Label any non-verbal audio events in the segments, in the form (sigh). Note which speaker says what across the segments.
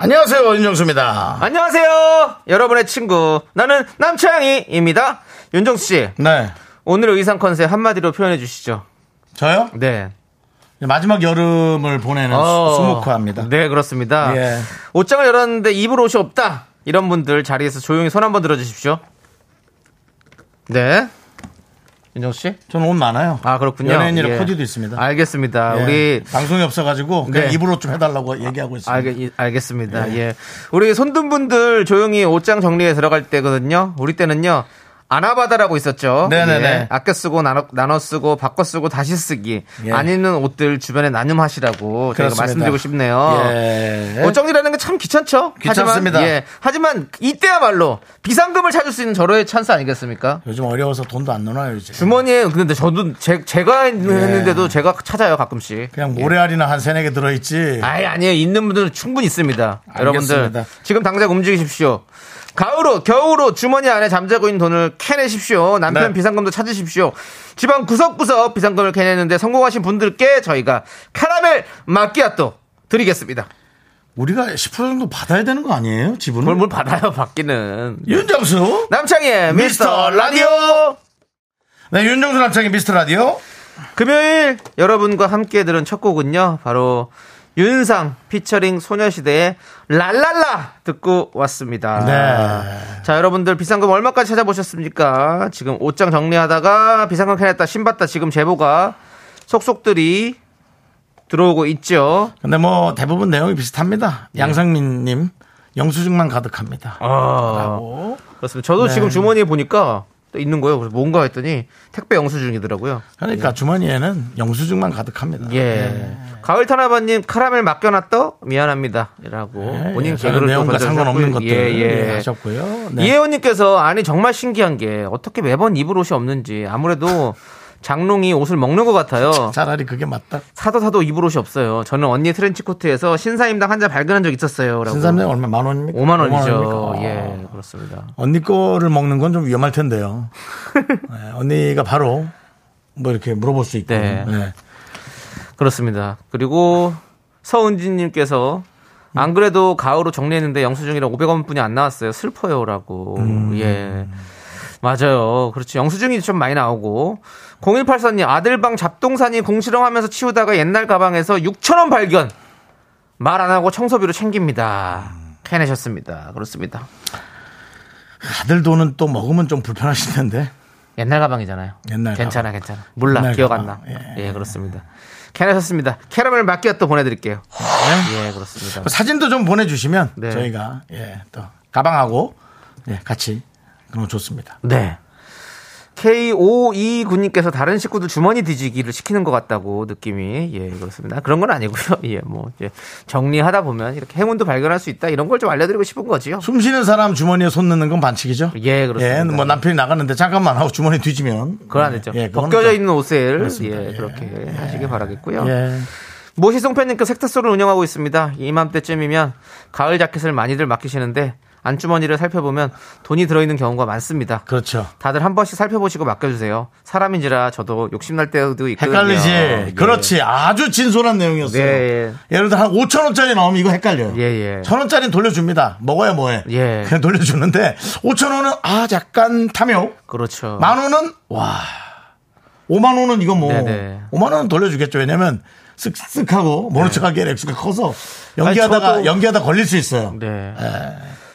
Speaker 1: 안녕하세요 윤정수입니다.
Speaker 2: 안녕하세요. 여러분의 친구. 나는 남창희입니다. 윤정수 씨.
Speaker 1: 네,
Speaker 2: 오늘 의상 컨셉 한마디로 표현해 주시죠.
Speaker 1: 저요
Speaker 2: 네.
Speaker 1: 마지막 여름을 보내는
Speaker 2: 어,
Speaker 1: 네, 수- 수목화입니다.
Speaker 2: 네, 그렇습니다.
Speaker 1: 예.
Speaker 2: 옷장을 열었는데 입을 옷이 없다. 이런 분들 자리에서 조용히 손 한번 들어 주십시오. 네. 윤정수 씨?
Speaker 1: 저는 옷 많아요.
Speaker 2: 아, 그렇군요.
Speaker 1: 연예인이라
Speaker 2: 예.
Speaker 1: 코디도 있습니다.
Speaker 2: 알겠습니다.
Speaker 1: 예,
Speaker 2: 우리
Speaker 1: 방송이 없어가지고 그냥
Speaker 2: 네. 아,
Speaker 1: 입으로 좀 해달라고 얘기하고 있습니다.
Speaker 2: 알겠, 알겠습니다. 예.
Speaker 1: 네.
Speaker 2: 우리 손등분들 조용히 옷장 정리에 들어갈 때거든요. 우리 때는요. 아나바다라고 있었죠.
Speaker 1: 네네네.
Speaker 2: 예. 아껴 쓰고 나눠, 나눠 쓰고 바꿔 쓰고 다시 쓰기.
Speaker 1: 예.
Speaker 2: 안 입는 옷들 주변에 나눔하시라고 저희가
Speaker 1: 그렇습니다.
Speaker 2: 말씀드리고 싶네요.
Speaker 1: 예.
Speaker 2: 옷 정리라는 게 참 귀찮죠.
Speaker 1: 귀찮습니다.
Speaker 2: 하지만, 예. 하지만 이때야말로 비상금을 찾을 수 있는 절호의 찬스 아니겠습니까?
Speaker 1: 요즘 어려워서 돈도 안 넣어요 이제.
Speaker 2: 주머니에 근데 저도 제, 제가 했는데도 제가 찾아요 가끔씩.
Speaker 1: 예. 그냥 모래알이나 한 세네 개 들어있지.
Speaker 2: 아예 아니에요. 있는 분들은 충분히 있습니다.
Speaker 1: 알겠습니다.
Speaker 2: 여러분들 지금 당장 움직이십시오. 가을로 겨울로 주머니 안에 잠자고 있는 돈을 캐내십시오. 남편
Speaker 1: 네.
Speaker 2: 비상금도 찾으십시오. 집안 구석구석 비상금을 캐내는데 성공하신 분들께 저희가 카라멜 마끼아또 드리겠습니다.
Speaker 1: 우리가 10% 정도 받아야 되는 거 아니에요? 지분을?
Speaker 2: 뭘, 네. 뭘 받아요, 받기는.
Speaker 1: 윤정수.
Speaker 2: 남창희의 미스터
Speaker 1: 미스터
Speaker 2: 라디오!
Speaker 1: 네, 윤정수 남창의 미스터 라디오.
Speaker 2: 금요일 여러분과 함께 들은 첫 곡은요. 바로 윤상 피처링 소녀시대의 랄랄라 듣고 왔습니다.
Speaker 1: 네.
Speaker 2: 자, 여러분들 비상금 얼마까지 찾아보셨습니까? 지금 옷장 정리하다가 비상금 캐냈다 신봤다 지금 제보가 속속들이 들어오고 있죠.
Speaker 1: 근데 뭐 대부분 내용이 비슷합니다.
Speaker 2: 예.
Speaker 1: 양상민님 영수증만 가득합니다.
Speaker 2: 아. 그렇습니다. 저도 지금 주머니에 보니까 또 있는 거예요. 그래서 뭔가 했더니 택배 영수증이더라고요.
Speaker 1: 그러니까 주머니에는 영수증만 가득합니다.
Speaker 2: 예. 가을 타나바님 카라멜 맡겨놨더 미안합니다라고
Speaker 1: 예,
Speaker 2: 본인
Speaker 1: 예,
Speaker 2: 개그를
Speaker 1: 다른
Speaker 2: 또
Speaker 1: 내용과
Speaker 2: 건져서
Speaker 1: 상관없는
Speaker 2: 하고요.
Speaker 1: 것들
Speaker 2: 예, 예.
Speaker 1: 하셨고요. 네.
Speaker 2: 이혜원님께서 아니 정말 신기한 게 어떻게 매번 입을 옷이 없는지 아무래도 장롱이 옷을 먹는 것 같아요.
Speaker 1: 차라리 그게 맞다.
Speaker 2: 사도 사도 입을 옷이 없어요. 저는 언니 트렌치 코트에서 신사임당 한 잔 발견한 적 있었어요.라고.
Speaker 1: 신삼년 얼마 만 원입니까?
Speaker 2: 5만
Speaker 1: 오만
Speaker 2: 원이죠.
Speaker 1: 원입니까? 아.
Speaker 2: 예, 그렇습니다.
Speaker 1: 언니 거를 먹는 건 좀 위험할 텐데요. 네, 언니가 바로 뭐 이렇게 물어볼 수 있고.
Speaker 2: 네.
Speaker 1: 네.
Speaker 2: 그렇습니다. 그리고 서은진님께서 안 그래도 가을로 정리했는데 영수증이랑 500원뿐이 안 나왔어요. 슬퍼요라고.
Speaker 1: 음.
Speaker 2: 예. 맞아요. 그렇죠. 영수증이 좀 많이 나오고. 0184님 아들방 잡동사니 공실험하면서 치우다가 옛날 가방에서 6,000원 발견. 말 안 하고 청소비로 챙깁니다. 캐내셨습니다. 그렇습니다.
Speaker 1: 아들 돈은 또 먹으면 좀 불편하실 텐데.
Speaker 2: 옛날 가방이잖아요.
Speaker 1: 옛날
Speaker 2: 괜찮아,
Speaker 1: 가방.
Speaker 2: 괜찮아. 몰라,
Speaker 1: 옛날
Speaker 2: 기억
Speaker 1: 가방.
Speaker 2: 안 나.
Speaker 1: 예.
Speaker 2: 예, 그렇습니다. 캐내셨습니다. 캐러멜 맡겨 또 보내드릴게요.
Speaker 1: 네?
Speaker 2: 예, 그렇습니다.
Speaker 1: 사진도 좀 보내주시면
Speaker 2: 네.
Speaker 1: 저희가 예, 또 가방하고 예, 같이 그럼 좋습니다.
Speaker 2: 네. K529님께서 다른 식구들 주머니 뒤지기를 시키는 것 같다고 느낌이 예 그렇습니다 그런 건 아니고요 (laughs) 예뭐 이제 정리하다 보면 이렇게 행운도 발견할 수 있다 이런 걸 좀 알려드리고 싶은 거지요
Speaker 1: 숨 쉬는 사람 주머니에 손 넣는 건 반칙이죠?
Speaker 2: 예, 그렇습니다.
Speaker 1: 예, 뭐 남편이 나갔는데 잠깐만 하고 주머니 뒤지면
Speaker 2: 그건 안 됐죠
Speaker 1: 예, 그건
Speaker 2: 벗겨져
Speaker 1: 또-
Speaker 2: 있는 옷을
Speaker 1: 그렇습니다.
Speaker 2: 예
Speaker 1: 예.
Speaker 2: 그렇게 하시길 바라겠고요
Speaker 1: 예.
Speaker 2: 모시송팬님께 색다소를 운영하고 있습니다. 이맘때쯤이면 가을 자켓을 많이들 맡기시는데 안주머니를 살펴보면 돈이 들어있는 경우가 많습니다.
Speaker 1: 그렇죠.
Speaker 2: 다들 한 번씩 살펴보시고 맡겨주세요. 사람인지라 저도 욕심날 때도 있거든요.
Speaker 1: 헷갈리지. 그렇죠.
Speaker 2: 예.
Speaker 1: 그렇지. 아주 진솔한 내용이었어요.
Speaker 2: 네,
Speaker 1: 예를 들어 한 5천 원짜리 나오면 이거 헷갈려요.
Speaker 2: 예, 예.
Speaker 1: 천 원짜리는 돌려줍니다. 먹어야 뭐해.
Speaker 2: 예.
Speaker 1: (laughs) 그냥 돌려주는데 5천 원은 아 약간 탐욕.
Speaker 2: 그렇죠.
Speaker 1: 만 원은 와. 5만 원은 이거 뭐
Speaker 2: 네, 네.
Speaker 1: 5만 원은 돌려주겠죠. 왜냐면 쓱쓱하고 모른 척하기에 액수가 커서 연기하다가
Speaker 2: 저도-
Speaker 1: 연기하다 걸릴 수 있어요.
Speaker 2: 네.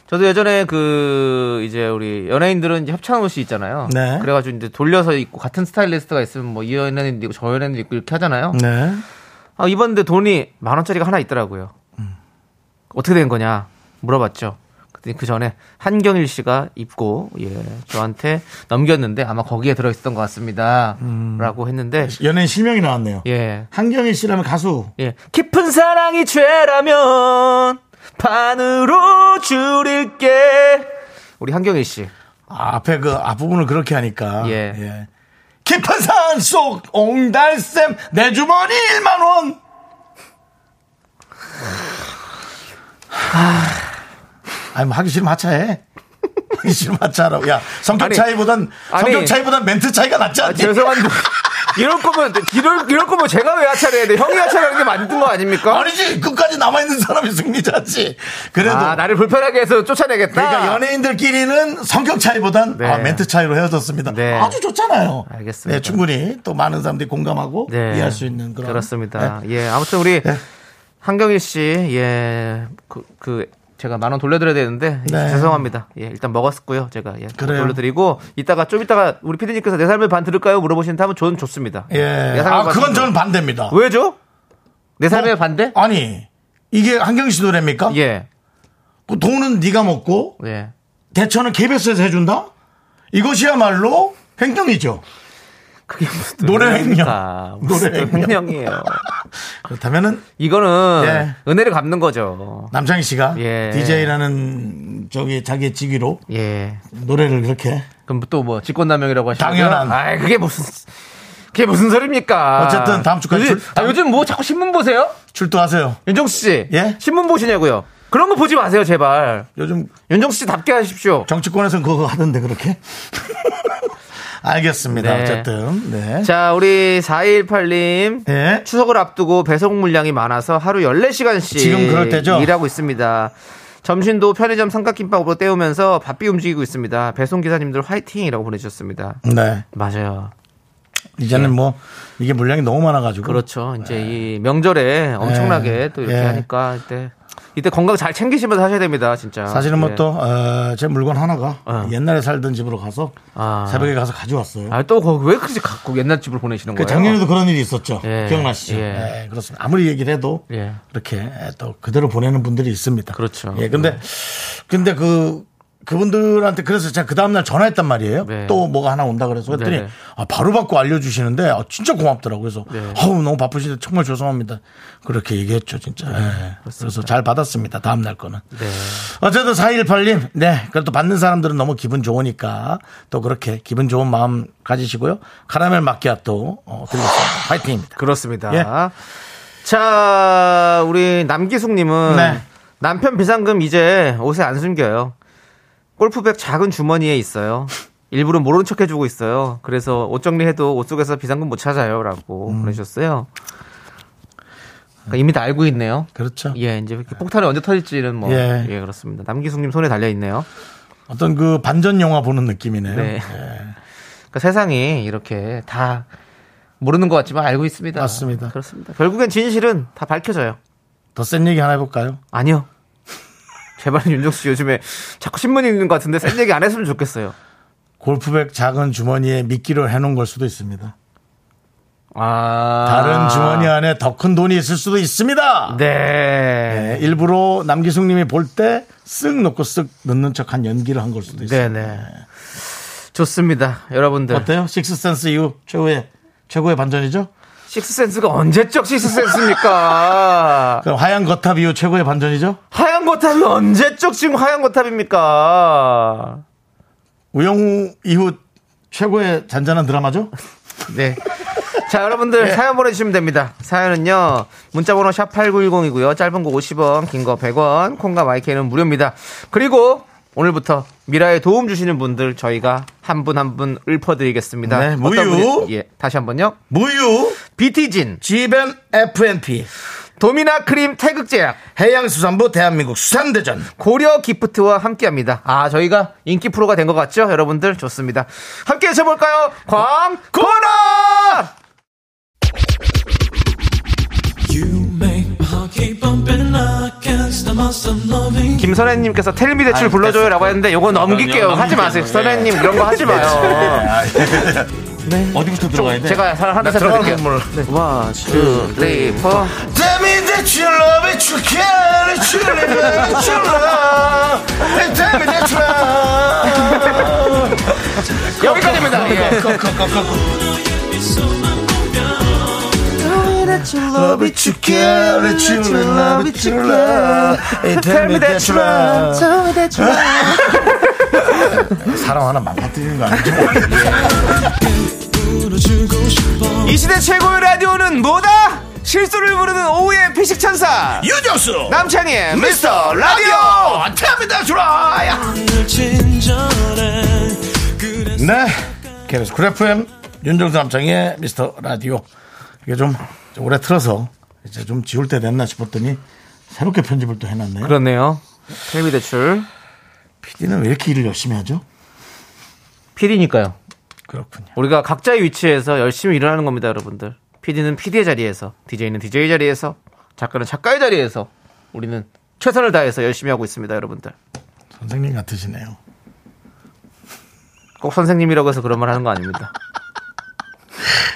Speaker 2: 저도 예전에 그 이제 우리 연예인들은 이제 협찬 옷이 있잖아요.
Speaker 1: 네.
Speaker 2: 그래가지고 이제 돌려서 입고 같은 스타일리스트가 있으면 뭐 이 연예인도 있고 저 연예인도 있고 이렇게 하잖아요.
Speaker 1: 네.
Speaker 2: 아, 입었는데 돈이 만 원짜리가 하나 있더라고요. 어떻게 된 거냐 물어봤죠. 그랬더니 그 전에 한경일 씨가 입고 예 저한테 넘겼는데 아마 거기에 들어있었던 것 같습니다.라고 했는데
Speaker 1: 연예인 실명이 나왔네요.
Speaker 2: 예.
Speaker 1: 한경일 씨라면 가수.
Speaker 2: 예 깊은 사랑이 죄라면 반으로 줄일게. 우리 한경희 씨.
Speaker 1: 아, 앞에 그 앞부분을 그렇게 하니까.
Speaker 2: 예.
Speaker 1: 예. 깊은 산 속 옹달샘 내 주머니 1만 원. 아, 아니 뭐 하기 싫으면 하차해. 하기 싫으면 하차하라고. 야 성격
Speaker 2: 아니,
Speaker 1: 차이보단
Speaker 2: 아니. 아,
Speaker 1: 성격 차이보단 멘트 차이가 낫지 않니?
Speaker 2: 죄송한데.
Speaker 1: (laughs)
Speaker 2: 이럴 거면, 이럴, 이럴 거면 제가 왜 하차를 해야 돼? 형이 하차를 하는 게 맞는 거 아닙니까?
Speaker 1: 아니지 끝까지 남아 있는 사람이 승리자지. 그래도
Speaker 2: 아, 나를 불편하게 해서 쫓아내겠다.
Speaker 1: 그러니까 연예인들끼리는 성격 차이보단
Speaker 2: 네.
Speaker 1: 아, 멘트 차이로 헤어졌습니다.
Speaker 2: 네.
Speaker 1: 아주 좋잖아요.
Speaker 2: 알겠습니다.
Speaker 1: 네, 충분히 또 많은 사람들이 공감하고 이해할 수 있는 그런
Speaker 2: 네. 그렇습니다.
Speaker 1: 네.
Speaker 2: 예, 아무튼 우리 한경일 씨, 예, 그, 그 제가 만 원 돌려드려야 되는데
Speaker 1: 네.
Speaker 2: 죄송합니다. 예, 일단 먹었고요. 제가 예,
Speaker 1: 그래요.
Speaker 2: 돌려드리고 이따가 좀 이따가 우리 피디님께서 내 삶을 반 들을까요? 물어보시는 다면 저는 좋습니다.
Speaker 1: 예.
Speaker 2: 내 삶의
Speaker 1: 아,
Speaker 2: 반
Speaker 1: 그건
Speaker 2: 들을-
Speaker 1: 저는 반대입니다.
Speaker 2: 네, 왜죠? 내 삶의
Speaker 1: 어?
Speaker 2: 반대?
Speaker 1: 아니, 이게 한경 씨 노래입니까?
Speaker 2: 예,
Speaker 1: 그 돈은 네가 먹고
Speaker 2: 예.
Speaker 1: 대처는 KBS에서 해준다? 이것이야말로 횡령이죠.
Speaker 2: 그게 무슨
Speaker 1: 노래
Speaker 2: 횡령입니까?
Speaker 1: 횡령.
Speaker 2: 무슨
Speaker 1: 노래 횡령.
Speaker 2: 횡령이에요.
Speaker 1: 그렇다면은
Speaker 2: 이거는
Speaker 1: 예.
Speaker 2: 은혜를 갚는 거죠.
Speaker 1: 남창희 씨가
Speaker 2: 예.
Speaker 1: DJ라는 저기 자기의 직위로
Speaker 2: 예.
Speaker 1: 노래를 그렇게
Speaker 2: 그럼 또 뭐 직권남용이라고 하시는
Speaker 1: 당연한.
Speaker 2: 아 그게 무슨 그게 무슨 소리입니까?
Speaker 1: 어쨌든 다음 주까지
Speaker 2: 요즘,
Speaker 1: 출-
Speaker 2: 아, 요즘 뭐 자꾸 신문 보세요?
Speaker 1: 출두하세요.
Speaker 2: 윤정수 씨.
Speaker 1: 예?
Speaker 2: 신문 보시냐고요? 그런 거 보지 마세요, 제발.
Speaker 1: 요즘
Speaker 2: 윤정수 씨 답게 하십시오.
Speaker 1: 정치권에서는 그거 하던데 그렇게. (laughs) 알겠습니다.
Speaker 2: 네.
Speaker 1: 어쨌든 네.
Speaker 2: 자, 우리 418님.
Speaker 1: 네.
Speaker 2: 추석을 앞두고 배송 물량이 많아서 하루 14시간씩
Speaker 1: 지금 그럴 때죠?
Speaker 2: 일하고 있습니다. 점심도 편의점 삼각김밥으로 때우면서 바삐 움직이고 있습니다. 배송 기사님들 화이팅이라고 보내주셨습니다.
Speaker 1: 네.
Speaker 2: 맞아요.
Speaker 1: 이제는 뭐 이게 물량이 너무 많아가지고.
Speaker 2: 네. 그렇죠. 이제 이 명절에 엄청나게
Speaker 1: 예.
Speaker 2: 또 이렇게
Speaker 1: 예.
Speaker 2: 하니까 이때 이때 건강 잘 챙기시면서 하셔야 됩니다, 진짜.
Speaker 1: 사실은
Speaker 2: 예.
Speaker 1: 뭐 또 제 물건 하나가
Speaker 2: 어.
Speaker 1: 옛날에 살던 집으로 가서
Speaker 2: 아.
Speaker 1: 새벽에 가서 가져왔어요.
Speaker 2: 아, 또왜 그렇게 갖고 옛날 집으로 보내시는
Speaker 1: 그
Speaker 2: 거예요?
Speaker 1: 작년에도 그런 일이 있었죠.
Speaker 2: 예.
Speaker 1: 기억나시죠?
Speaker 2: 예.
Speaker 1: 예. 그렇습니다. 아무리 얘기를 해도
Speaker 2: 예.
Speaker 1: 이렇게 또 그대로 보내는 분들이 있습니다.
Speaker 2: 그렇죠.
Speaker 1: 예, 근데 근데 그 그분들한테 그래서 제가 그 다음날 전화했단 말이에요.
Speaker 2: 네.
Speaker 1: 또 뭐가 하나 온다 그래서 그랬더니
Speaker 2: 네네.
Speaker 1: 아, 바로 받고 알려주시는데 아, 진짜 고맙더라고요. 그래서
Speaker 2: 네.
Speaker 1: 아우 너무 바쁘신데 정말 죄송합니다. 그렇게 얘기했죠 진짜. 예. 그래서 잘 받았습니다. 다음날 거는.
Speaker 2: 네.
Speaker 1: 어쨌든 4118님, 네. 그래도 받는 사람들은 너무 기분 좋으니까 또 그렇게 기분 좋은 마음 가지시고요. 카라멜 마키아또 어,
Speaker 2: (laughs)
Speaker 1: 드리겠습니다.
Speaker 2: 예.
Speaker 1: 파이팅입니다. 예.
Speaker 2: 그렇습니다. 자, 우리 남기숙님은
Speaker 1: 네.
Speaker 2: 남편 비상금 이제 옷에 안 숨겨요. 골프백 작은 주머니에 있어요. 일부러 모르는 척 해주고 있어요. 그래서 옷 정리해도 옷 속에서 비상금 못 찾아요라고
Speaker 1: 음.
Speaker 2: 보내셨어요. 그러니까 이미 다 알고 있네요.
Speaker 1: 그렇죠.
Speaker 2: 예, 이제 이렇게 폭탄이 언제 터질지는 뭐 예,
Speaker 1: 예.
Speaker 2: 그렇습니다. 남기숙님 손에 달려 있네요.
Speaker 1: 어떤 그 반전 영화 보는 느낌이네요.
Speaker 2: 네.
Speaker 1: 예.
Speaker 2: 그러니까 세상이 이렇게 다 모르는 것 같지만 알고 있습니다.
Speaker 1: 맞습니다.
Speaker 2: 그렇습니다. 결국엔 진실은 다 밝혀져요.
Speaker 1: 더 센 얘기 하나 해볼까요?
Speaker 2: 아니요. 제발 (laughs) 윤정수 씨 요즘에 자꾸 신문 읽는 것 같은데 센 얘기 안 했으면 좋겠어요.
Speaker 1: 골프백 작은 주머니에 미끼를 해놓은 걸 수도 있습니다.
Speaker 2: 아
Speaker 1: 다른 주머니 안에 더 큰 돈이 있을 수도 있습니다.
Speaker 2: 네.
Speaker 1: 네, 일부러 남기숙님이 볼 때 쓱 놓고 쓱 넣는 척한 연기를 한 걸 수도
Speaker 2: 네,
Speaker 1: 있어요.
Speaker 2: 네. 좋습니다. 여러분들.
Speaker 1: 어때요? 식스센스 이후 최고의 최고의 반전이죠?
Speaker 2: 식스센스가
Speaker 1: (laughs)
Speaker 2: 언제적 식스센스입니까?
Speaker 1: 그럼 하얀 거탑 이후 최고의 반전이죠?
Speaker 2: 하얀 거탑이 언제적 지금 하얀 거탑입니까?
Speaker 1: 우영우 이후 최고의 잔잔한 드라마죠?
Speaker 2: 네. 자,
Speaker 1: 네.
Speaker 2: 여러분들 사연 보내주시면 됩니다. 사연은요, 문자번호 샵8910이고요. 짧은 거 50원, 긴 거 100원, 콩과 마이크는 무료입니다. 그리고 오늘부터 미라에 도움 주시는 분들 저희가 한 분 한 분 읊어드리겠습니다.
Speaker 1: 네,
Speaker 2: 어떤
Speaker 1: 무유.
Speaker 2: 분이- 예, 다시 한 번요.
Speaker 1: 무유,
Speaker 2: 비티진,
Speaker 1: 지벤 FNP,
Speaker 2: 도미나 크림 태극제약,
Speaker 1: 해양수산부 대한민국 수산대전.
Speaker 2: 고려 기프트와 함께합니다. 아, 저희가 인기 프로가 된 것 같죠? 여러분들 좋습니다. 함께 해줘볼까요? 광고라!
Speaker 3: You make my heart keep bumping. I can't stop myself loving.
Speaker 2: 김선혜님께서 텔미
Speaker 1: 아,
Speaker 2: 대출 불러줘요라고 했는데 요거 넘길게요. 하지
Speaker 1: 예.
Speaker 2: 마세요. 선혜님 이런 거 하지 마요.
Speaker 1: 네. (laughs) 어디부터 들어가야 돼? 네.
Speaker 2: 제가 하나 서 들어볼게요. 네. 원, 투, 쓰리, 포.
Speaker 1: Tell me that you love it, you care it, you live it, you love. Tell me that you love.
Speaker 2: 여기까지입니다. 예.
Speaker 3: So my
Speaker 2: that you
Speaker 1: Love it, you care, it, you love it, you love. Hey, tell me that you love. 사랑 하나 망가뜨리는 거 아니죠?
Speaker 3: 울어주고 싶어
Speaker 2: 이 시대 최고의 라디오는 뭐다? 실수를 부르는 오후의 피식 천사
Speaker 1: 유정수!
Speaker 2: 남창희 미스터
Speaker 1: 라디오! tell me that you love.
Speaker 3: 오늘 친절해 그래서
Speaker 1: 네. KBS 쿨 FM 윤정수 남창의 미스터 라디오. 이게 좀, 좀 오래 틀어서 이제 좀 지울 때 됐나 싶었더니 새롭게 편집을 또 해놨네요.
Speaker 2: 그렇네요 텔미 대출
Speaker 1: PD는 왜 이렇게 일을 열심히 하죠?
Speaker 2: PD니까요
Speaker 1: 그렇군요.
Speaker 2: 우리가 각자의 위치에서 열심히 일을 하는 겁니다 여러분들 PD는 PD의 자리에서 DJ는 DJ의 자리에서 작가는 작가의 자리에서 우리는 최선을 다해서 열심히 하고 있습니다 여러분들
Speaker 1: 선생님 같으시네요.
Speaker 2: 꼭 선생님이라고 해서 그런 말 하는 거 아닙니다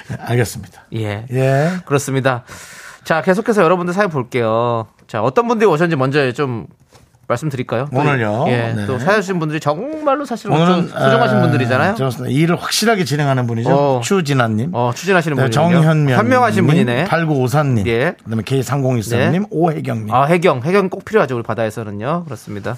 Speaker 1: 네, 알겠습니다.
Speaker 2: (laughs) 예
Speaker 1: 예.
Speaker 2: 그렇습니다. 자, 계속해서 여러분들 사연 볼게요. 자, 어떤 분들이 오셨는지 먼저 좀 말씀드릴까요? 또,
Speaker 1: 오늘요?
Speaker 2: 예,
Speaker 1: 네.
Speaker 2: 또 사연 주신 분들이 정말로 사실
Speaker 1: 오늘은
Speaker 2: 오늘은 소중하신
Speaker 1: 아,
Speaker 2: 분들이잖아요.
Speaker 1: 좋습니다. 일을 확실하게 진행하는 분이죠.
Speaker 2: 어.
Speaker 1: 추진아님.
Speaker 2: 어, 추진하시는
Speaker 1: 네,
Speaker 2: 분이
Speaker 1: 정현면.
Speaker 2: 현명하신 분이네.
Speaker 1: 8954님.
Speaker 2: 예.
Speaker 1: 그 다음에 K3013님.
Speaker 2: 네.
Speaker 1: 오혜경님.
Speaker 2: 아, 해경. 해경 꼭 필요하죠. 우리 바다에서는요. 그렇습니다.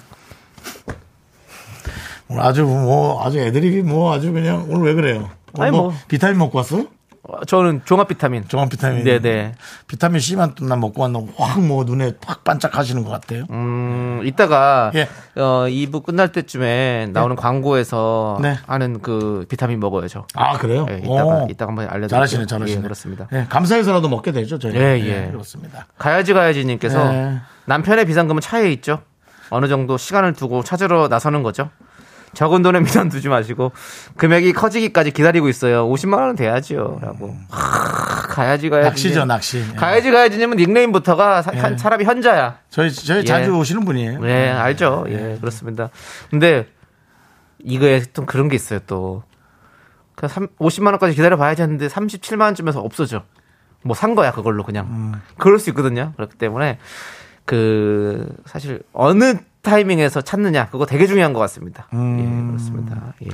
Speaker 1: 오늘 아주 뭐, 아주 애드립이 뭐 아주 그냥 오늘 왜 그래요? 오늘
Speaker 2: 아니,
Speaker 1: 뭐,
Speaker 2: 뭐.
Speaker 1: 비타민 먹고 왔어요?
Speaker 2: 어, 저는 종합 비타민.
Speaker 1: 종합 비타민.
Speaker 2: 네, 네.
Speaker 1: 비타민 C만 또 난 먹고 왔는데 확 뭐 눈에 확 반짝하시는 것 같아요.
Speaker 2: 음, 이따가
Speaker 1: 예.
Speaker 2: 어, 2부 끝날 때쯤에 나오는 광고에서
Speaker 1: 네.
Speaker 2: 하는 그 비타민 먹어야죠.
Speaker 1: 아 그래요?
Speaker 2: 예, 이따가
Speaker 1: 오.
Speaker 2: 이따가 한번 알려 드릴게요.
Speaker 1: 잘하시네, 잘하시네.
Speaker 2: 예, 그렇습니다.
Speaker 1: 예, 감사해서라도 먹게 되죠, 저희.
Speaker 2: 예, 예.
Speaker 1: 그렇습니다.
Speaker 2: 가야지 가야지님께서
Speaker 1: 네.
Speaker 2: 남편의 비상금은 차에 있죠. 어느 정도 시간을 두고 찾으러 나서는 거죠. 적은 돈에 (laughs) 미련 두지 마시고 금액이 커지기까지 기다리고 있어요. 50만 원은 돼야지요라고. 가야지 가야지.
Speaker 1: 음. 낚시죠, 낚시. 예.
Speaker 2: 가야지 가야지님은 닉네임부터가 사,
Speaker 1: 예.
Speaker 2: 람이 현자야.
Speaker 1: 저희 저희
Speaker 2: 예.
Speaker 1: 자주 오시는 분이에요.
Speaker 2: 예, 알죠. 예, 그렇습니다. 근데 이거에 좀 그런 게 있어요. 또 그냥 삼- 50만 원까지 기다려 봐야지 했는데 37만 원쯤에서 없어져. 뭐 산 거야 그걸로 그냥. 그럴 수 있거든요. 그렇기 때문에 그 사실 어느 타이밍에서 찾느냐 그거 되게 중요한 것 같습니다. 예, 그렇습니다. 예.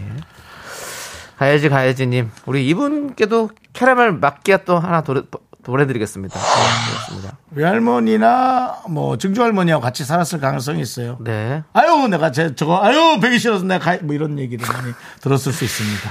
Speaker 2: 가야지 가야지님 우리 이분께도 캐러멜 마끼아또 하나 도래, 보내드리겠습니다. 예, 그렇습니다.
Speaker 1: 외할머니나 뭐 증조 할머니하고 같이 살았을 가능성이 있어요.
Speaker 2: 네.
Speaker 1: 아유, 내가 제 저거 아유 배기 싫어서 내가 가, 뭐 이런 얘기를 많이 들었을 수 있습니다.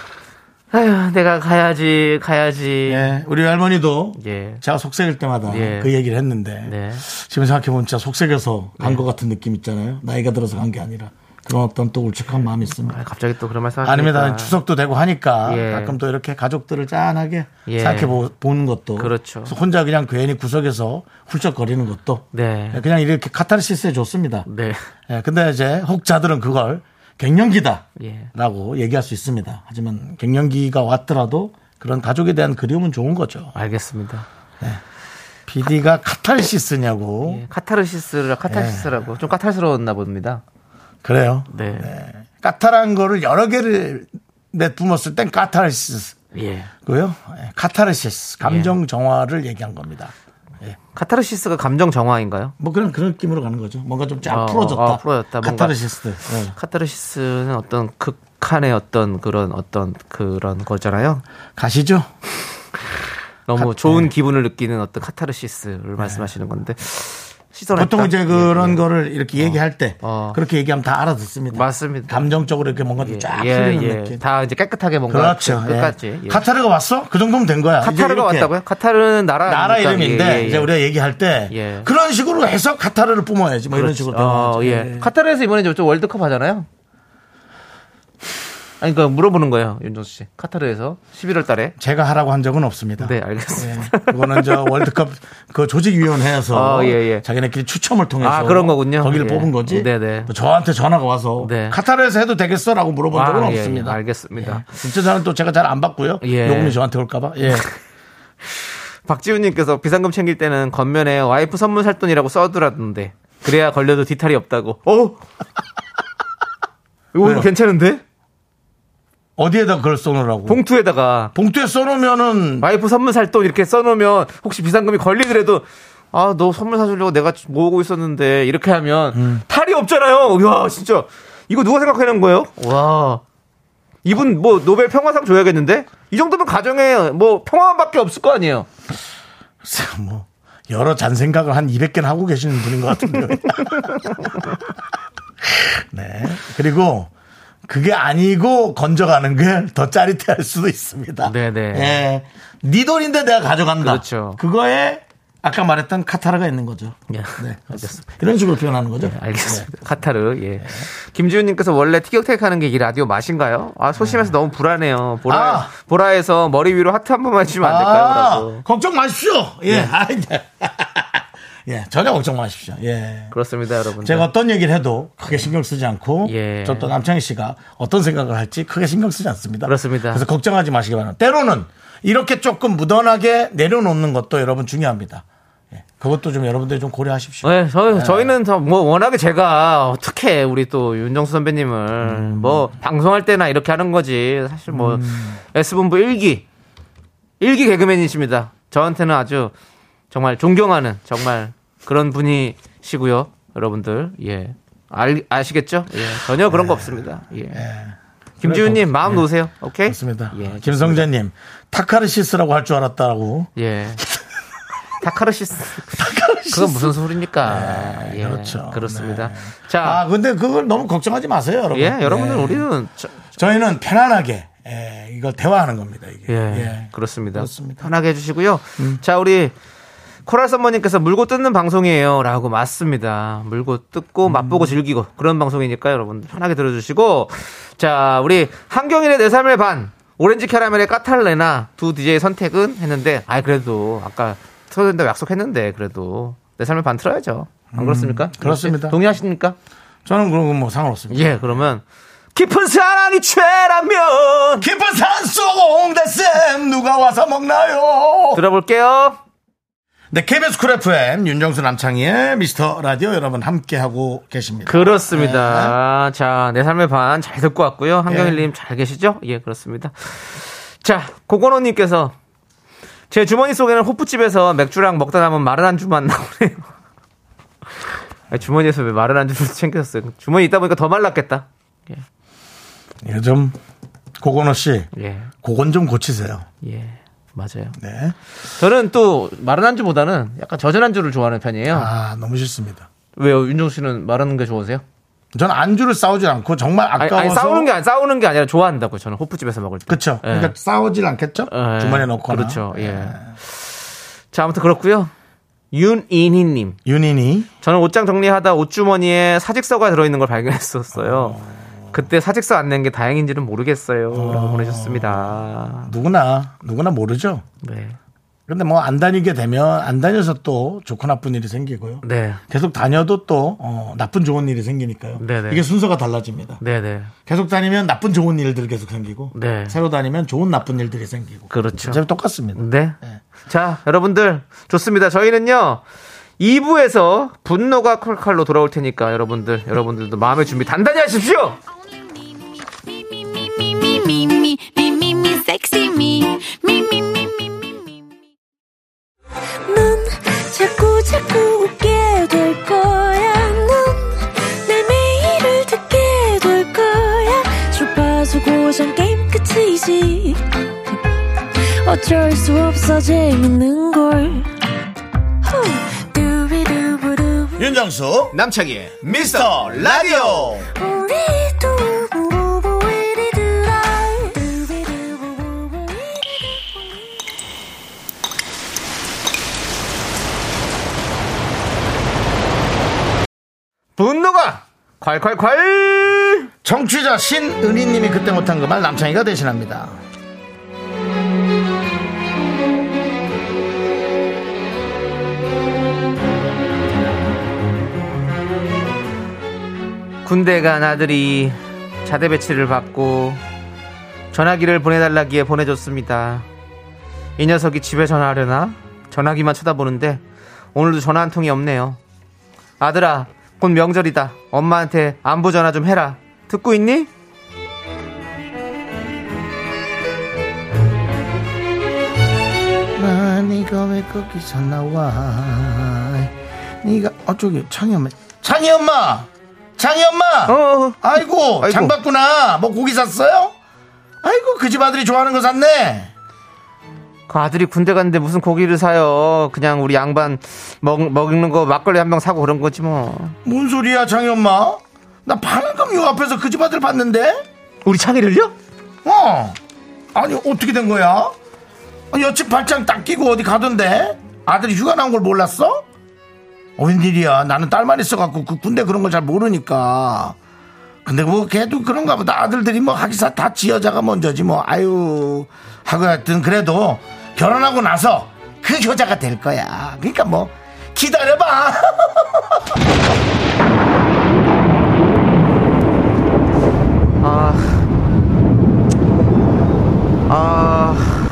Speaker 2: 아휴 내가 가야지 가야지.
Speaker 1: 예, 우리 할머니도
Speaker 2: 예.
Speaker 1: 제가 속색일 때마다
Speaker 2: 예.
Speaker 1: 그 얘기를 했는데
Speaker 2: 네.
Speaker 1: 지금 생각해보면 진짜 속색여서 간 것 같은 느낌 있잖아요. 나이가 들어서 간 게 아니라 그런 어떤 또 울적한 마음이 있습니다.
Speaker 2: 아, 갑자기 또 그런 말씀 하시니까.
Speaker 1: 아닙니다. 추석도 되고 하니까
Speaker 2: 예.
Speaker 1: 가끔 또 이렇게 가족들을 짠하게
Speaker 2: 예.
Speaker 1: 생각해 보는 것도
Speaker 2: 그렇죠.
Speaker 1: 그래서 혼자 그냥 괜히 구석에서 훌쩍거리는 것도
Speaker 2: 네.
Speaker 1: 그냥 이렇게 카타르시스에 좋습니다.
Speaker 2: 네. (laughs)
Speaker 1: 예, 근데 이제 혹자들은 그걸 갱년기다
Speaker 2: 예.
Speaker 1: 라고 얘기할 수 있습니다. 하지만 갱년기가 왔더라도 그런 가족에 대한 그리움은 좋은 거죠.
Speaker 2: 알겠습니다.
Speaker 1: PD가 카타르시스냐고
Speaker 2: 예, 카타르시스라 카타르시스라고
Speaker 1: 네.
Speaker 2: 좀 까탈스러웠나 봅니다.
Speaker 1: 그래요.
Speaker 2: 네.
Speaker 1: 까탈한 거를 여러 개를 내뿜었을 땐 카타르시스고요.
Speaker 2: 예.
Speaker 1: 예, 카타르시스 감정 정화를 얘기한 겁니다.
Speaker 2: 카타르시스가 감정 정화인가요?
Speaker 1: 뭐 그런 그런 느낌으로 가는 거죠. 뭔가 좀쫙
Speaker 2: 어,
Speaker 1: 풀어졌다.
Speaker 2: 어, 풀어졌다. 뭔가.
Speaker 1: 카타르시스. 예.
Speaker 2: 카타르시스는 어떤 극한의 어떤 그런 어떤 그런 거잖아요.
Speaker 1: 가시죠.
Speaker 2: 너무 좋은
Speaker 1: 네.
Speaker 2: 기분을 느끼는 어떤 카타르시스를 말씀하시는 건데. 시선했다.
Speaker 1: 보통 이제 그런 거를 이렇게 얘기할 때
Speaker 2: 어.
Speaker 1: 그렇게 얘기하면 다 알아듣습니다.
Speaker 2: 맞습니다.
Speaker 1: 감정적으로 이렇게 뭔가
Speaker 2: 예,
Speaker 1: 좀쫙
Speaker 2: 예,
Speaker 1: 풀리는
Speaker 2: 예.
Speaker 1: 느낌.
Speaker 2: 다 이제 깨끗하게 뭔가
Speaker 1: 그렇죠. 예.
Speaker 2: 끝까지. 예.
Speaker 1: 카타르가 왔어? 그 정도면 된 거야. 이제
Speaker 2: 카타르가
Speaker 1: 이렇게
Speaker 2: 왔다고요? 카타르는 나라
Speaker 1: 나라
Speaker 2: 아닙니까?
Speaker 1: 이름인데
Speaker 2: 예, 예, 예.
Speaker 1: 이제 우리가 얘기할 때
Speaker 2: 예.
Speaker 1: 그런 식으로 해서 카타르를 뿜어야지 뭐 이런 식으로.
Speaker 2: 어,
Speaker 1: 되는 거죠. 네.
Speaker 2: 예. 카타르에서 이번에 저 월드컵 하잖아요. 아니 그러니까 물어보는 거예요, 윤정수 씨. 카타르에서 11월 달에.
Speaker 1: 제가 하라고 한 적은 없습니다.
Speaker 2: 네, 알겠습니다. (laughs)
Speaker 1: 예, 그거는 저 월드컵 그 조직위원회에서
Speaker 2: 아, 예, 예.
Speaker 1: 자기네끼리 추첨을 통해서
Speaker 2: 아, 그런 거군요.
Speaker 1: 거기를
Speaker 2: 예.
Speaker 1: 뽑은 거지.
Speaker 2: 네, 네.
Speaker 1: 뭐 저한테 전화가 와서
Speaker 2: 네.
Speaker 1: 카타르에서 해도 되겠어라고 물어본 적은
Speaker 2: 예, 예,
Speaker 1: 없습니다.
Speaker 2: 알겠습니다.
Speaker 1: 진짜 저는 또 제가 잘 안 받고요.
Speaker 2: 예.
Speaker 1: 요금이 저한테 올까봐.
Speaker 2: (laughs)
Speaker 1: 예.
Speaker 2: 박지훈 님께서 비상금 챙길 때는 겉면에 와이프 선물 살 돈이라고 써두라던데. 그래야 걸려도 뒤탈이 없다고. 어? (laughs) 이거
Speaker 1: 왜요?
Speaker 2: 괜찮은데?
Speaker 1: 어디에다 그걸 써놓으라고?
Speaker 2: 봉투에다가
Speaker 1: 봉투에 써놓으면은
Speaker 2: 와이프 선물 살 돈 이렇게 써놓으면 혹시 비상금이 걸리더라도 아 너 선물 사주려고 내가 모으고 있었는데 이렇게 하면
Speaker 1: 음.
Speaker 2: 탈이 없잖아요. 와 진짜 이거 누가 생각해낸 거예요? 와 이분 뭐 노벨 평화상 줘야겠는데 이 정도면 가정에 뭐 평화밖에 없을 거 아니에요.
Speaker 1: 글쎄요, 뭐, 여러 잔 생각을 한 200개는 하고 계시는 분인 것 같은데요. (laughs) 네. 그리고 그게 아니고 건져가는 게 더 짜릿할 수도 있습니다.
Speaker 2: 네네.
Speaker 1: 예. 네 돈인데 내가 가져간다.
Speaker 2: 그렇죠.
Speaker 1: 그거에 아까 말했던 카타르가 있는 거죠.
Speaker 2: 예.
Speaker 1: 네. 알겠습니다. 이런 식으로 표현하는 거죠.
Speaker 2: 네,
Speaker 1: 네.
Speaker 2: 알겠습니다. 카타르, 예. 김지훈님께서 원래 티격태격 하는 게 이 라디오 맛인가요? 아, 소심해서 너무 불안해요. 보라,
Speaker 1: 네. 아.
Speaker 2: 보라에서 머리 위로 하트 한 번만 해주면 안 될까요? 라고. 네.
Speaker 1: 걱정 마십시오. 예. 아, 예. (laughs) 예, 전혀 걱정 마십시오. 예.
Speaker 2: 그렇습니다, 여러분.
Speaker 1: 제가 어떤 얘기를 해도 크게 신경 쓰지 않고
Speaker 2: 네. 예.
Speaker 1: 저 또 남창희 씨가 어떤 생각을 할지 크게 신경 쓰지 않습니다.
Speaker 2: 그렇습니다.
Speaker 1: 그래서 걱정하지 마시기 바랍니다. 때로는 이렇게 조금 무던하게 내려놓는 것도 여러분 중요합니다. 예, 그것도 좀 여러분들이 좀 고려하십시오.
Speaker 2: 네, 저, 저희는 다 뭐, 워낙에 제가 어떻게 우리 또 윤정수 선배님을
Speaker 1: 음.
Speaker 2: 뭐, 방송할 때나 이렇게 하는 거지. 사실 뭐, S본부 일기일기 개그맨이십니다. 저한테는 아주 정말 존경하는 정말 그런 분이시고요. 여러분들, 예. 알, 아시겠죠? 예. 전혀
Speaker 1: 네.
Speaker 2: 그런 거 없습니다. 예. 김지훈님, 마음 놓으세요. 오케이?
Speaker 1: 그렇습니다.
Speaker 2: 예.
Speaker 1: 김성재님 타카르시스라고 할 줄 알았다라고.
Speaker 2: 예. 타카르시스. 그건 무슨 소리입니까? 예,
Speaker 1: 그렇죠.
Speaker 2: 그렇습니다. 자,
Speaker 1: 아 근데 그걸 너무 걱정하지 마세요, 여러분.
Speaker 2: (laughs) 예, 여러분들
Speaker 1: 예.
Speaker 2: 우리는 저-
Speaker 1: 저희는 편안하게 예, 이걸 대화하는 겁니다. 이게.
Speaker 2: 예, 음.
Speaker 1: 예.
Speaker 2: 그렇습니다.
Speaker 1: 그렇습니다.
Speaker 2: 편하게 해주시고요. 자, 우리 코랄 선머님께서 물고 뜯는 방송이에요라고 맞습니다. 물고 뜯고 맛보고 즐기고 그런 방송이니까 여러분 편하게 들어주시고 자, 우리 한경일의 내 삶의 반 오렌지 캐러멜의 까탈레나 두 DJ의 선택은 했는데 아 그래도 아까 틀어야 된다고 약속했는데 그래도 내 삶의 반 틀어야죠. 안 음, 그렇습니까?
Speaker 1: 그렇습니다.
Speaker 2: 동의하십니까?
Speaker 1: 저는 그런 건 뭐 상관없습니다.
Speaker 2: 예, 그러면 깊은 사랑이 죄라면
Speaker 1: 깊은 산속 홍대쌤 누가 와서 먹나요?
Speaker 2: 들어볼게요.
Speaker 1: 네, KBS 쿨 FM 윤정수 남창희의 미스터 라디오 여러분 함께하고 계십니다.
Speaker 2: 그렇습니다.
Speaker 1: 네.
Speaker 2: 자, 내 삶의 반 잘 듣고 왔고요. 한경일님 잘 계시죠? 예, 그렇습니다. 자, 고건호님께서 제 주머니 속에는 호프집에서 맥주랑 먹다 남은 마른 안주만 나오네요. (laughs) 아니, 주머니에서 왜 마른 안주를 (laughs) 챙겼어요? 주머니 있다 보니까 더 말랐겠다.
Speaker 1: 요즘 예, 고건호 씨,
Speaker 2: 예,
Speaker 1: 고건 좀 고치세요.
Speaker 2: 예, 맞아요.
Speaker 1: 네.
Speaker 2: 저는 또 마른 안주보다는 약간 젖은 안주를 좋아하는 편이에요.
Speaker 1: 아, 너무 싫습니다.
Speaker 2: 왜요? 윤종 씨는 마른 게 좋으세요?
Speaker 1: 전 안주를 싸우지 않고 정말
Speaker 2: 아니,
Speaker 1: 아까워서
Speaker 2: 아니, 싸우는 게 아니 싸우는 게 아니라 좋아한다고 저는 호프집에서 먹을 때.
Speaker 1: 그렇죠.
Speaker 2: 예.
Speaker 1: 그러니까 싸우질 않겠죠?
Speaker 2: 예,
Speaker 1: 주머니에 넣거나.
Speaker 2: 그렇죠. 예. 자, 아무튼 그렇고요. 윤인희 님.
Speaker 1: 윤인이
Speaker 2: 저는 옷장 정리하다 옷주머니에 사직서가 들어 있는 걸 발견했었어요. 그때 사직서 안 낸 게 다행인지는 모르겠어요. 라고 보내셨습니다.
Speaker 1: 누구나 누구나 모르죠.
Speaker 2: 네.
Speaker 1: 근데 뭐 안 다니게 되면 안 다녀서 또 좋고 나쁜 일이 생기고요.
Speaker 2: 네.
Speaker 1: 계속 다녀도 또 어, 나쁜 좋은 일이 생기니까요.
Speaker 2: 네네.
Speaker 1: 이게 순서가 달라집니다.
Speaker 2: 네, 네.
Speaker 1: 계속 다니면 나쁜 좋은 일들 계속 생기고
Speaker 2: 네.
Speaker 1: 새로 다니면 좋은 나쁜 일들이 생기고
Speaker 2: 그렇죠.
Speaker 1: 어차피 똑같습니다.
Speaker 2: 네. 자, 여러분들 좋습니다. 저희는요. 2부에서 분노가 칼칼로 돌아올 테니까 여러분들 여러분들도 마음의 준비 단단히 하십시오.
Speaker 4: Only me, me, me, me, me, me, me, me, me, me, me, sexy me, me, me, me, me, me, me, me. 넌 자꾸 자꾸 웃게 될 거야. 넌내 매일을 듣게 될 거야. 주파수 고정 게임 끝이지. 어쩔 수 없어 재밌는 걸. 후. 두비두부두.
Speaker 1: 윤정수 남창희의 미스터 라디오
Speaker 4: 우리 두부부부 우리 두라 두비두부부부 우리 두부부
Speaker 2: 분노가 콸콸콸!
Speaker 1: 정취자 신은희님이 그때 못한 그 말 남창희가 대신합니다.
Speaker 2: 군대 간 아들이 자대 배치를 받고 전화기를 보내달라기에 보내줬습니다. 이 녀석이 집에 전화하려나? 전화기만 쳐다보는데 오늘도 전화 한 통이 없네요. 아들아, 곧 명절이다. 엄마한테 안부 전화 좀 해라. 듣고 있니?
Speaker 1: 나 네가 왜 거기서 나와? 네가 어 저기 창희 엄마 창희 엄마 창희 엄마
Speaker 2: 어, 어,
Speaker 1: 아이고,
Speaker 2: 아이고.
Speaker 1: 장 봤구나 뭐 고기 샀어요? 아이고 그 집 아들이 좋아하는 거 샀네
Speaker 2: 그 아들이 군대 갔는데 무슨 고기를 사요. 그냥 우리 양반 먹, 먹는 거 막걸리 한 병 사고 그런 거지 뭐.
Speaker 1: 뭔 소리야, 장희 엄마? 나 방금 요 앞에서 그 집 아들 봤는데?
Speaker 2: 우리 창의를요?
Speaker 1: 어? 아니, 어떻게 된 거야? 아니, 여친 발장 딱 끼고 어디 가던데? 아들이 휴가 나온 걸 몰랐어? 어, 웬일이야. 나는 딸만 있어갖고 그 군대 그런 걸 잘 모르니까. 근데 뭐 걔도 그런가 보다. 아들들이 뭐 하기사 다 지 여자가 먼저지 뭐. 아유. 하고 하여튼 그래도 결혼하고 나서 그 효자가 될 거야. 그러니까 뭐 기다려봐. (laughs)
Speaker 2: 아. 아.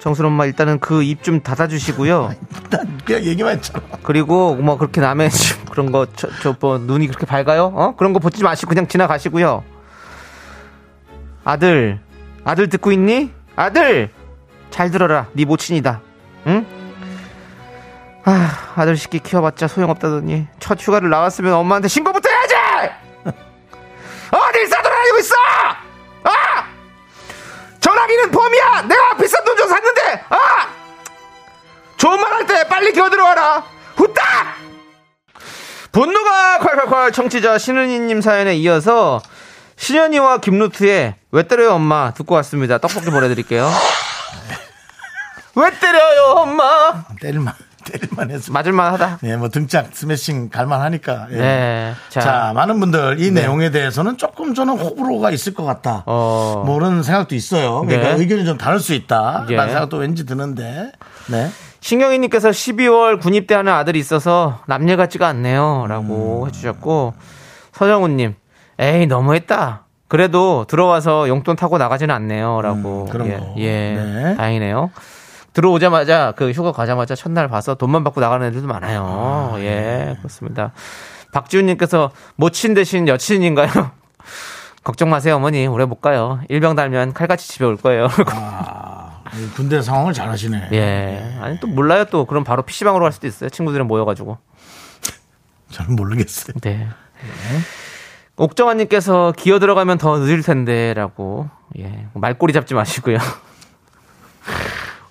Speaker 2: 정순 엄마 일단은 그 입 좀 닫아주시고요.
Speaker 1: 난 그냥 얘기만 했잖아.
Speaker 2: 그리고 뭐 그렇게 남의 (laughs) 집 그런 거저뭐 눈이 그렇게 밝아요? 어 그런 거 보지 마시고 그냥 지나가시고요. 아들 아들 듣고 있니? 아들 잘 들어라 네 모친이다. 응? 아 아들 새끼 키워봤자 소용없다더니 첫 휴가를 나왔으면 엄마한테 신고부터 해야지. (laughs) 어디 있어 돌아다니고 있어? 아 전화기는 범이야. 내가 비싼 돈 좀 샀는데 아 좋은 말 할 때 빨리 겨들어와라. 후딱! 분노가 콸콸콸 청취자 신은희님 사연에 이어서 신현이와 김루트의 왜 때려요 엄마 듣고 왔습니다. 떡볶이 보내드릴게요. (laughs) 왜 때려요 엄마?
Speaker 1: 때릴만, 때릴만 해서.
Speaker 2: 맞을만 하다.
Speaker 1: 예, 뭐 등짝 스매싱 갈만 하니까. 예.
Speaker 2: 네. 자. 네.
Speaker 1: 자. 많은 분들 이 내용에 대해서는 조금 저는 호불호가 있을 것 같다.
Speaker 2: 어.
Speaker 1: 뭐 그런 생각도 있어요. 그러니까
Speaker 2: 네.
Speaker 1: 의견이 좀 다를 수 있다.
Speaker 2: 예.
Speaker 1: 라는 생각도 왠지 드는데. 네.
Speaker 2: 신경이님께서 12월 군입대하는 아들이 있어서 남녀 같지가 않네요.
Speaker 1: 음.
Speaker 2: 라고 해주셨고, 서정훈님, 에이, 너무했다. 그래도 들어와서 용돈 타고 나가지는 않네요. 라고.
Speaker 1: 음, 그런
Speaker 2: 예,
Speaker 1: 거.
Speaker 2: 예,
Speaker 1: 네.
Speaker 2: 다행이네요. 들어오자마자, 그 휴가 가자마자 첫날 봐서 돈만 받고 나가는 애들도 많아요. 예, 그렇습니다. 박지훈님께서 모친 대신 여친인가요? (laughs) 걱정 마세요, 어머니. 오래 못 가요. 일병 달면 칼같이 집에 올 거예요. (laughs)
Speaker 1: 아, 이 군대 상황을 잘 하시네.
Speaker 2: 예. 아니 또 몰라요 또 그럼 바로 PC방으로 갈 수도 있어요. 친구들이랑 모여 가지고.
Speaker 1: 저는 모르겠어요.
Speaker 2: 네. 옥정아 님께서 기어 들어가면 더 늦을 텐데라고. 예. 말꼬리 잡지 마시고요. (laughs)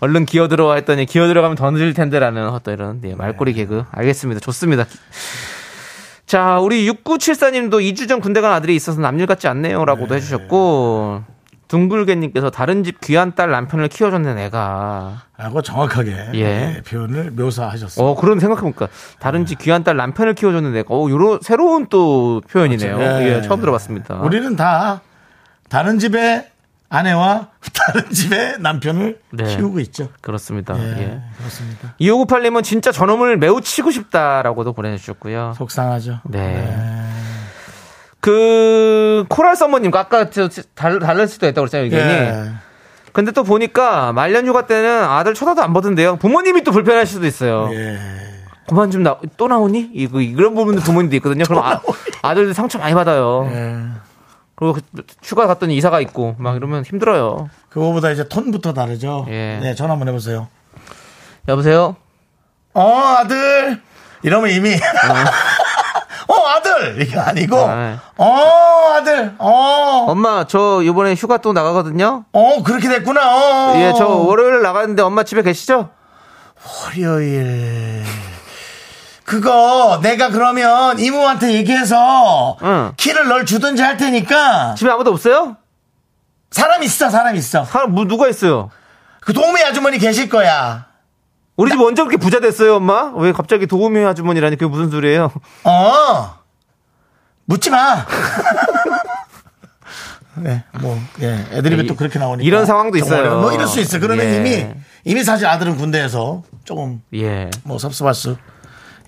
Speaker 2: 얼른 기어 들어와 했더니 기어 들어가면 더 늦을 텐데라는 어떤 이런 예, 말꼬리 개그. 알겠습니다. 좋습니다. 기- 자, 우리 6974 님도 2주 전 군대 간 아들이 있어서 남일 같지 않네요라고도 해 주셨고 둥글게 님께서 다른 집 귀한 딸 남편을 키워줬는 애가
Speaker 1: 라고 정확하게
Speaker 2: 예.
Speaker 1: 예, 표현을 묘사하셨어요.
Speaker 2: 어, 그런 생각해보니까 다른 집 귀한 딸 남편을 키워줬는데, 어, 요런 새로운 또 표현이네요.
Speaker 1: 예.
Speaker 2: 예, 처음 들어봤습니다.
Speaker 1: 우리는 다 다른 집의 아내와 (laughs) 다른 집의 남편을
Speaker 2: 네.
Speaker 1: 키우고 있죠.
Speaker 2: 그렇습니다.
Speaker 1: 예,
Speaker 2: 예.
Speaker 1: 그렇습니다.
Speaker 2: 2598님은 진짜 저놈을 매우 치고 싶다라고도 보내주셨고요.
Speaker 1: 속상하죠.
Speaker 2: 네. 그, 코랄 서머님, 아까 저 달, 달랄 수도 있다고 그랬잖아요, 의견이.
Speaker 1: 예.
Speaker 2: 근데 또 보니까 말년 휴가 때는 아들 쳐다도 안 보던데요. 부모님이 또 불편하실 수도 있어요.
Speaker 1: 예.
Speaker 2: 그만 좀 나, 또 나오니? 이거, 이런 부분도 부모님도 있거든요. 그럼 (laughs) 아, 아들들 상처 많이 받아요.
Speaker 1: 예.
Speaker 2: 그리고 그 휴가 갔더니 이사가 있고 막 이러면 힘들어요.
Speaker 1: 그거보다 이제 톤부터 다르죠.
Speaker 2: 예.
Speaker 1: 네, 전화 한번 해보세요.
Speaker 2: 여보세요?
Speaker 1: 어, 아들. 이러면 이미. (laughs) 어, 아들. 이게 아니고.
Speaker 2: 아, 예.
Speaker 1: 어, 아들. 어.
Speaker 2: 엄마 저 이번에 휴가 또 나가거든요.
Speaker 1: 어, 그렇게 됐구나. 어.
Speaker 2: 예, 저 월요일 나가는데 엄마 집에 계시죠?
Speaker 1: 월요일. 그거 내가 그러면 이모한테 얘기해서
Speaker 2: 응.
Speaker 1: 키를 널 주든지 할 테니까
Speaker 2: 집에 아무도 없어요?
Speaker 1: 사람 있어 사람 있어
Speaker 2: 사람 뭐 누가 있어요?
Speaker 1: 그 도우미 아주머니 계실 거야
Speaker 2: 우리 집 언제 그렇게 부자 됐어요, 엄마? 왜 갑자기 도우미 아주머니라니 그게 무슨 소리예요?
Speaker 1: 어 묻지 마. (laughs) 네, 뭐, 예, 애드립이
Speaker 2: 이-
Speaker 1: 또 그렇게 나오니까.
Speaker 2: 이런 상황도
Speaker 1: 좀
Speaker 2: 있어요.
Speaker 1: 어려워. 뭐 이럴 수 있어. 그러면
Speaker 2: 예.
Speaker 1: 이미, 이미 사실 아들은 군대에서 조금
Speaker 2: 예,
Speaker 1: 뭐 섭섭할 수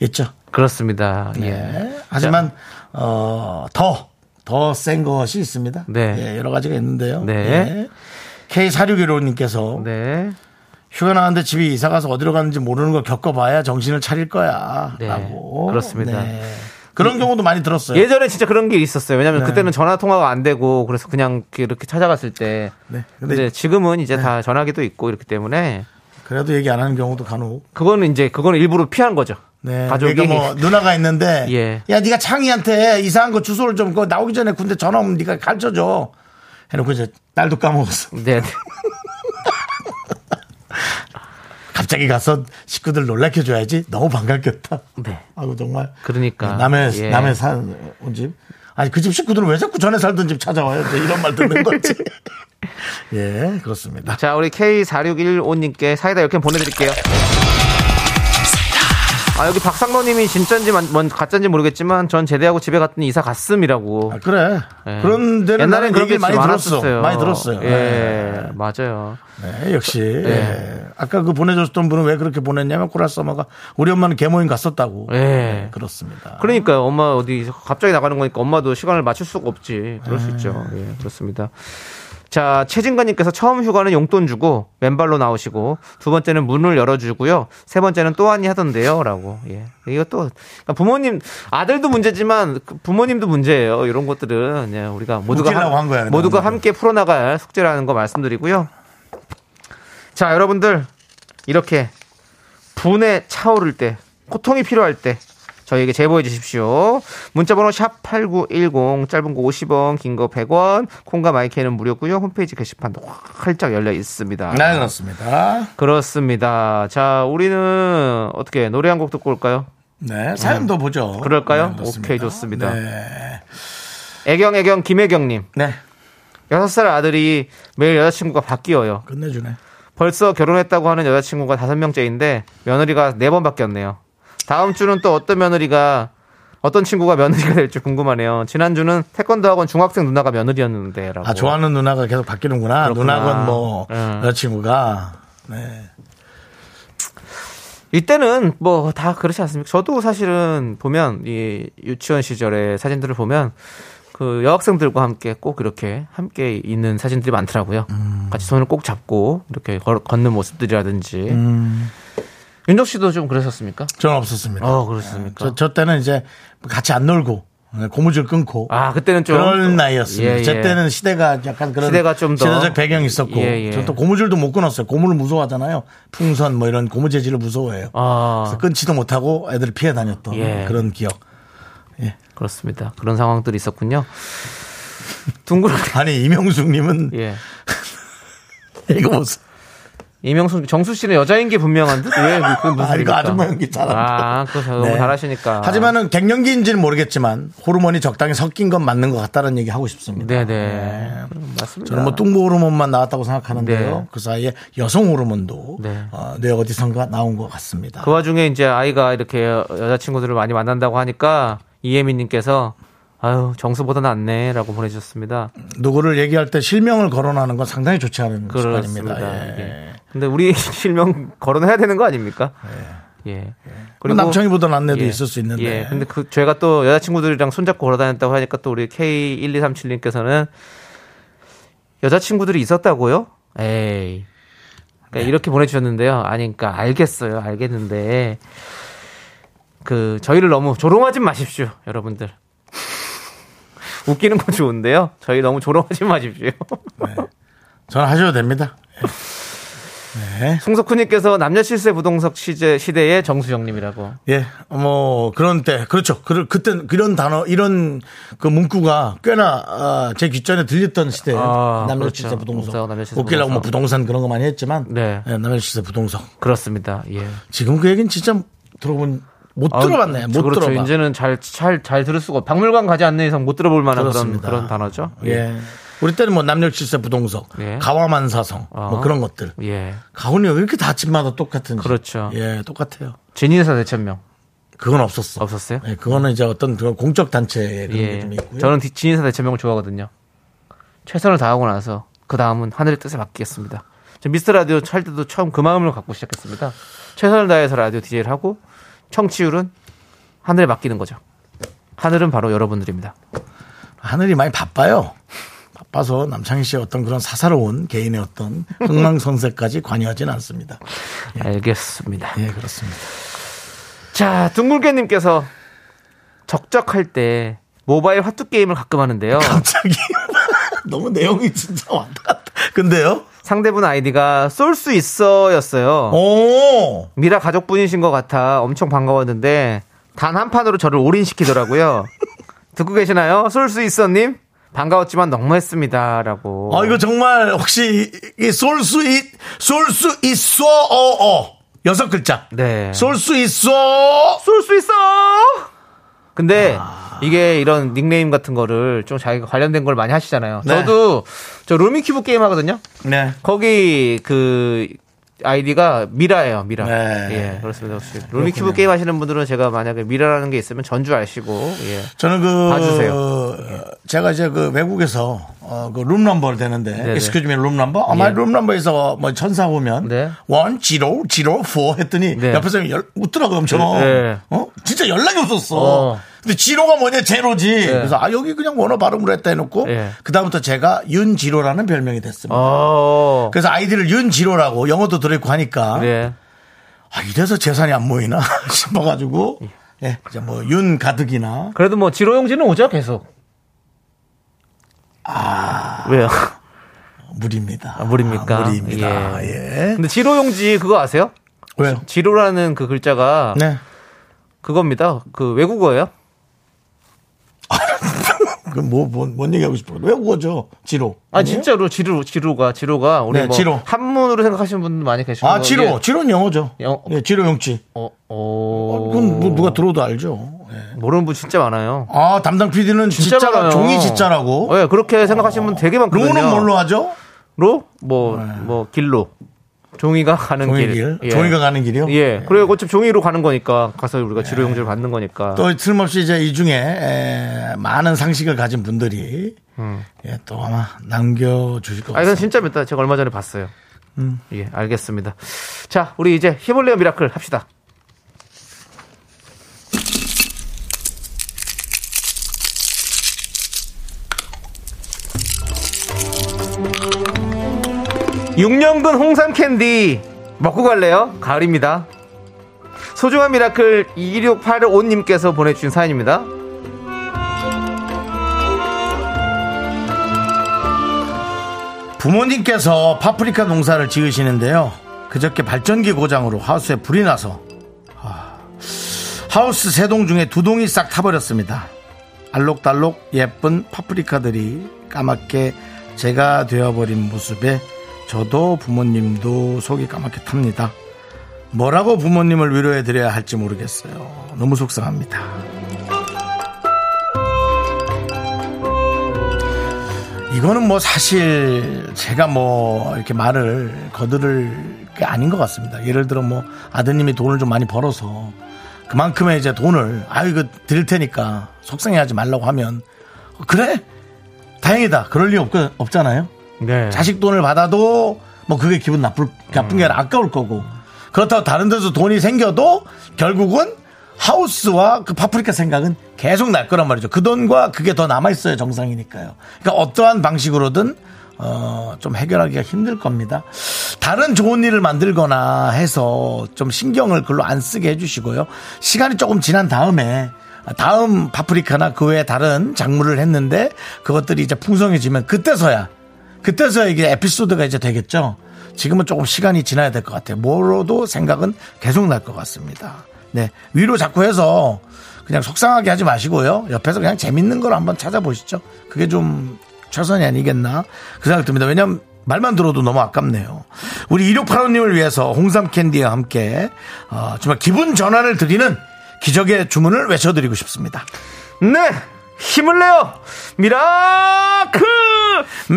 Speaker 1: 있죠.
Speaker 2: 그렇습니다. 예.
Speaker 1: 예. 하지만, 어, 더, 더 센 것이 있습니다.
Speaker 2: 네.
Speaker 1: 예, 여러 가지가 있는데요.
Speaker 2: 네.
Speaker 1: 예. K4615님께서
Speaker 2: 네.
Speaker 1: 휴가 나왔는데 집이 이사가서 어디로 가는지 모르는 걸 겪어봐야 정신을 차릴 거야.
Speaker 2: 네,
Speaker 1: 라고. 네.
Speaker 2: 그렇습니다.
Speaker 1: 그런 경우도 많이 들었어요.
Speaker 2: 예전에 진짜 그런 게 있었어요. 왜냐면 그때는 전화 통화가 안 되고 그래서 그냥 이렇게 찾아갔을 때.
Speaker 1: 네, 근데-
Speaker 2: 근데, 네. 지금은 이제 다 전화기도 있고 이렇기 때문에
Speaker 1: 그래도 얘기 안 하는 경우도 간혹.
Speaker 2: 그거는 이제 그거는 일부러 피한 거죠.
Speaker 1: 네.
Speaker 2: 가족이
Speaker 1: 그러니까
Speaker 2: (laughs)
Speaker 1: 뭐 누나가 있는데
Speaker 2: 예.
Speaker 1: 야 네가 창희한테 이상한 거 주소를 좀 그거 나오기 전에 군대 전화 오면 네가 가르쳐 줘. 해놓고 이제 딸도 까먹었어.
Speaker 2: 네.
Speaker 1: (laughs) 갑자기 가서 식구들 놀래켜줘야지 너무 반갑겠다.
Speaker 2: 네.
Speaker 1: 아이고 정말.
Speaker 2: 그러니까.
Speaker 1: 남의
Speaker 2: 예.
Speaker 1: 남의 산온 집. 아니 그 집 식구들은 왜 자꾸 전에 살던 집 찾아와요? 이제 이런 말 듣는 거지. (laughs) 예 그렇습니다.
Speaker 2: 자, 우리 K4615님께 사이다 이렇게 보내드릴게요. 아, 여기 박상로님이 진짜인지 만- 뭔 가짜인지 모르겠지만 전 제대하고 집에 갔더니 이사 갔음이라고.
Speaker 1: 아, 그래.
Speaker 2: 예.
Speaker 1: 그런 데는
Speaker 2: 옛날엔
Speaker 1: 옛날에
Speaker 2: 그런
Speaker 1: 그런
Speaker 2: 게
Speaker 1: 게 많이 들었어.
Speaker 2: 많았었어요.
Speaker 1: 많이 들었어요.
Speaker 2: 예,
Speaker 1: 예.
Speaker 2: 맞아요.
Speaker 1: 네, 역시. 예. 아까 그 보내줬던 분은 왜 그렇게 보냈냐면 코라스마가 우리 엄마는 개모임 갔었다고.
Speaker 2: 예.
Speaker 1: 네, 그렇습니다.
Speaker 2: 그러니까요. 엄마 어디 갑자기 나가는 거니까 엄마도 시간을 맞출 수가 없지. 그럴
Speaker 1: 네.
Speaker 2: 수 있죠. 예, 그렇습니다. 자, 최진관님께서 처음 휴가는 용돈 주고 맨발로 나오시고 두 번째는 문을 열어주고요. 세 번째는 또하니 하던데요. 라고. 예. 이거 또 그러니까 부모님, 아들도 문제지만 그 부모님도 문제예요. 이런 것들은. 예, 우리가 모두가,
Speaker 1: 웃기려고 한 거야,
Speaker 2: 모두가
Speaker 1: 그냥.
Speaker 2: 함께 풀어나갈 숙제라는 거 말씀드리고요. 자, 여러분들. 이렇게 분에 차오를 때, 고통이 필요할 때 저희에게 제보해 주십시오. 문자번호 샵8910 짧은 거 50원, 긴 거 100원, 콩과 마이크는 무료고요. 홈페이지 게시판도 활짝 열려 있습니다.
Speaker 1: 네, 그렇습니다.
Speaker 2: 그렇습니다. 자, 우리는 어떻게 노래 한 곡 듣고 올까요?
Speaker 1: 네, 사연도 보죠.
Speaker 2: 그럴까요?
Speaker 1: 네, 그렇습니다.
Speaker 2: 오케이, 좋습니다.
Speaker 1: 네.
Speaker 2: 애경 애경 김애경 님.
Speaker 1: 네,
Speaker 2: 6살 아들이 매일 여자친구가 바뀌어요.
Speaker 1: 끝내주네.
Speaker 2: 벌써 결혼했다고 하는 여자친구가 다섯 명째인데 며느리가 네 번 바뀌었네요. 다음 주는 또 어떤 며느리가 어떤 친구가 며느리가 될지 궁금하네요. 지난주는 태권도 학원 중학생 누나가 며느리였는데라고.
Speaker 1: 아, 좋아하는 누나가 계속 바뀌는구나.
Speaker 2: 뭐. 그렇구나.
Speaker 1: 누나건 뭐,
Speaker 2: 예.
Speaker 1: 여자친구가. 네.
Speaker 2: 이때는 뭐 다 그렇지 않습니까? 저도 사실은 보면 이 유치원 시절의 사진들을 보면 그 여학생들과 함께 꼭 이렇게 함께 있는 사진들이 많더라고요. 같이 손을 꼭 잡고 이렇게 걸- 걷는 모습들이라든지. 윤정 씨도 좀 그랬었습니까?
Speaker 1: 저는 없었습니다.
Speaker 2: 어, 그렇습니까?
Speaker 1: 저, 저 때는 이제 같이 안 놀고, 네, 고무줄 끊고.
Speaker 2: 아 그때는 좀
Speaker 1: 그런
Speaker 2: 또-
Speaker 1: 나이였습니다.
Speaker 2: 예, 예.
Speaker 1: 제 때는 시대가 약간 그런
Speaker 2: 시대가 좀더
Speaker 1: 시대적 배경이 있었고,
Speaker 2: 예, 예.
Speaker 1: 저는 또 고무줄도 못 끊었어요. 고무를 무서워하잖아요. 풍선 뭐 이런 고무 재질을 무서워해요.
Speaker 2: 아
Speaker 1: 그래서 끊지도 못하고 애들 피해 다녔던
Speaker 2: 예.
Speaker 1: 그런 기억.
Speaker 2: 그렇습니다. 그런 상황들이 있었군요. 둥그렇게
Speaker 1: 아니 이명숙님은
Speaker 2: (laughs) 예.
Speaker 1: (laughs) 이거 보세요.
Speaker 2: 이명수 정수 씨는 여자인 게 분명한데 왜 그- 그게 무슨
Speaker 1: 아, 이거
Speaker 2: 일일까?
Speaker 1: 아줌마 연기 잘한다.
Speaker 2: 아, 그거 너무
Speaker 1: 네.
Speaker 2: 잘하시니까.
Speaker 1: 하지만은 갱년기인지는 모르겠지만 호르몬이 적당히 섞인 건 맞는 것 같다는 얘기 하고 싶습니다.
Speaker 2: 네네 그럼 맞습니다.
Speaker 1: 저는 뭐 뚱보 호르몬만 나왔다고 생각하는데요.
Speaker 2: 네.
Speaker 1: 그 사이에 여성 호르몬도
Speaker 2: 네.
Speaker 1: 어, 뇌 어디선가 나온 것 같습니다.
Speaker 2: 그 와중에 이제 아이가 이렇게 여자친구들을 많이 만난다고 하니까 이혜민님께서 아유 정수보다 낫네라고 보내주셨습니다.
Speaker 1: 누구를 얘기할 때 실명을 거론하는 건 상당히 좋지 않은
Speaker 2: 그렇습니다.
Speaker 1: 습관입니다. 예.
Speaker 2: 예. 근데 우리 (laughs) 실명 거론해야 되는 거 아닙니까? 예.
Speaker 1: 뭐 남창희보다 난 애도
Speaker 2: 예.
Speaker 1: 있을 수 있는데.
Speaker 2: 예. 근데 그 제가 또 여자친구들이랑 손잡고 걸어다녔다고 하니까 또 우리 K1237님께서는 여자친구들이 있었다고요? 에이. 그러니까
Speaker 1: 네.
Speaker 2: 이렇게 보내주셨는데요. 아니, 그러니까 알겠어요. 알겠는데. 그, 저희를 너무 조롱하지 마십시오. 여러분들. 웃기는 건 좋은데요. 저희 너무 조롱하지 마십시오. (laughs)
Speaker 1: 저는 하셔도 됩니다.
Speaker 2: 송석훈님께서 남녀 실세 부동석 시제, 시대의 정수영님이라고.
Speaker 1: 예, 뭐 그런 때 그렇죠. 그 그때 그런 단어 이런 그 문구가 꽤나 아, 제 귓전에 들렸던 시대예요.
Speaker 2: 아,
Speaker 1: 남녀시세
Speaker 2: 그렇죠.
Speaker 1: 부동석.
Speaker 2: 남녀시세
Speaker 1: 웃기려고 뭐
Speaker 2: 부동석.
Speaker 1: 부동산 그런 거 많이 했지만
Speaker 2: 네.
Speaker 1: 예, 남녀시세 부동석.
Speaker 2: 그렇습니다. 예.
Speaker 1: 지금 그 얘기는 진짜 들어본 못
Speaker 2: 아,
Speaker 1: 들어봤네. 못
Speaker 2: 그렇죠.
Speaker 1: 들어봐.
Speaker 2: 이제는 잘 잘 잘 들을 수가 없- 박물관 가지 않는 이상 못 들어볼 만한
Speaker 1: 그렇습니다.
Speaker 2: 그런 그런 단어죠.
Speaker 1: 예. 우리 때는 뭐 남녀시세 부동석,
Speaker 2: 예.
Speaker 1: 가와만사성
Speaker 2: 어.
Speaker 1: 뭐 그런 것들.
Speaker 2: 예.
Speaker 1: 가훈이 왜 이렇게 다 집마다 똑같은지.
Speaker 2: 그렇죠.
Speaker 1: 예, 똑같아요.
Speaker 2: 진인사 대천명
Speaker 1: 그건 없었어.
Speaker 2: 없었어요?
Speaker 1: 예, 그거는 이제 어떤 그런 공적 단체에 그런
Speaker 2: 예.
Speaker 1: 게좀 있고요.
Speaker 2: 저는 디- 진인사 대천명을 좋아하거든요. 최선을 다하고 나서 그 다음은 하늘의 뜻에 맡기겠습니다. 저 미스터 라디오 할 때도 처음 그 마음을 갖고 시작했습니다. 최선을 다해서 라디오 DJ를 하고 청취율은 하늘에 맡기는 거죠. 하늘은 바로 여러분들입니다.
Speaker 1: 하늘이 많이 바빠요. 바빠서 남창희 씨의 어떤 그런 사사로운 개인의 어떤 흥망성쇠까지 관여하진 않습니다.
Speaker 2: 알겠습니다.
Speaker 1: 예, 그렇습니다. (laughs)
Speaker 2: 자, 둥글게님께서 적적할 때 모바일 화투 게임을 가끔 하는데요.
Speaker 1: 갑자기 (laughs) 너무 내용이 진짜 왔다 갔다. 근데요?
Speaker 2: 상대분 아이디가 쏠 수 있어였어요.
Speaker 1: 오!
Speaker 2: 미라 가족분이신 것 같아 엄청 반가웠는데 단 한 판으로
Speaker 1: (laughs)
Speaker 2: 저를 올인시키더라고요. 듣고 계시나요? 쏠 수 있어님 반가웠지만 너무했습니다라고.
Speaker 1: 아, 이거 정말 혹시 쏠 수 있, 쏠 수 있어, 어, 어. 여섯 글자.
Speaker 2: 네.
Speaker 1: 쏠 수 있어.
Speaker 2: 쏠 수 있어. 근데
Speaker 1: 아.
Speaker 2: 이게 이런 닉네임 같은 거를 좀 자기가 관련된 걸 많이 하시잖아요.
Speaker 1: 네.
Speaker 2: 저도 저 루미큐브 게임 하거든요.
Speaker 1: 네.
Speaker 2: 거기 그 아이디가 미라예요, 미라.
Speaker 1: 네.
Speaker 2: 예, 그렇습니다. 혹시 루미큐브 게임 하시는 분들은 제가 만약에 미라라는 게 있으면 전주 아시고, 예.
Speaker 1: 저는 그
Speaker 2: 봐주세요.
Speaker 1: 제가 이제 그 외국에서 어, 그룸 넘버를 되는데
Speaker 2: 네네. 예.
Speaker 1: excuse me 룸 넘버 아마 룸 넘버에서 뭐 천사 오면
Speaker 2: 네.
Speaker 1: 원 지로 지로 포 했더니
Speaker 2: 네.
Speaker 1: 옆에 사람이 열, 웃더라고 엄청
Speaker 2: 네.
Speaker 1: 어 진짜 연락이 없었어
Speaker 2: 어.
Speaker 1: 근데 지로가 뭐냐 제로지 그래서 아 여기 그냥 원어 발음으로 했다 해놓고
Speaker 2: 네.
Speaker 1: 그 다음부터 제가 윤지로라는 별명이 됐습니다
Speaker 2: 어.
Speaker 1: 그래서 아이디를 윤지로라고 영어도 들어있고 하니까
Speaker 2: 네.
Speaker 1: 아 이래서 재산이 안 모이나 (laughs) 싶어가지고 예 이제 뭐 윤 가득이나
Speaker 2: 그래도 뭐 지로용지는 오죠, 계속. 아. 왜요? (laughs)
Speaker 1: 물입니다.
Speaker 2: 아, 물입니까?
Speaker 1: 물입니다. 예.
Speaker 2: 근데 지로용지 그거 아세요?
Speaker 1: 왜요?
Speaker 2: 지로라는 그 글자가
Speaker 1: 네.
Speaker 2: 그겁니다. 그 외국어예요?
Speaker 1: 그뭐뭔 뭔 얘기하고 싶어요? 왜 우거죠? 지로.
Speaker 2: 아 진짜로 지루 지루가 지루가 우리
Speaker 1: 음. 네,
Speaker 2: 뭐
Speaker 1: 지루.
Speaker 2: 한문으로 생각하시는 분들 많이 계시고
Speaker 1: 아 지로. 지로는 영어죠.
Speaker 2: 예. 영-
Speaker 1: 예, 지로 용치.
Speaker 2: 어,
Speaker 1: 어,
Speaker 2: 어...
Speaker 1: 그건 뭐 누가 들어도 알죠. 예.
Speaker 2: 모르는 분 진짜 많아요.
Speaker 1: 아 담당 PD는
Speaker 2: 진짜
Speaker 1: 진짜가
Speaker 2: 많아요.
Speaker 1: 종이 진짜라고.
Speaker 2: 예, 그렇게 생각하시는 분 되게 많거든요. 아.
Speaker 1: 로는 뭘로 하죠? 네.
Speaker 2: 로? 뭐, 뭐, 길로. 종이가 가는
Speaker 1: 종이길.
Speaker 2: 길. 예.
Speaker 1: 종이가 가는 길이요. 예.
Speaker 2: 예. 그리고 어차피 종이로 가는 거니까 가서 우리가 지루 용지를 받는 거니까.
Speaker 1: 또 틀림없이 이제 이 중에 에, 많은 상식을 가진 분들이 예, 또 아마 남겨주실 것
Speaker 2: 음. 아, 이건
Speaker 1: 같습니다.
Speaker 2: 진짜 몇 달, 제가 얼마 전에 봤어요. 예, 알겠습니다. 자, 우리 이제 힘을 내어 미라클 합시다. 육년근 홍삼 캔디 먹고 갈래요? 가을입니다. 소중한 미라클 2685님께서 보내주신 사연입니다.
Speaker 1: 부모님께서 파프리카 농사를 지으시는데요. 그저께 발전기 고장으로 하우스에 불이 나서 아, 하우스 세 동 중에 두 동이 싹 타버렸습니다. 알록달록 예쁜 파프리카들이 까맣게 제가 되어버린 모습에 저도 부모님도 속이 까맣게 탑니다. 뭐라고 부모님을 위로해드려야 할지 모르겠어요. 너무 속상합니다. 이거는 뭐 사실 제가 뭐 이렇게 말을 거들을 게 아닌 것 같습니다. 예를 들어 뭐 아드님이 돈을 좀 많이 벌어서 그만큼의 이제 돈을 아 이거 드릴 테니까 속상해하지 말라고 하면 어, 그래 다행이다 그럴 리 없, 없잖아요.
Speaker 2: 네.
Speaker 1: 자식 돈을 받아도 뭐 그게 기분 나쁠 나쁜 게 아니라 아까울 거고 그렇다고 다른 데서 돈이 생겨도 결국은 하우스와 그 파프리카 생각은 계속 날 거란 말이죠. 그 돈과 그게 더 남아 있어야 정상이니까요. 그러니까 어떠한 방식으로든 어, 좀 해결하기가 힘들 겁니다. 다른 좋은 일을 만들거나 해서 좀 신경을 글로 안 쓰게 해주시고요. 시간이 조금 지난 다음에 다음 파프리카나 그 외에 다른 작물을 했는데 그것들이 이제 풍성해지면 그때서야 그때서 이게 에피소드가 이제 되겠죠. 지금은 조금 시간이 지나야 될 것 같아요. 뭐로도 생각은 계속 날 것 같습니다. 네. 위로 자꾸 해서 그냥 속상하게 하지 마시고요. 옆에서 그냥 재밌는 걸 한번 찾아보시죠. 그게 좀 최선이 아니겠나 그 생각 듭니다. 왜냐면 말만 들어도 너무 아깝네요. 우리 2685님을 위해서 홍삼 캔디와 함께 어, 정말 기분 전환을 드리는 기적의 주문을 외쳐드리고 싶습니다.
Speaker 2: 네 힘을 내요 미라클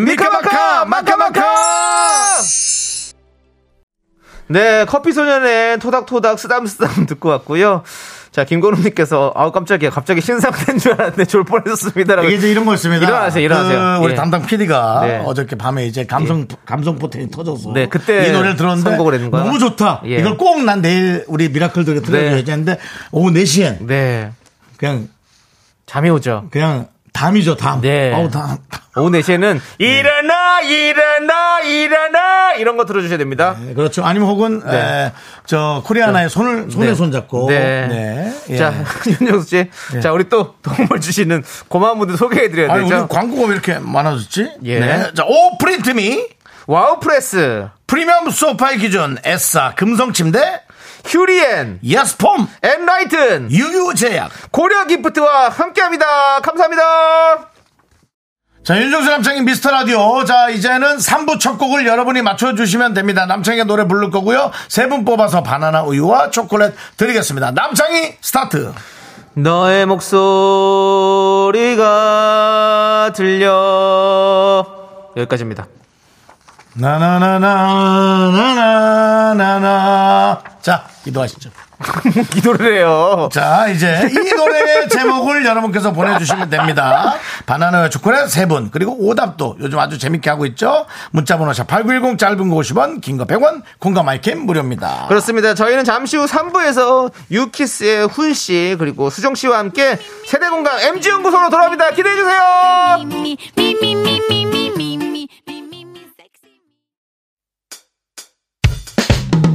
Speaker 2: 미카마카 마카마카 네 커피소년의 토닥토닥 쓰담쓰담 (laughs) 듣고 왔고요 자 김건우님께서 아우 깜짝이야 갑자기 신상된 줄 알았는데 졸 뻔했습니다라고
Speaker 1: 아, 이게 이제 이런 거였습니다.
Speaker 2: 일어나세요, 일어나세요.
Speaker 1: 그 우리
Speaker 2: 예.
Speaker 1: 담당 PD가
Speaker 2: 네. 예.
Speaker 1: 어저께 밤에 이제 감성 감성 포텐이 터져서
Speaker 2: 네, 그때
Speaker 1: 이 노래를 들었는데
Speaker 2: 선곡을 했는 거야.
Speaker 1: 너무 좋다.
Speaker 2: 예.
Speaker 1: 이걸 꼭 난 내일 우리 미라클들에 들려줘야지 했는데 오후 4시엔
Speaker 2: 네
Speaker 1: 그냥
Speaker 2: 잠이 오죠
Speaker 1: 그냥 담이죠 담.
Speaker 2: 네.
Speaker 1: 어우 담.
Speaker 2: 오후 4시에는
Speaker 1: 네.
Speaker 2: 일어나 일어나 일어나 이런 거 들어주셔야 됩니다
Speaker 1: 네, 그렇죠. 아니면 혹은 에, 저 코리아나의 손을 손에
Speaker 2: 네.
Speaker 1: 손 잡고.
Speaker 2: 네.
Speaker 1: 어, 예.
Speaker 2: 자, (laughs) 윤정수 씨. 자, 우리 또 도움을 주시는 고마운 분들 소개해드려야
Speaker 1: 아니
Speaker 2: 되죠.
Speaker 1: 우리 광고가 왜 이렇게 많아졌지?
Speaker 2: 예.
Speaker 1: 네. 자, 오 프린트미
Speaker 2: 와우 프레스,
Speaker 1: 프리미엄 소파의 기준 에싸 금성 침대
Speaker 2: 휴리엔,
Speaker 1: 예스폼
Speaker 2: 엔라이튼,
Speaker 1: 유유제약
Speaker 2: 고려 기프트와 함께합니다. 감사합니다.
Speaker 1: 자, 윤종수 남창희 미스터 라디오. 자, 이제는 3부 첫 곡을 여러분이 맞춰주시면 됩니다. 남창희가 노래 부를 거고요. 세 분 뽑아서 바나나 우유와 초콜릿 드리겠습니다. 남창희 스타트.
Speaker 2: 너의 목소리가 들려 여기까지입니다.
Speaker 1: 나나나나나나나나. 자, 기도하시죠.
Speaker 2: 기도를 해요.
Speaker 1: 자, 이제 이 (laughs) 노래의 제목을 여러분께서 보내주시면 됩니다. 바나나와 초콜릿 세분 그리고 오답도 요즘 아주 재밌게 하고 있죠. 문자번호 샵8910 짧은 거 50원, 긴 거 100원, 공감 마이캠 무료입니다.
Speaker 2: 그렇습니다. 저희는 잠시 후 3부에서 유키스의 훈 씨, 그리고 수정 씨와 함께 세대 공감 MG 연구소로 돌아옵니다. 기대해 주세요.
Speaker 4: me, me, me, me, me, me, me, me, me, me, me, sexy me.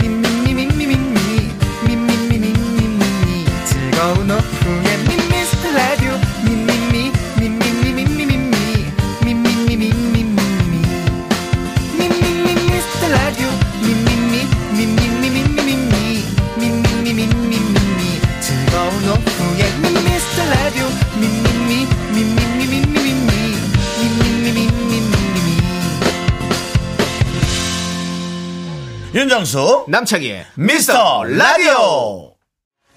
Speaker 5: 미미미 미미미 미미미 미미미 미미미 즐거운 오후에 미스터 라디오 미미미 미미미 미미미 미미미 미미미 미미미 미스터 라디오 미미미 미미미 미미미 미미미 미미미 즐거운 오후에 미스터 라디오 미미미 미미미 미미미 미미미 미미미
Speaker 1: 윤정수,
Speaker 2: 남창희의
Speaker 1: 미스터 라디오.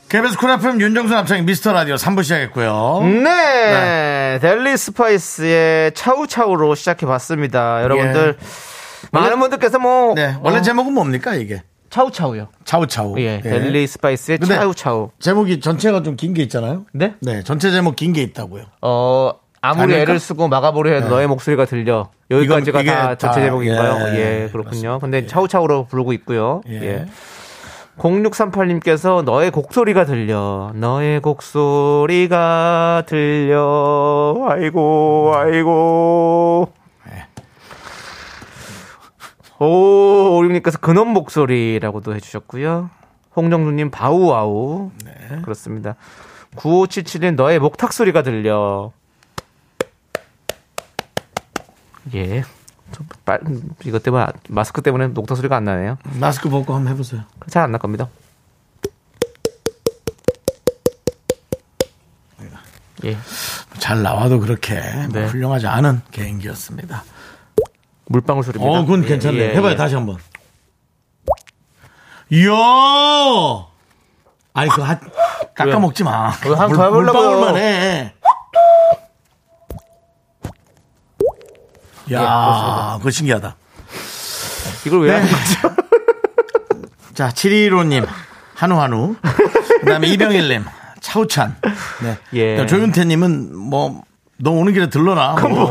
Speaker 1: KBS 쿨 FM 윤정수 남창희 미스터 라디오 3부 시작했고요.
Speaker 2: 네. 델리 스파이스의 차우차우로 시작해 봤습니다. 여러분들 많은 분들께서 뭐
Speaker 1: 예. 네, 원래
Speaker 2: 어,
Speaker 1: 제목은 뭡니까 이게?
Speaker 2: 차우차우요.
Speaker 1: 차우차우.
Speaker 2: 예. 델리 스파이스의
Speaker 1: 근데-
Speaker 2: 차우차우.
Speaker 1: 제목이 전체가 좀 긴 게 있잖아요.
Speaker 2: 네?
Speaker 1: 네, 전체 제목 긴 게 있다고요.
Speaker 2: 어 아무리
Speaker 1: 아닐까? 네.
Speaker 2: 애를 쓰고 막아보려 해도 너의 목소리가 들려 여기까지가
Speaker 1: 이건
Speaker 2: 다
Speaker 1: 이게
Speaker 2: 전체
Speaker 1: 다,
Speaker 2: 제목인가요?
Speaker 1: 예,
Speaker 2: 예, 그렇군요. 근데 차우차우로 부르고 있고요.
Speaker 1: 예.
Speaker 2: 예. 0638님께서 너의 곡소리가 들려 너의 곡소리가 들려 아이고 아이고 오, 오륙님께서 근원 목소리라고도 해주셨고요. 홍정수님 바우와우. 그렇습니다. 9577님 너의 목탁 소리가 들려. 예. 좀 빨, 이것 때문에 마스크 때문에 목탁 소리가 안 나네요.
Speaker 1: 마스크 벗고 한번 해보세요.
Speaker 2: 잘 안 날 겁니다. 예.
Speaker 1: 잘 나와도 그렇게 뭐
Speaker 2: 네.
Speaker 1: 훌륭하지 않은 개인기였습니다.
Speaker 2: 물방울 소리입니다.
Speaker 1: 어, 그건 괜찮네.
Speaker 2: 예, 예,
Speaker 1: 해봐요,
Speaker 2: 예.
Speaker 1: 다시 한 번. 이야! 아니, 그거 하, 깎아먹지 마.
Speaker 2: 그거 한번더 해보려고요.
Speaker 1: 물방울만 해.
Speaker 2: 예,
Speaker 1: 야, 그거 신기하다.
Speaker 2: 이걸
Speaker 1: 네.
Speaker 2: 왜 하는 거지?
Speaker 1: 자, 715님, 한우한우. 그
Speaker 2: (laughs)
Speaker 1: 다음에 이병일님, 차우찬. 네.
Speaker 2: 예.
Speaker 1: 조윤태님은 뭐, 너 오는 길에 들러나. 뭐.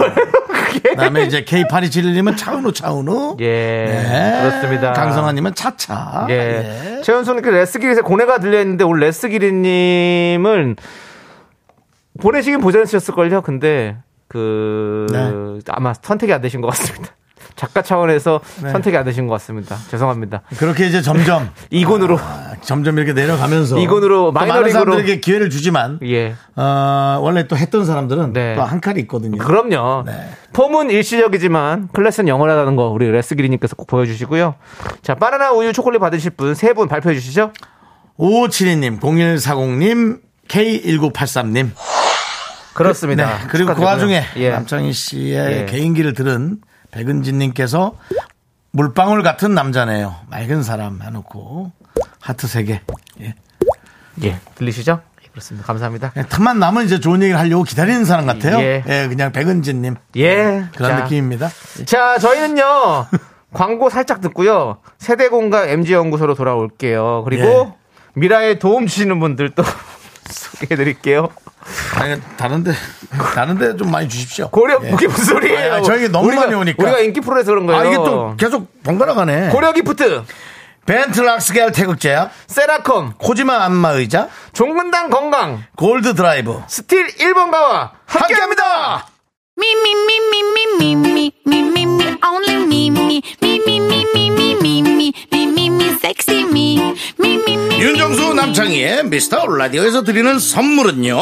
Speaker 1: 그 다음에 이제 K8271님은 차은우, 차은우.
Speaker 2: 예.
Speaker 1: 네.
Speaker 2: 그렇습니다.
Speaker 1: 강성아님은 차차.
Speaker 2: 예. 최현수님께서 레스기리에서 고뇌가 들려있는데 오늘 레스기리님은 보내시긴 보내셨을걸요. 근데 그
Speaker 1: 네.
Speaker 2: 아마 선택이 안 되신 것 같습니다. (laughs) 작가 차원에서 선택이 안 되신 것 같습니다. 죄송합니다.
Speaker 1: 그렇게 이제 점점
Speaker 2: 이군으로
Speaker 1: 아, 점점 이렇게 내려가면서
Speaker 2: 이군으로,
Speaker 1: 또 많은
Speaker 2: 마이너리그로.
Speaker 1: 사람들에게 기회를 주지만
Speaker 2: 예.
Speaker 1: 어, 원래 또 했던 사람들은
Speaker 2: 네.
Speaker 1: 또 한 칼이 있거든요.
Speaker 2: 그럼요.
Speaker 1: 네.
Speaker 2: 폼은 일시적이지만 클래스는 영원하다는 거 우리 레스기리님께서 꼭 보여주시고요. 자, 바나나 우유 초콜릿 받으실 분 세 분 발표해 주시죠.
Speaker 1: 5572님, 0140님, K1983님.
Speaker 2: 그렇습니다.
Speaker 1: 네. 그리고 그
Speaker 2: 축하드리고요.
Speaker 1: 와중에
Speaker 2: 예.
Speaker 1: 남창희 씨의
Speaker 2: 예.
Speaker 1: 개인기를 들은 백은진님께서 물방울 같은 남자네요. 맑은 사람 해놓고 하트 세개 예.
Speaker 2: 예. 들리시죠? 예, 그렇습니다. 감사합니다.
Speaker 1: 예, 틈만 남은 이제 좋은 얘기를 하려고 기다리는 사람 같아요. 예,
Speaker 2: 예.
Speaker 1: 그냥 백은진님.
Speaker 2: 예.
Speaker 1: 그런
Speaker 2: 자,
Speaker 1: 느낌입니다.
Speaker 2: 자, 저희는요. 광고 살짝 듣고요. 세대공감 MG연구소로
Speaker 1: 예.
Speaker 2: 돌아올게요. 그리고 미라에 도움 주시는 분들 또 (laughs) 소개해 드릴게요.
Speaker 1: 아니, 다른데, 다른데 좀 많이 주십시오.
Speaker 2: 고려,
Speaker 1: 예.
Speaker 2: 그게 무슨 소리예요?
Speaker 1: 아, 저에게 너무
Speaker 2: 우리가-
Speaker 1: 많이 오니까.
Speaker 2: 우리가 인기 프로에서 그런 거예요.
Speaker 1: 아, 이게 또 계속 번갈아 가네.
Speaker 2: 고려 기프트,
Speaker 1: 벤틀락스겔 태극제약,
Speaker 2: 세라컴,
Speaker 1: 코지마 안마의자,
Speaker 2: 종근당 건강,
Speaker 1: 골드 드라이브.
Speaker 2: 스틸 1번 가와 함께합니다!
Speaker 4: Me, me, me, me, me, me, me, me, me, me, only me, me, me, me, me, me, me, me, me, me, me, me, sexy me, me, me, me.
Speaker 1: 윤정수 남창희의 미스터 라디오에서 드리는 선물은요.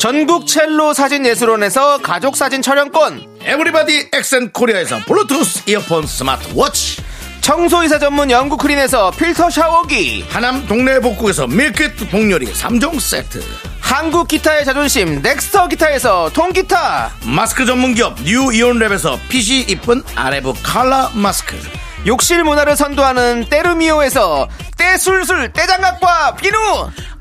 Speaker 2: 전국 첼로 사진 예술원에서 가족 사진 촬영권,
Speaker 1: 에브리바디 엑센 코리아에서 블루투스 이어폰 스마트워치.
Speaker 2: 청소이사 전문 영국 크린에서 필터 샤워기
Speaker 1: 하남 동네 복국에서 밀키트 복요리 3종 세트
Speaker 2: 한국 기타의 자존심 넥스터 기타에서 통기타
Speaker 1: 마스크 전문기업 뉴이온랩에서 핏이 이쁜 아레브 칼라 마스크
Speaker 2: 욕실 문화를 선도하는 때르미오에서 때술술 때장갑과 비누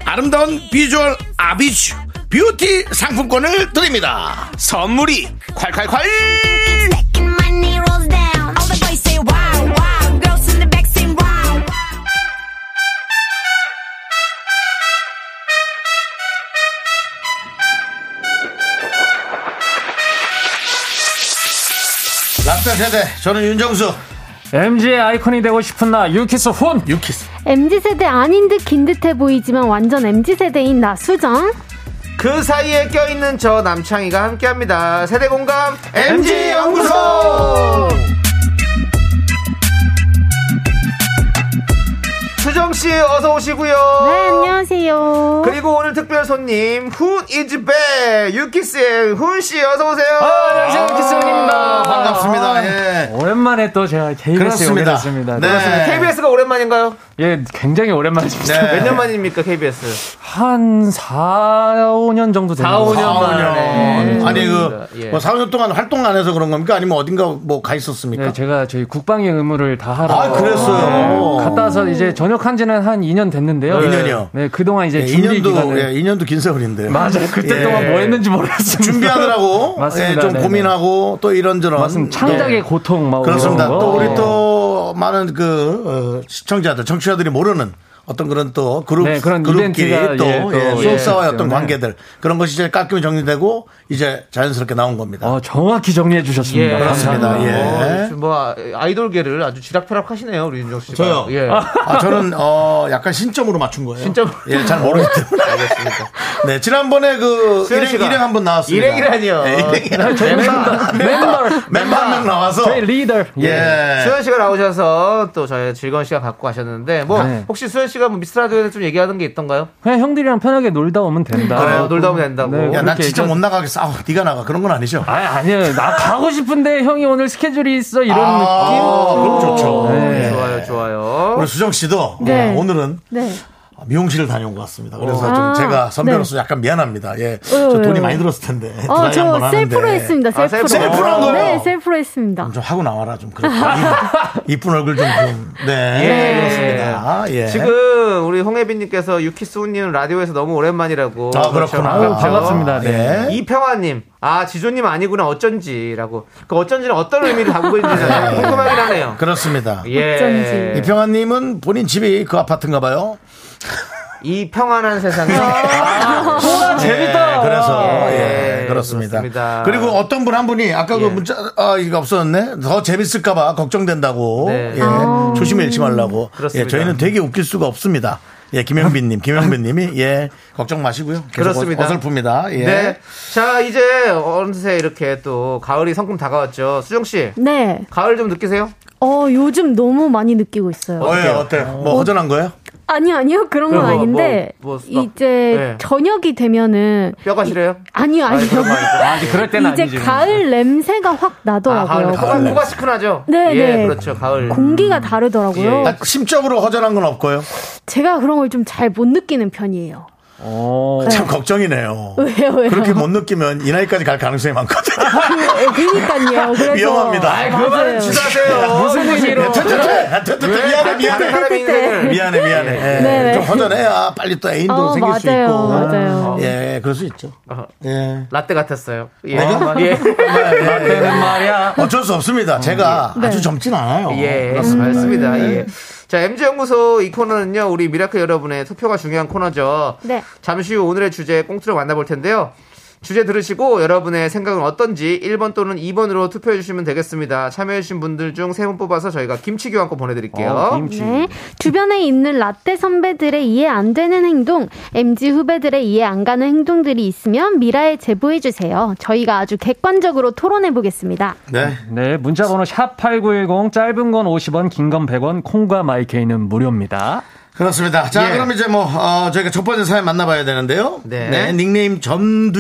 Speaker 1: 아름다운 비주얼 아비쥬 뷰티 상품권을 드립니다
Speaker 2: 선물이 콸콸콸
Speaker 1: 랍스타 세대 저는 윤정수
Speaker 6: MG의 아이콘이 되고 싶은 나 유키스 혼
Speaker 1: 유키스
Speaker 7: MZ세대 아닌 듯 긴 듯해 보이지만 완전 MZ세대인 나 수정
Speaker 2: 그 사이에 껴있는 저 남창희가 함께합니다 세대 공감
Speaker 1: MG 연구소
Speaker 2: 수정씨 어서 오시고요
Speaker 7: 네 안녕하세요
Speaker 2: 그리고 오늘 특별 손님 훈 이즈베 유키스의 훈씨 어서 오세요
Speaker 6: 안녕하세요, 유키스 훈입니다.
Speaker 1: 아, 반갑습니다 예.
Speaker 6: 오랜만에 또 제가 KBS에 아, 오게
Speaker 1: 그렇습니다.
Speaker 6: 됐습니다
Speaker 1: 네.
Speaker 6: 그렇습니다.
Speaker 2: 아, KBS가 오랜만인가요?
Speaker 6: 예 굉장히 오랜만입니다
Speaker 1: 네.
Speaker 2: 몇 년 만입니까 KBS?
Speaker 6: 한 4, 5년 정도 됐네요
Speaker 8: 4, 5년
Speaker 1: 아,
Speaker 8: 만에.
Speaker 1: 그럼요. 아니 그뭐
Speaker 8: 예.
Speaker 1: 4년 동안 활동 안 해서 그런 겁니까? 아니면 어딘가 뭐 가 있었습니까?
Speaker 6: 네, 제가 저희 국방의 의무를 다 하러
Speaker 1: 아, 그랬어요.
Speaker 6: 네, 갔다 와서 이제 전역한 지는 한 2년 됐는데요.
Speaker 1: 네, 2년 이요?
Speaker 6: 네, 그동안 이제
Speaker 1: 예,
Speaker 6: 준비
Speaker 1: 2년도
Speaker 6: 기간을
Speaker 1: 예, 2년도 긴 세월인데.
Speaker 6: 맞아요. 그때
Speaker 1: 예.
Speaker 6: 동안 뭐 했는지 모르겠습니다.
Speaker 1: 준비하느라고
Speaker 6: 맞습니다.
Speaker 1: 예, 좀
Speaker 6: 네네.
Speaker 1: 고민하고 또 이런저런
Speaker 6: 맞습니다. 창작의
Speaker 1: 예.
Speaker 6: 고통 막
Speaker 1: 그렇습니다.
Speaker 6: 이런 거.
Speaker 1: 또
Speaker 6: 네.
Speaker 1: 우리 또 많은 그 어, 시청자들, 청취자들이 모르는 어떤 그런 또 그룹
Speaker 6: 네, 그런
Speaker 1: 그룹끼리
Speaker 6: 이벤트가,
Speaker 1: 또
Speaker 6: 예, 또,
Speaker 1: 예,
Speaker 6: 예,
Speaker 1: 소속사와의
Speaker 6: 있기
Speaker 1: 어떤
Speaker 6: 때문에.
Speaker 1: 관계들 그런 것이 이제 깎이면 정리되고 이제 자연스럽게 나온 겁니다.
Speaker 6: 어, 정확히 정리해 주셨습니다.
Speaker 8: 예.
Speaker 1: 그렇습니다.
Speaker 6: 감사합니다.
Speaker 1: 예.
Speaker 2: 어, 뭐 아이돌계를 아주 지락펴락 하시네요 우리 윤정 씨.
Speaker 1: 저요?
Speaker 2: 예.
Speaker 1: 아, 저는 어 약간 신점으로 맞춘 거예요.
Speaker 2: 신점으로?
Speaker 1: 예, 잘 모르기
Speaker 2: (laughs)
Speaker 1: 때문에. 알겠습니다. 네, 지난번에 그
Speaker 2: 수현
Speaker 1: 일행
Speaker 2: 씨가.
Speaker 1: 일행 한번 나왔습니다.
Speaker 2: 일행이라니요. 아, 뭐
Speaker 1: 네, 일행이라니. 멤버
Speaker 6: 멤버
Speaker 1: 멤버 한명 나와서
Speaker 6: 저희 네, 리더.
Speaker 1: 예.
Speaker 2: 수현 씨가 나오셔서 또 저희 즐거운 시간 갖고 가셨는데 뭐
Speaker 6: 네.
Speaker 2: 혹시 수현 씨가 뭐 미스라디오에 좀 얘기하는 게 있던가요?
Speaker 6: 그냥 형들이랑 편하게 놀다 오면 된다.
Speaker 2: 어, 놀다 오면 된다고.
Speaker 6: 네.
Speaker 1: 야, 난
Speaker 6: 이렇게
Speaker 1: 진짜
Speaker 6: 저-
Speaker 1: 못 나가겠어. 아우, 네가 나가. 그런 건 아니죠.
Speaker 6: 아, 아니에요. 나 가고 싶은데 형이 오늘 스케줄이 있어 이런
Speaker 1: 아, 그럼 좋죠.
Speaker 6: 네.
Speaker 1: 예.
Speaker 2: 어, 좋아요, 좋아요.
Speaker 1: 우리 수정 씨도
Speaker 7: 네.
Speaker 1: 어, 오늘은
Speaker 7: 네
Speaker 1: 미용실을 다녀온 것 같습니다. 그래서 좀
Speaker 7: 아,
Speaker 1: 제가 선배로서
Speaker 7: 네.
Speaker 1: 약간 미안합니다. 예.
Speaker 7: 왜요,
Speaker 1: 저 돈이
Speaker 7: 왜요?
Speaker 1: 많이 들었을 텐데.
Speaker 7: 어,
Speaker 1: 드라이 한번
Speaker 7: 저 셀프로
Speaker 1: 하는데. 아,
Speaker 7: 했습니다. 셀프로.
Speaker 1: 셀프로 한 거예요?
Speaker 7: 네, 셀프로 했습니다.
Speaker 1: 좀 하고 나와라 좀
Speaker 7: (laughs)
Speaker 1: 그렇게 이쁜- 이쁜 얼굴 좀 좀. 네
Speaker 2: 예.
Speaker 1: 그렇습니다. 예.
Speaker 2: 지금 우리 홍혜빈님께서 유키스우님 라디오에서 너무 오랜만이라고. 그렇죠.
Speaker 1: 아 그렇구나.
Speaker 6: 아유, 반갑습니다. 네.
Speaker 1: 예.
Speaker 2: 이평화님, 아 지조님 아니구나 어쩐지라고. 그 어쩐지는 어떤 의미를 담고 있는지 저는 궁금하긴 하네요.
Speaker 1: 그렇습니다.
Speaker 2: 예.
Speaker 7: 어쩐지.
Speaker 1: 이평환님은 본인 집이 그 아파트인가봐요.
Speaker 2: 이 평안한 세상에.
Speaker 1: 재밌다. 그래서 예,
Speaker 2: 예,
Speaker 1: 그렇습니다.
Speaker 2: 그렇습니다.
Speaker 1: 그리고 어떤 분 한 분이 아까 그
Speaker 2: 예.
Speaker 1: 문자 아 이거 없었네. 더 재밌을까봐 걱정된다고.
Speaker 2: 네.
Speaker 1: 예.
Speaker 7: 아.
Speaker 1: 조심 잃지 말라고.
Speaker 2: 그렇습니다.
Speaker 1: 예, 저희는 되게 웃길 수가 없습니다. 예, 김영빈님, 김영빈님이 예 걱정 마시고요. 계속
Speaker 2: 그렇습니다.
Speaker 1: 어설픕니다. 예.
Speaker 2: 네. 자 이제 어느새 이렇게 또 가을이 성큼 다가왔죠. 수정 씨,
Speaker 7: 네.
Speaker 2: 가을 좀 느끼세요?
Speaker 7: 어, 요즘 너무 많이 느끼고 있어요.
Speaker 1: 어, 예, 어때요? 뭐 허전한 거예요?
Speaker 7: 아니, 아니요. 그런 건
Speaker 2: 그럼 뭐,
Speaker 7: 아닌데.
Speaker 2: 뭐, 뭐 수박?
Speaker 7: 이제
Speaker 2: 네.
Speaker 7: 저녁이 되면은.
Speaker 2: 뼈가 시려요?
Speaker 7: 아니요, 아니요.
Speaker 2: 그런 거 아니죠.
Speaker 6: 아, 그럴 때는
Speaker 7: 이제
Speaker 6: 아니지.
Speaker 7: 가을 냄새가 확
Speaker 2: 아, 가을
Speaker 7: 나더라고요.
Speaker 2: 코가, 코가 시큰하죠?
Speaker 7: 네,
Speaker 2: 예,
Speaker 7: 네.
Speaker 2: 그렇죠. 가을. 예.
Speaker 7: 공기가
Speaker 2: 어.
Speaker 7: 다르더라고요.
Speaker 1: 아, 심적으로 허전한 건 없고요.
Speaker 7: 제가 그런 걸 좀 잘 못 느끼는 편이에요. (laughs)
Speaker 6: 어,
Speaker 1: 참 걱정이네요.
Speaker 7: 왜요, 왜요?
Speaker 1: 그렇게 못 느끼면 이 나이까지 갈 가능성이 많거든요.
Speaker 7: 아,
Speaker 1: (laughs)
Speaker 7: 예, 그니까요. 그래서.
Speaker 1: 위험합니다. 아이,
Speaker 7: 맞아요.
Speaker 2: 주사세요. 예,
Speaker 6: 무슨 의미로?
Speaker 7: 아,
Speaker 1: 퇴퇴퇴! 미안해, 미안해.
Speaker 2: 사람의 인생을.
Speaker 1: 미안해, 미안해. 예,
Speaker 7: 네네.
Speaker 1: 좀 허전해야 빨리 또 애인도
Speaker 7: 어,
Speaker 1: 생길 수
Speaker 7: 맞아요,
Speaker 1: 있고.
Speaker 7: 맞아요.
Speaker 1: 예, 그럴 수 있죠.
Speaker 2: 어,
Speaker 1: 예.
Speaker 2: 라떼 같았어요. 예.
Speaker 1: 내가?
Speaker 2: 예.
Speaker 6: 라떼는
Speaker 2: 네.
Speaker 6: 말이야.
Speaker 1: 어쩔 수 없습니다. 제가
Speaker 7: 네.
Speaker 1: 아주 젊진 않아요. 네,
Speaker 2: 예,
Speaker 1: 그렇습니다.
Speaker 2: 맞습니다.
Speaker 1: 예.
Speaker 2: 예. 자, MG연구소 이 코너는요, 우리 미라클 여러분의 투표가 중요한 코너죠.
Speaker 7: 네.
Speaker 2: 잠시 후 오늘의 주제 꽁트로 만나볼 텐데요. 주제 들으시고 여러분의 생각은 어떤지 1번 또는 2번으로 투표해주시면 되겠습니다. 참여해주신 분들 중 3분 뽑아서 저희가 김치 교환권 보내드릴게요.
Speaker 6: 어, 김치.
Speaker 7: 네. 주변에 있는 라떼 선배들의 이해 안 되는 행동, MG 후배들의 이해 안 가는 행동들이 있으면 미라에 제보해 주세요. 저희가 아주 객관적으로 토론해 보겠습니다.
Speaker 1: 네.
Speaker 6: 네, 문자번호 샵8910, 짧은 건 50원, 긴 건 100원, 콩과 마이케이는 무료입니다.
Speaker 1: 그렇습니다. 자,
Speaker 2: 예.
Speaker 1: 그럼 이제 뭐, 어, 저희가 첫 번째 사연 만나봐야 되는데요.
Speaker 2: 네.
Speaker 1: 닉네임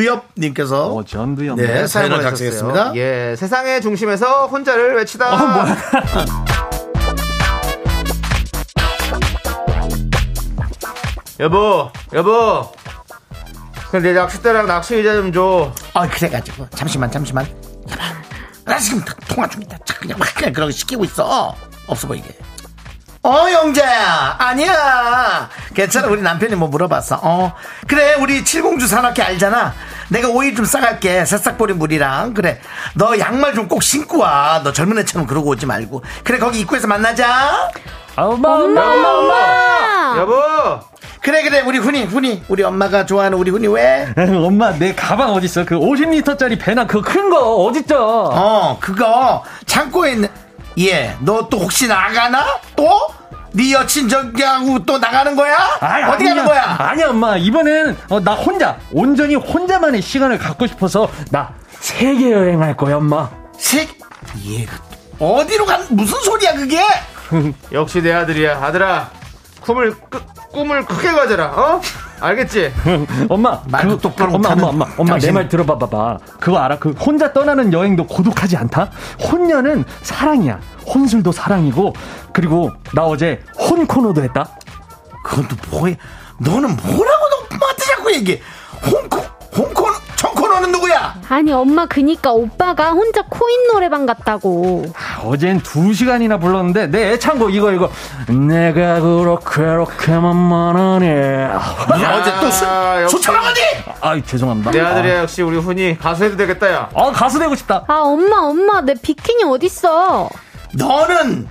Speaker 1: 전두엽님께서.
Speaker 6: 어, 전두엽.
Speaker 1: 네, 사연을
Speaker 2: 보내주셨어요.
Speaker 1: 작성했습니다.
Speaker 2: 예, 세상의 중심에서 혼자를 외치다. (laughs) 여보, 여보. 근데 낚싯대랑 낚시 의자 좀 줘.
Speaker 1: 아 그래가지고 잠시만 잠시만 여보, 나 지금 다 통화 중이다 자, 그냥 막 그냥 그렇게 시키고 있어 없어 보이게 어 영자야 아니야 괜찮아 우리 남편이 뭐 물어봤어 어 그래 우리 칠공주 산악회 알잖아 내가 오이 좀 싸갈게 새싹 버린 물이랑 그래 너 양말 좀 꼭 신고 와너 젊은 애처럼 그러고 오지 말고 그래 거기 입구에서 만나자
Speaker 6: 엄마, 엄마, 엄마, 엄마.
Speaker 7: 아.
Speaker 2: 여보.
Speaker 1: 그래 그래 우리 훈이 훈이 우리 엄마가 좋아하는 우리 훈이 왜
Speaker 6: 네, 엄마, 내 가방 어딨어? 그 50리터짜리 배낭 그거 큰 거 어딨죠?
Speaker 1: 어, 그거 창고에 있는 예, 너 또 혹시 나가나? 또? 네 여친 저기하고 또 나가는 거야?
Speaker 6: 아이,
Speaker 1: 어디
Speaker 6: 아니야.
Speaker 1: 가는 거야?
Speaker 6: 아니야, 엄마. 이번에는 어, 나 혼자, 온전히 혼자만의 시간을 갖고 싶어서 나 세계 여행할 거야, 엄마.
Speaker 1: 식? 예. 어디로 간 무슨 소리야 그게?
Speaker 2: 역시 내 아들이야. 아들아. 꿈을 끄- 꿈을 크게 가져라. 어? 알겠지?
Speaker 6: 엄마,
Speaker 1: 말도
Speaker 6: 그-
Speaker 1: 똑바로
Speaker 6: 엄마,
Speaker 1: 못하는
Speaker 6: 엄마, 엄마, 엄마,
Speaker 1: 당신.
Speaker 6: 내 말 들어봐봐봐. 그거 알아? 그 혼자 떠나는 여행도 고독하지 않다. 혼녀는 사랑이야. 혼술도 사랑이고, 그리고 나 어제 혼코노도 했다.
Speaker 1: 그건 또 뭐야? 너는 뭐라고 너한테 자꾸 얘기해? 홍콩 홍콩 청코너는 누구야?
Speaker 7: 아니 엄마 그니까 오빠가 혼자 코인 노래방 갔다고.
Speaker 6: 어젠 두 시간이나 불렀는데 내 애창곡 이거 이거. 내가 그렇게 이렇게만 만하네. 아,
Speaker 1: 야, 어제 또 수,
Speaker 2: 역시.
Speaker 1: 수천왕 어디?
Speaker 6: 아이 죄송합니다.
Speaker 2: 내 아들이야. 역시 우리 훈이 가수 해도 되겠다 야.
Speaker 6: 아, 아, 가수 되고 싶다.
Speaker 7: 아 엄마 엄마 내 비키니 어딨어?
Speaker 1: 너는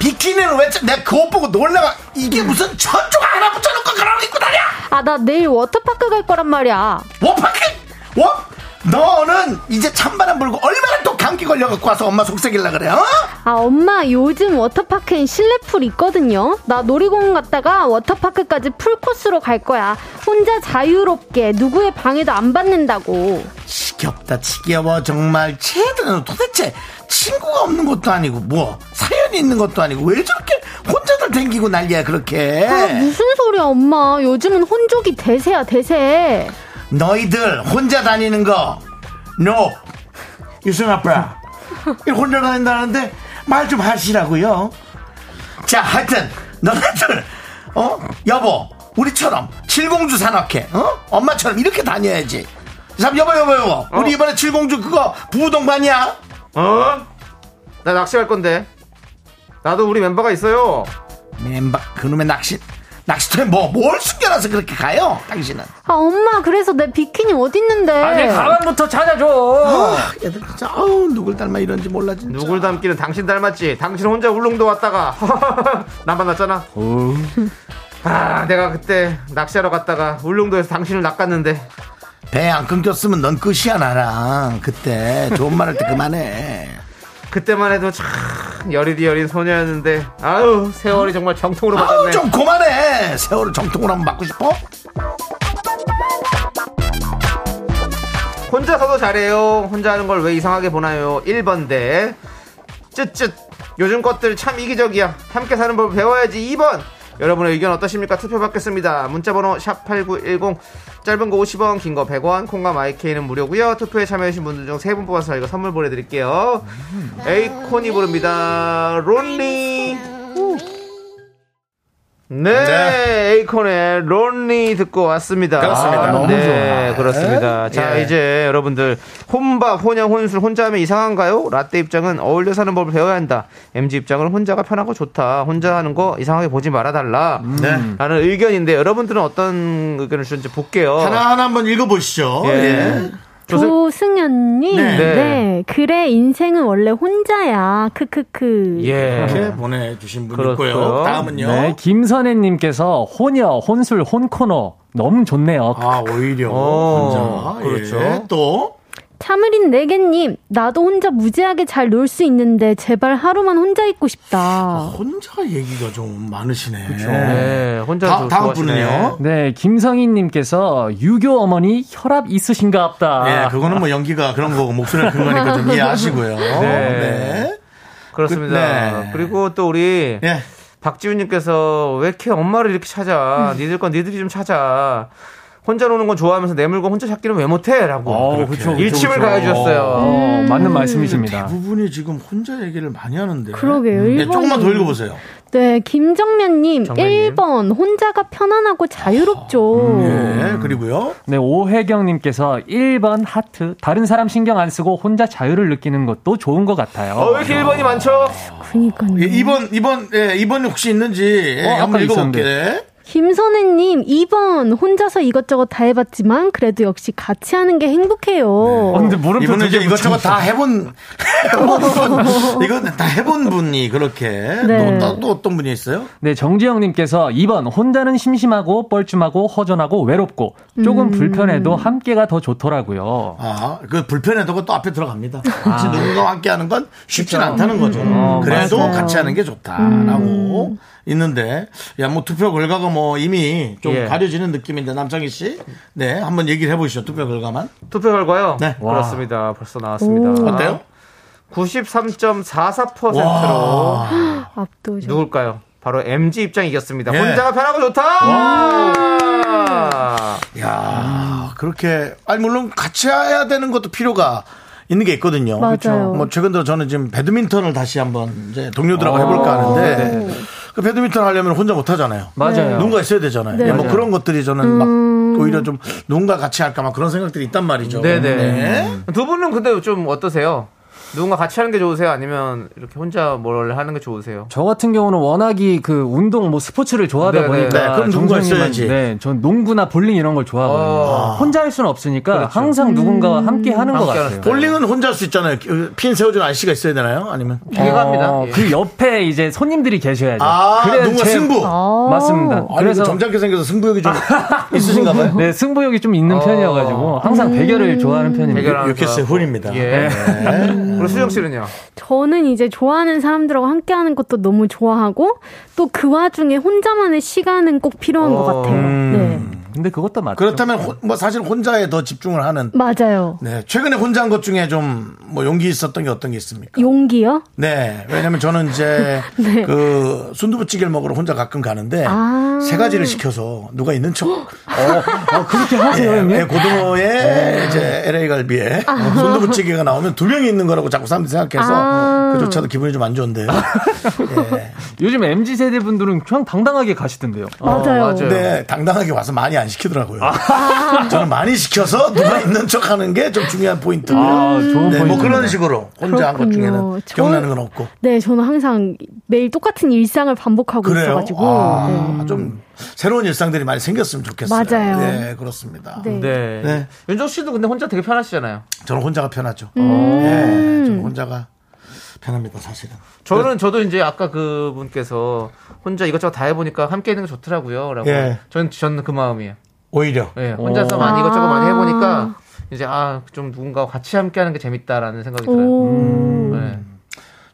Speaker 1: 비키니를 왜 짜- 내가 그옷 보고 놀라가 이게 무슨 천조가 하나 붙여놓고 그러고 입고 다녀?
Speaker 7: 아 나 내일 워터파크 갈 거란 말이야.
Speaker 1: 워파크 워 너는 이제 찬바람 불고 얼마나 또 감기 걸려갖고 와서 엄마 속삭일라 그래 어?
Speaker 7: 아 엄마 요즘 워터파크엔 실내풀 있거든요. 나 놀이공원 갔다가 워터파크까지 풀 코스로 갈 거야. 혼자 자유롭게 누구의 방해도 안 받는다고.
Speaker 1: 지겹다 지겨워 정말 쟤들은 도대체 친구가 없는 것도 아니고 뭐 사연이 있는 것도 아니고 왜 저렇게 혼자들 댕기고 난리야 그렇게
Speaker 7: 아 무슨 소리야 엄마. 요즘은 혼족이 대세야 대세.
Speaker 1: 너희들 혼자 다니는 거 no 유승 아빠 이 혼자 다닌다는데 말 좀 하시라고요 자 하여튼 너네들 어 여보 우리처럼 칠공주 산악회 어 엄마처럼 이렇게 다녀야지 참 여보 여보 여보 우리 이번에 칠공주 그거 부부 동반이야
Speaker 2: 어? 나 낚시 갈 건데. 나도 우리 멤버가 있어요.
Speaker 1: 멤버 그놈의 낚시 낚시터에 뭐 뭘 숨겨놔서 그렇게 가요 당신은
Speaker 7: 아 엄마 그래서 내 비키니 어딨는데?
Speaker 6: 아니 가방부터 찾아줘.
Speaker 1: 아, 얘들 진짜 아우 누굴 닮아 이런지 몰라 진짜
Speaker 2: 누굴 닮기는 당신 닮았지. 당신 혼자 울릉도 왔다가 (laughs) 나 만났잖아. (laughs) 아, 내가 그때 낚시하러 갔다가 울릉도에서 당신을 낚았는데
Speaker 1: 배 안 끊겼으면 넌 끝이야 나랑 그때 좋은 말 할 때 그만해
Speaker 2: 그때만 해도 참 여리디 여린 소녀였는데 아유 세월이 정말 정통으로
Speaker 1: 아우
Speaker 2: 맞았네.
Speaker 1: 좀 그만해 세월을 정통으로 한번 받고 싶어?
Speaker 2: 혼자서도 잘해요. 혼자 하는 걸 왜 이상하게 보나요? 1번대. 쯧쯧. 요즘 것들 참 이기적이야. 함께 사는 법을 배워야지. 2번. 여러분의 의견 어떠십니까? 투표 받겠습니다. 문자번호 샵8910. 짧은 거 50원, 긴 거 100원, 콩과 마이케이는 무료고요 투표에 참여해주신 분들 중 3분 뽑아서 저희가 선물 보내드릴게요. 에이콘이 부릅니다. 론리. 네, 에이콘의 론리 듣고 왔습니다.
Speaker 1: 그렇습니다. 아, 너무
Speaker 2: 네, 그렇습니다. 자,
Speaker 1: 예.
Speaker 2: 이제 여러분들 혼밥, 혼영, 혼술 혼자 하면 이상한가요? 라떼 입장은 어울려 사는 법을 배워야 한다. MG 입장은 혼자가 편하고 좋다. 혼자 하는 거 이상하게 보지 말아달라.
Speaker 1: 음. 네.
Speaker 2: 라는 의견인데 여러분들은 어떤 의견을 주는지 볼게요.
Speaker 1: 하나하나 한번 읽어보시죠
Speaker 2: 예. 조세-
Speaker 7: 조승현님,
Speaker 1: 네.
Speaker 7: 네.
Speaker 2: 네.
Speaker 7: 그래 인생은 원래 혼자야. 크크크.
Speaker 2: 예. 그렇죠.
Speaker 1: 이렇게 보내주신 분
Speaker 2: 그렇고요.
Speaker 1: 있고요 다음은요
Speaker 6: 네, 김선혜님께서 혼여, 혼술, 혼코너 너무 좋네요.
Speaker 1: 아 오히려
Speaker 2: 어,
Speaker 1: 혼자.
Speaker 2: 그렇죠.
Speaker 1: 예. 또
Speaker 7: 차무린 네개님, 나도 혼자 무지하게 잘 놀 수 있는데 제발 하루만 혼자 있고 싶다.
Speaker 1: 혼자 얘기가 좀 많으시네 예.
Speaker 2: 네, 혼자
Speaker 1: 다, 다음 분은요
Speaker 6: 네, 김성희님께서 유교 어머니 혈압 있으신가 보다.
Speaker 2: 아.
Speaker 1: 예, 그거는 뭐 연기가 그런 거고 목소리가 그런 거니까
Speaker 2: (laughs)
Speaker 1: 좀 이해하시고요 네.
Speaker 2: 네. 그렇습니다.
Speaker 1: 네.
Speaker 2: 그리고 또 우리
Speaker 1: 예. 음.
Speaker 2: 박지훈님께서 왜 이렇게 엄마를 이렇게 찾아? 니들 건 니들이 좀 찾아. 혼자 노는 건 좋아하면서 내 물건 혼자 찾기는 왜 못해? 라고
Speaker 1: 그렇죠,
Speaker 6: 어, 그쵸, 그쵸,
Speaker 2: 일침을
Speaker 6: 그쵸.
Speaker 2: 가해주셨어요.
Speaker 6: 어, 맞는 말씀이십니다.
Speaker 1: 대부분이 지금 혼자 얘기를 많이 하는데.
Speaker 7: 그러게요.
Speaker 1: 네,
Speaker 7: 1번.
Speaker 1: 조금만 더 읽어보세요.
Speaker 7: 네, 김정면님
Speaker 2: 정면님.
Speaker 7: 1번 혼자가 편안하고 자유롭죠.
Speaker 1: 예, 그리고요.
Speaker 6: 네, 오혜경님께서 1번 하트. 다른 사람 신경 안 쓰고 혼자 자유를 느끼는 것도 좋은 것 같아요.
Speaker 5: 어, 왜 이렇게 1번이 많죠?
Speaker 7: 그니까요.
Speaker 1: 예, 2번, 2번, 예, 2번 혹시 있는지 예,
Speaker 6: 어,
Speaker 1: 한번
Speaker 6: 아까
Speaker 1: 읽어볼게.
Speaker 7: 김선혜님 2번 혼자서 이것저것 다 해봤지만 그래도 역시 같이 하는 게 행복해요.
Speaker 6: 어, 근데 물음표
Speaker 1: 이분은
Speaker 6: 두
Speaker 1: 이제
Speaker 6: 개
Speaker 1: 이것저것
Speaker 6: 붙여서
Speaker 1: 다 해본, 해본 분. 이건 다 해본 분이 그렇게.
Speaker 7: 네.
Speaker 1: 또, 또, 또 어떤 분이 있어요?
Speaker 6: 네, 정지영님께서 2번 혼자는 심심하고 뻘쭘하고 허전하고 외롭고 조금 불편해도 함께가 더 좋더라고요.
Speaker 1: 아, 그 불편해도가 또 앞에 들어갑니다. 같이 누군가와 함께 하는 건 쉽진 않다는 거죠. 그래도
Speaker 7: 맞아요.
Speaker 1: 같이 하는 게 좋다라고 있는데, 야, 뭐 투표 결과가 뭐 이미 좀
Speaker 2: 예.
Speaker 1: 가려지는 느낌인데, 남창희 씨. 네, 한번 얘기를 해보시죠. 투표 결과만.
Speaker 2: 투표 결과요?
Speaker 1: 네.
Speaker 2: 와. 그렇습니다. 벌써 나왔습니다.
Speaker 1: 어때요?
Speaker 2: 93.44%로
Speaker 7: 압도적.
Speaker 2: 누굴까요? 바로 MG 입장 이겼습니다.
Speaker 1: 예.
Speaker 2: 혼자가 편하고 좋다.
Speaker 1: 야 그렇게 아니 물론 같이 해야 되는 것도 필요가 있는 게 있거든요.
Speaker 7: 맞아요.
Speaker 1: 뭐 최근 들어 저는 지금 배드민턴을 다시 한번 이제
Speaker 6: 어.
Speaker 1: 동료들하고 해볼까 하는데 그 배드민턴 하려면 혼자 못 하잖아요.
Speaker 6: 네. 맞아요. 네. 음.
Speaker 1: 누군가 있어야 되잖아요. 예, 뭐 그런 것들이 저는 막 오히려 좀 누군가 같이 할까 막 그런 생각들이 있단 말이죠.
Speaker 2: 네네.
Speaker 6: 음.
Speaker 1: 네.
Speaker 2: 두 분은 근데 좀 어떠세요? 누군가 같이 하는 게 좋으세요? 아니면 이렇게 혼자 뭘 하는 게 좋으세요?
Speaker 6: 저 같은 경우는 워낙이 그 운동 뭐 스포츠를 좋아하다
Speaker 2: 네네.
Speaker 6: 보니까
Speaker 1: 네, 그럼 누군가 있어야지.
Speaker 6: 네, 전 농구나 볼링 이런 걸 좋아하거든요.
Speaker 2: 어.
Speaker 6: 혼자 할 수는 없으니까 항상 누군가와 함께 하는 것
Speaker 2: 함께
Speaker 6: 같아요.
Speaker 2: 하는
Speaker 1: 볼링은 혼자 할 수 있잖아요. 그 핀 세워준 아저씨가 있어야 되나요? 아니면
Speaker 2: 이해갑니다.
Speaker 6: 어,
Speaker 2: 예.
Speaker 6: 그 옆에 이제 손님들이 계셔야죠.
Speaker 1: 아
Speaker 6: 네. 그래야
Speaker 1: 누군가
Speaker 6: 제-
Speaker 1: 승부.
Speaker 7: 아.
Speaker 6: 맞습니다.
Speaker 1: 아니
Speaker 6: 그래서
Speaker 1: 그 점잖게 생겨서
Speaker 6: (laughs)
Speaker 1: 승부욕이 좀 있으신가 봐요.
Speaker 6: 네, 승부욕이 좀 있는 편이어가지고 항상 대결을 좋아하는 편입니다.
Speaker 2: 대결하는
Speaker 1: 유캐스의
Speaker 2: 거라고.
Speaker 1: 혼입니다. 네.
Speaker 2: 예. (laughs) 그리고 수정 씨는요?
Speaker 7: 저는 이제 좋아하는 사람들하고 함께 하는 것도 너무 좋아하고 또 그 와중에 혼자만의 시간은 꼭 필요한 것 같아요. 네.
Speaker 6: 근데 그것도 맞죠.
Speaker 1: 그렇다면 혼- 뭐 사실 혼자에 더 집중을 하는
Speaker 7: 맞아요.
Speaker 1: 네 최근에 혼자 한 것 중에 좀 뭐 용기 있었던 게 어떤 게 있습니까?
Speaker 7: 용기요?
Speaker 1: 네 왜냐면 저는
Speaker 6: (laughs)
Speaker 1: 이제
Speaker 6: 네.
Speaker 1: 그 순두부찌개를 먹으러 혼자 가끔 가는데
Speaker 7: 아.
Speaker 1: 세 가지를 시켜서 누가 있는 척
Speaker 6: 어, 어, 그렇게 하세요,
Speaker 1: (laughs) 예,
Speaker 6: 형님? 아.
Speaker 1: 예, 고등어에 이제 LA 갈비에 순두부찌개가 나오면 두 명이 있는 거라고 자꾸 사람들이 생각해서
Speaker 7: 아.
Speaker 1: 그조차도 기분이 좀 안 좋은데요. 예.
Speaker 6: 요즘 MZ 세대 분들은 그냥 당당하게 가시던데요.
Speaker 7: 맞아요.
Speaker 2: 맞아요.
Speaker 6: 네.
Speaker 1: 근데 네, 당당하게 와서 많이 안 시키더라고요. 저는 많이 시켜서 누가 있는 척 하는 게 좀 중요한 포인트고.
Speaker 6: 아, 좋은
Speaker 1: 네, 뭐
Speaker 6: 포인트네요.
Speaker 1: 그런 식으로 혼자 한 것
Speaker 7: 그렇군요.
Speaker 1: 중에는
Speaker 7: 저-
Speaker 1: 기억나는 건 없고.
Speaker 7: 네, 저는 항상 매일 똑같은 일상을 반복하고
Speaker 1: 그래요.
Speaker 7: 있어가지고.
Speaker 1: 아,
Speaker 7: 네.
Speaker 1: 좀 새로운 일상들이 많이 생겼으면 좋겠어요.
Speaker 7: 맞아요.
Speaker 1: 네, 그렇습니다.
Speaker 7: 네.
Speaker 2: 네.
Speaker 1: 네.
Speaker 2: 윤정 씨도 근데 혼자 되게 편하시잖아요.
Speaker 1: 저는 혼자가 편하죠.
Speaker 7: 음.
Speaker 1: 네, 저는 혼자가 편합니다, 사실은.
Speaker 2: 저는 저도 이제 아까 그분께서 혼자 이것저것 다 해보니까 함께 있는 게 좋더라고요라고.
Speaker 1: 예.
Speaker 2: 저는 저는 그 마음이에요.
Speaker 1: 오히려.
Speaker 2: 예, 혼자서 많이 이것저것 많이 해보니까 이제 아 좀 누군가 같이 함께 하는 게 재밌다라는 생각이 들어요.
Speaker 7: 오.
Speaker 2: 예.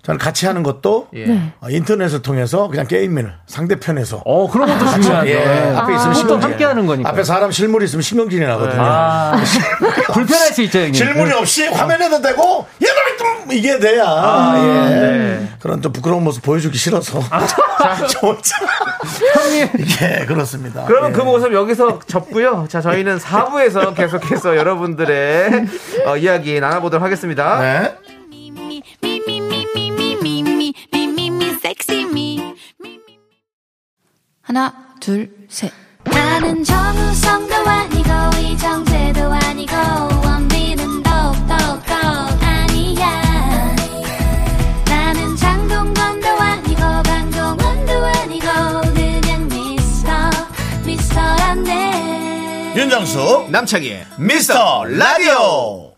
Speaker 1: 저는 같이 하는 것도
Speaker 2: 예.
Speaker 1: 어, 인터넷을 통해서 그냥 게임을 상대편에서
Speaker 6: 어, 그런 것도 중요하죠. 아,
Speaker 1: 예, 앞에 있으면
Speaker 6: 그것도
Speaker 1: 신경질.
Speaker 6: 함께 하는 거니까.
Speaker 1: 앞에 사람 실물이 있으면 신경질이 나거든요.
Speaker 6: 아,
Speaker 1: (laughs)
Speaker 6: 불편할 수 있죠, 형님. 음.
Speaker 1: 질문이 없이 화면에도 되고 얘들아 좀 이게 돼야
Speaker 6: 아,
Speaker 1: 예.
Speaker 6: 네.
Speaker 1: 그런 좀 부끄러운 모습 보여주기 싫어서 (laughs) 자, 저 혼자 예 그렇습니다
Speaker 2: 그러면
Speaker 1: 예.
Speaker 2: 그 모습 여기서 접고요. 자, 저희는 4부에서 (laughs) 계속해서 여러분들의 어, 이야기 나눠보도록 하겠습니다.
Speaker 1: 네.
Speaker 4: me, me, me, me, me, me, me, me, me, me, me, sexy me.
Speaker 9: 하나, 둘, 셋.
Speaker 4: 나는 정우성도 아니고 이정재도 아니고 원빈은 더욱더 아니야 나는 장동건도 아니고 강동원도 아니고 그냥 미스터 미스터란데
Speaker 1: 윤정수 남창희 미스터 라디오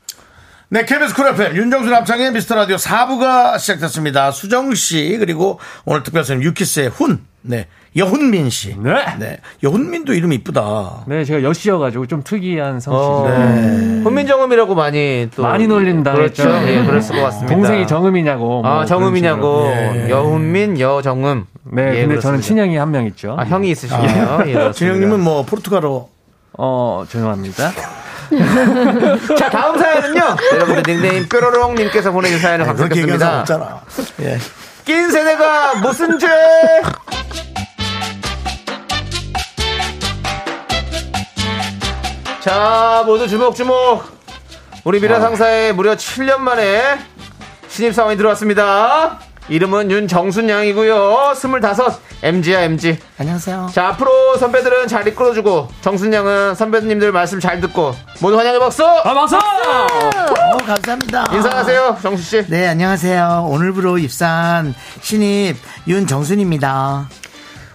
Speaker 1: 네, KBS 쿨 FM 윤정수 남창희 미스터 라디오 4부가 시작됐습니다. 수정 씨 그리고 오늘 특별 선생 유키스의 훈, 네 여훈민 씨,
Speaker 6: 네.
Speaker 1: 네 여훈민도 이름 이쁘다.
Speaker 6: 네, 제가 여시여가지고 좀 특이한 네,
Speaker 2: 어,
Speaker 6: 성씨.
Speaker 1: 네.
Speaker 2: 훈민정음이라고 많이 또
Speaker 6: 많이 놀린다
Speaker 2: 그렇죠.
Speaker 6: 했죠.
Speaker 2: 예, 그랬을 것 같습니다.
Speaker 6: 동생이 정음이냐고. 뭐
Speaker 2: 아, 정음이냐고.
Speaker 6: 그런 식으로.
Speaker 1: 예.
Speaker 2: 여훈민, 여정음.
Speaker 6: 네,
Speaker 2: 예,
Speaker 6: 근데 저는
Speaker 2: 그렇습니다.
Speaker 6: 친형이 한 명 있죠.
Speaker 2: 아, 형이 있으시네요. 예, 그렇습니다.
Speaker 1: 진영님은 뭐 포르투갈어
Speaker 6: 어, 죄송합니다.
Speaker 2: 자, 다음 사연은요.
Speaker 1: (laughs)
Speaker 2: 여러분들 닉네임 뾰로롱님께서 보내준 사연을
Speaker 1: 아, 네, 그렇게 얘기하는 사람
Speaker 2: 감사드립니다.
Speaker 1: 없잖아. 예.
Speaker 2: 낀 세대가 무슨 죄? 자, 모두 주목주목. 우리 미라 상사에 무려 7년 만에 신입사원이 들어왔습니다. 이름은 윤정순 양이고요. 25, MG야, MG.
Speaker 1: (laughs) 안녕하세요.
Speaker 2: 자, 앞으로 선배들은 잘 이끌어주고, 정순 양은 선배님들 말씀 잘 듣고, 모두 환영의 박수!
Speaker 10: 박수!
Speaker 1: 어, 감사합니다.
Speaker 2: 아. 인사하세요, 정순씨.
Speaker 1: 네, 안녕하세요. 오늘부로 입사한 신입 윤정순입니다.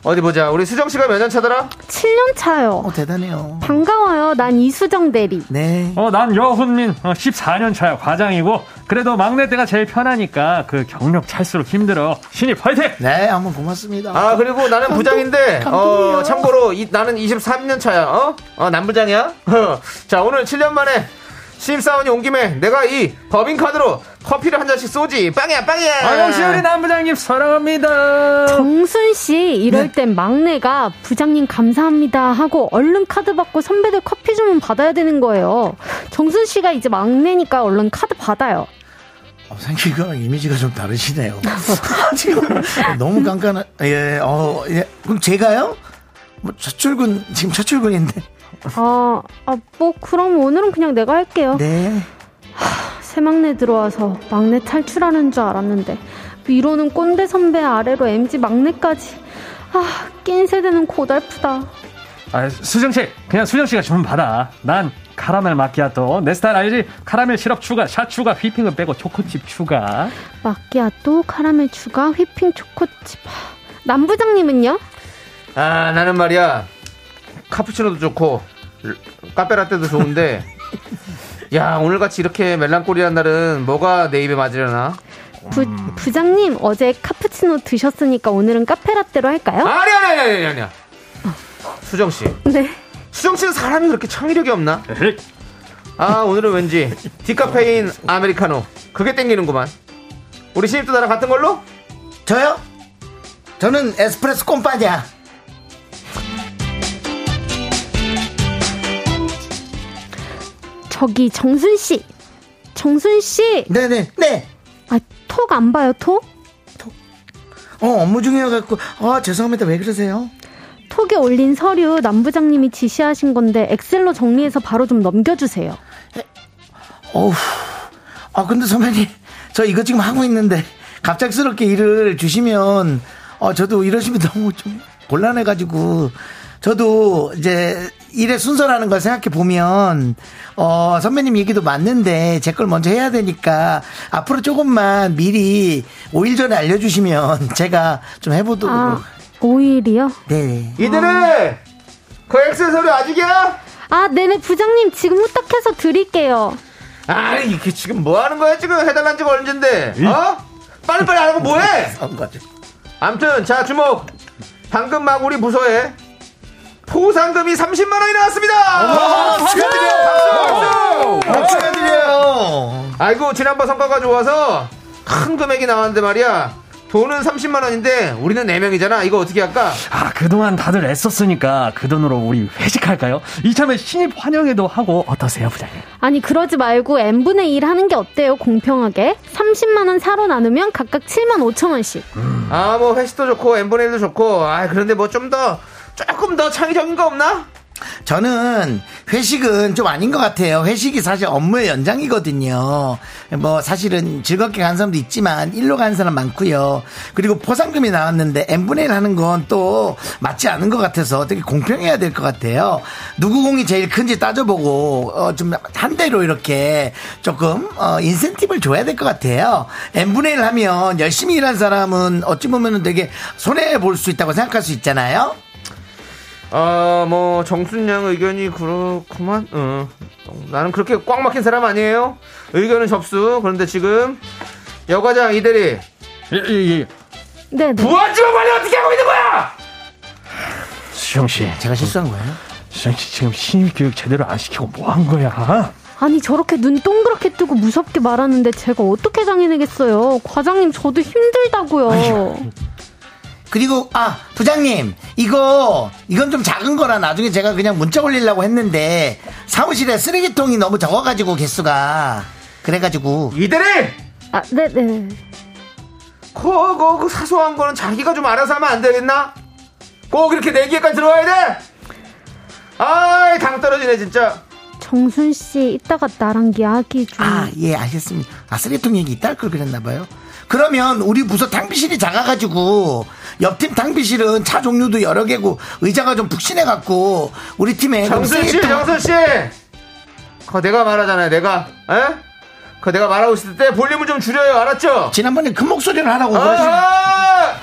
Speaker 2: 어디 보자. 우리 수정씨가 몇 년 차더라?
Speaker 7: 7년 차요.
Speaker 1: 어, 대단해요.
Speaker 7: 반가워요. 난 이수정 대리.
Speaker 1: 네.
Speaker 11: 어, 난 여훈민 어, 14년 차야 과장이고 그래도 막내 때가 제일 편하니까 그 경력 찰수록 힘들어. 신입 화이팅!
Speaker 1: 네, 한번 고맙습니다.
Speaker 2: 아, 그리고 나는 부장인데, 어, 참고로, 이- 나는 23년 차야, 어? 어, 남부장이야? (laughs) 자, 오늘 7년 만에 신입사원이 온 김에 내가 이 법인카드로 커피를 한 잔씩 쏘지. 빵이야, 빵이야!
Speaker 11: 아영씨 우리 남부장님 사랑합니다.
Speaker 7: 정순 씨 이럴 땐 막내가 부장님 감사합니다 하고 얼른 카드 받고 선배들 커피 주문 받아야 되는 거예요. 정순 씨가 이제 막내니까 얼른 카드 받아요.
Speaker 1: 어, 생기거랑 이미지가 좀 다르시네요. (laughs) 지금 (laughs) 너무 깐깐한, 예, 어, 예. 그럼 제가요? 뭐, 첫 출근, 지금 첫 출근인데.
Speaker 7: 아, 아, 뭐 그럼 오늘은 그냥 내가 할게요.
Speaker 1: 네.
Speaker 7: 새 막내 들어와서 막내 탈출하는 줄 알았는데 위로는 꼰대 선배 아래로 MG 막내까지 아, 낀 세대는 고달프다.
Speaker 11: 아, 수정 씨, 그냥 수정 씨가 주문 받아. 난 카라멜 마키아토. 내 스타일 알지? 카라멜 시럽 추가, 샷 추가, 휘핑은 빼고 초코칩 추가.
Speaker 7: 마끼아또 카라멜 추가 휘핑 초코칩. 하, 남 부장님은요?
Speaker 2: 아, 나는 말이야. 카푸치노도 좋고, 카페라떼도
Speaker 11: (laughs)
Speaker 2: 좋은데, 야, 오늘같이 이렇게 멜랑꼴이란 날은 뭐가 내 입에 맞으려나?
Speaker 7: 부, 부장님 어제 카푸치노 드셨으니까 오늘은 카페라떼로
Speaker 11: 어?
Speaker 7: 할까요?
Speaker 2: 아니, 아니, 아니, 아니, 아니야. 수정씨.
Speaker 7: 네.
Speaker 2: 수정씨는 사람이 그렇게 창의력이 없나?
Speaker 11: 에헤이.
Speaker 2: 아 오늘은 왠지 디카페인 아메리카노 그게 땡기는구만 우리 신입도 나랑 같은 걸로?
Speaker 1: 저요? 저는 에스프레소 꼼빠냐.
Speaker 7: 저기 정순 씨. 정순 씨.
Speaker 1: 네네, 네.
Speaker 7: 아, 톡 안 봐요, 톡?
Speaker 1: 어, 업무 중이어갖고, 아, 죄송합니다. 왜 그러세요?
Speaker 7: 톡에 올린 서류 남 부장님이 지시하신 건데 엑셀로 정리해서 바로 좀 넘겨 주세요.
Speaker 1: 어우. 아, 근데 선배님, 저 이거 지금 하고 있는데, 갑작스럽게 일을 주시면, 어, 저도 이러시면 (laughs) 너무 좀 곤란해가지고, 저도 이제 일의 순서라는 걸 생각해 보면, 어, 선배님 얘기도 맞는데, 제 걸 먼저 해야 되니까, 앞으로 조금만 미리 5일 전에 알려주시면, (laughs) 제가 좀 해보도록.
Speaker 7: 아, 오일이요?
Speaker 1: 네.
Speaker 2: 이들을 그 엑셀 서류 아직이야?
Speaker 7: 아, 네네 부장님 지금 후딱해서 드릴게요.
Speaker 2: 아니 이게 지금 뭐 하는 거야 지금 해달란 지가 언젠데 어? 빨리빨리 안 하고 뭐해?
Speaker 1: 그런 거죠.
Speaker 2: 암튼 자 주목 방금 막 우리 부서에 포상금이 30만 원이 나왔습니다 축하드려요 박수 박수
Speaker 1: 축하드려요.
Speaker 2: 아이고 지난번 성과가 좋아서 큰 금액이 나왔는데 말이야 돈은 30만 원인데 우리는 4명이잖아 이거 어떻게 할까?
Speaker 11: 아, 그동안 다들 애썼으니까 그 돈으로 우리 회식할까요? 이참에 신입 환영회도 하고 어떠세요, 부장님?
Speaker 7: 아니 그러지 말고 n분의 1 하는 게 어때요? 공평하게 30만 원 사로 나누면 각각 7만 5천 원씩.
Speaker 2: 아 뭐 회식도 좋고 엠브레도 일 좋고 아 그런데 뭐 좀 더 조금 더 창의적인 거 없나?
Speaker 1: 저는 회식은 좀 아닌 것 같아요. 회식이 사실 업무의 연장이거든요. 뭐 사실은 즐겁게 간 사람도 있지만 일로 간 사람 많고요. 그리고 포상금이 나왔는데 n분의 1 하는 건 또 맞지 않은 것 같아서 되게 공평해야 될 것 같아요. 누구 공이 제일 큰지 따져보고 어, 좀 한 대로 이렇게 조금 어, 인센티브를 줘야 될 것 같아요. n분의 1 하면 열심히 일한 사람은 어찌 보면 되게 손해 볼 수 있다고 생각할 수 있잖아요.
Speaker 2: 아 뭐 정순양 의견이 그렇구만 응. 나는 그렇게 꽉 막힌 사람 아니에요 의견은 접수 그런데 지금 여과장 이대리
Speaker 11: 예, 예, 예.
Speaker 7: 네, 네.
Speaker 2: 부하지원 관리 어떻게 하고 있는 거야?
Speaker 11: 수정 씨,
Speaker 1: 제가 실수한 거예요.
Speaker 11: 수정 씨 지금 신입 교육 제대로 안 시키고 뭐 한 거야?
Speaker 7: 아니 저렇게 눈 동그랗게 뜨고 무섭게 말하는데 제가 어떻게 장해내겠어요? 과장님 저도 힘들다고요.
Speaker 1: 그리고 아 부장님 이거 이건 좀 작은 거라 나중에 제가 그냥 문자 올리려고 했는데 사무실에 쓰레기통이 너무 적어가지고 개수가 그래가지고
Speaker 2: 이대리
Speaker 7: 아, 네, 네.
Speaker 2: 그거 그, 그 사소한 거는 자기가 좀 알아서 하면 안 되겠나? 꼭 이렇게 내기에까지 들어와야 돼? 아이 당 떨어지네 진짜
Speaker 7: 정순 씨 이따가 나랑 이야기 좀.
Speaker 1: 아, 예, 알겠습니다. 아, 쓰레통 얘기 이따 할 걸 그랬나봐요. 그러면 우리 부서 탕비실이 작아가지고 옆팀 탕비실은 차 종류도 여러 개고 의자가 좀 푹신해갖고 우리 팀에
Speaker 5: 정순 씨,
Speaker 1: 쓰레통-
Speaker 5: 정순 씨. 그 내가 말하잖아요, 내가. 에? 그 내가 말하고 있을 때 볼륨을 좀 줄여요, 알았죠?
Speaker 1: 지난번에 큰 목소리를 하라고 그러시
Speaker 5: 아,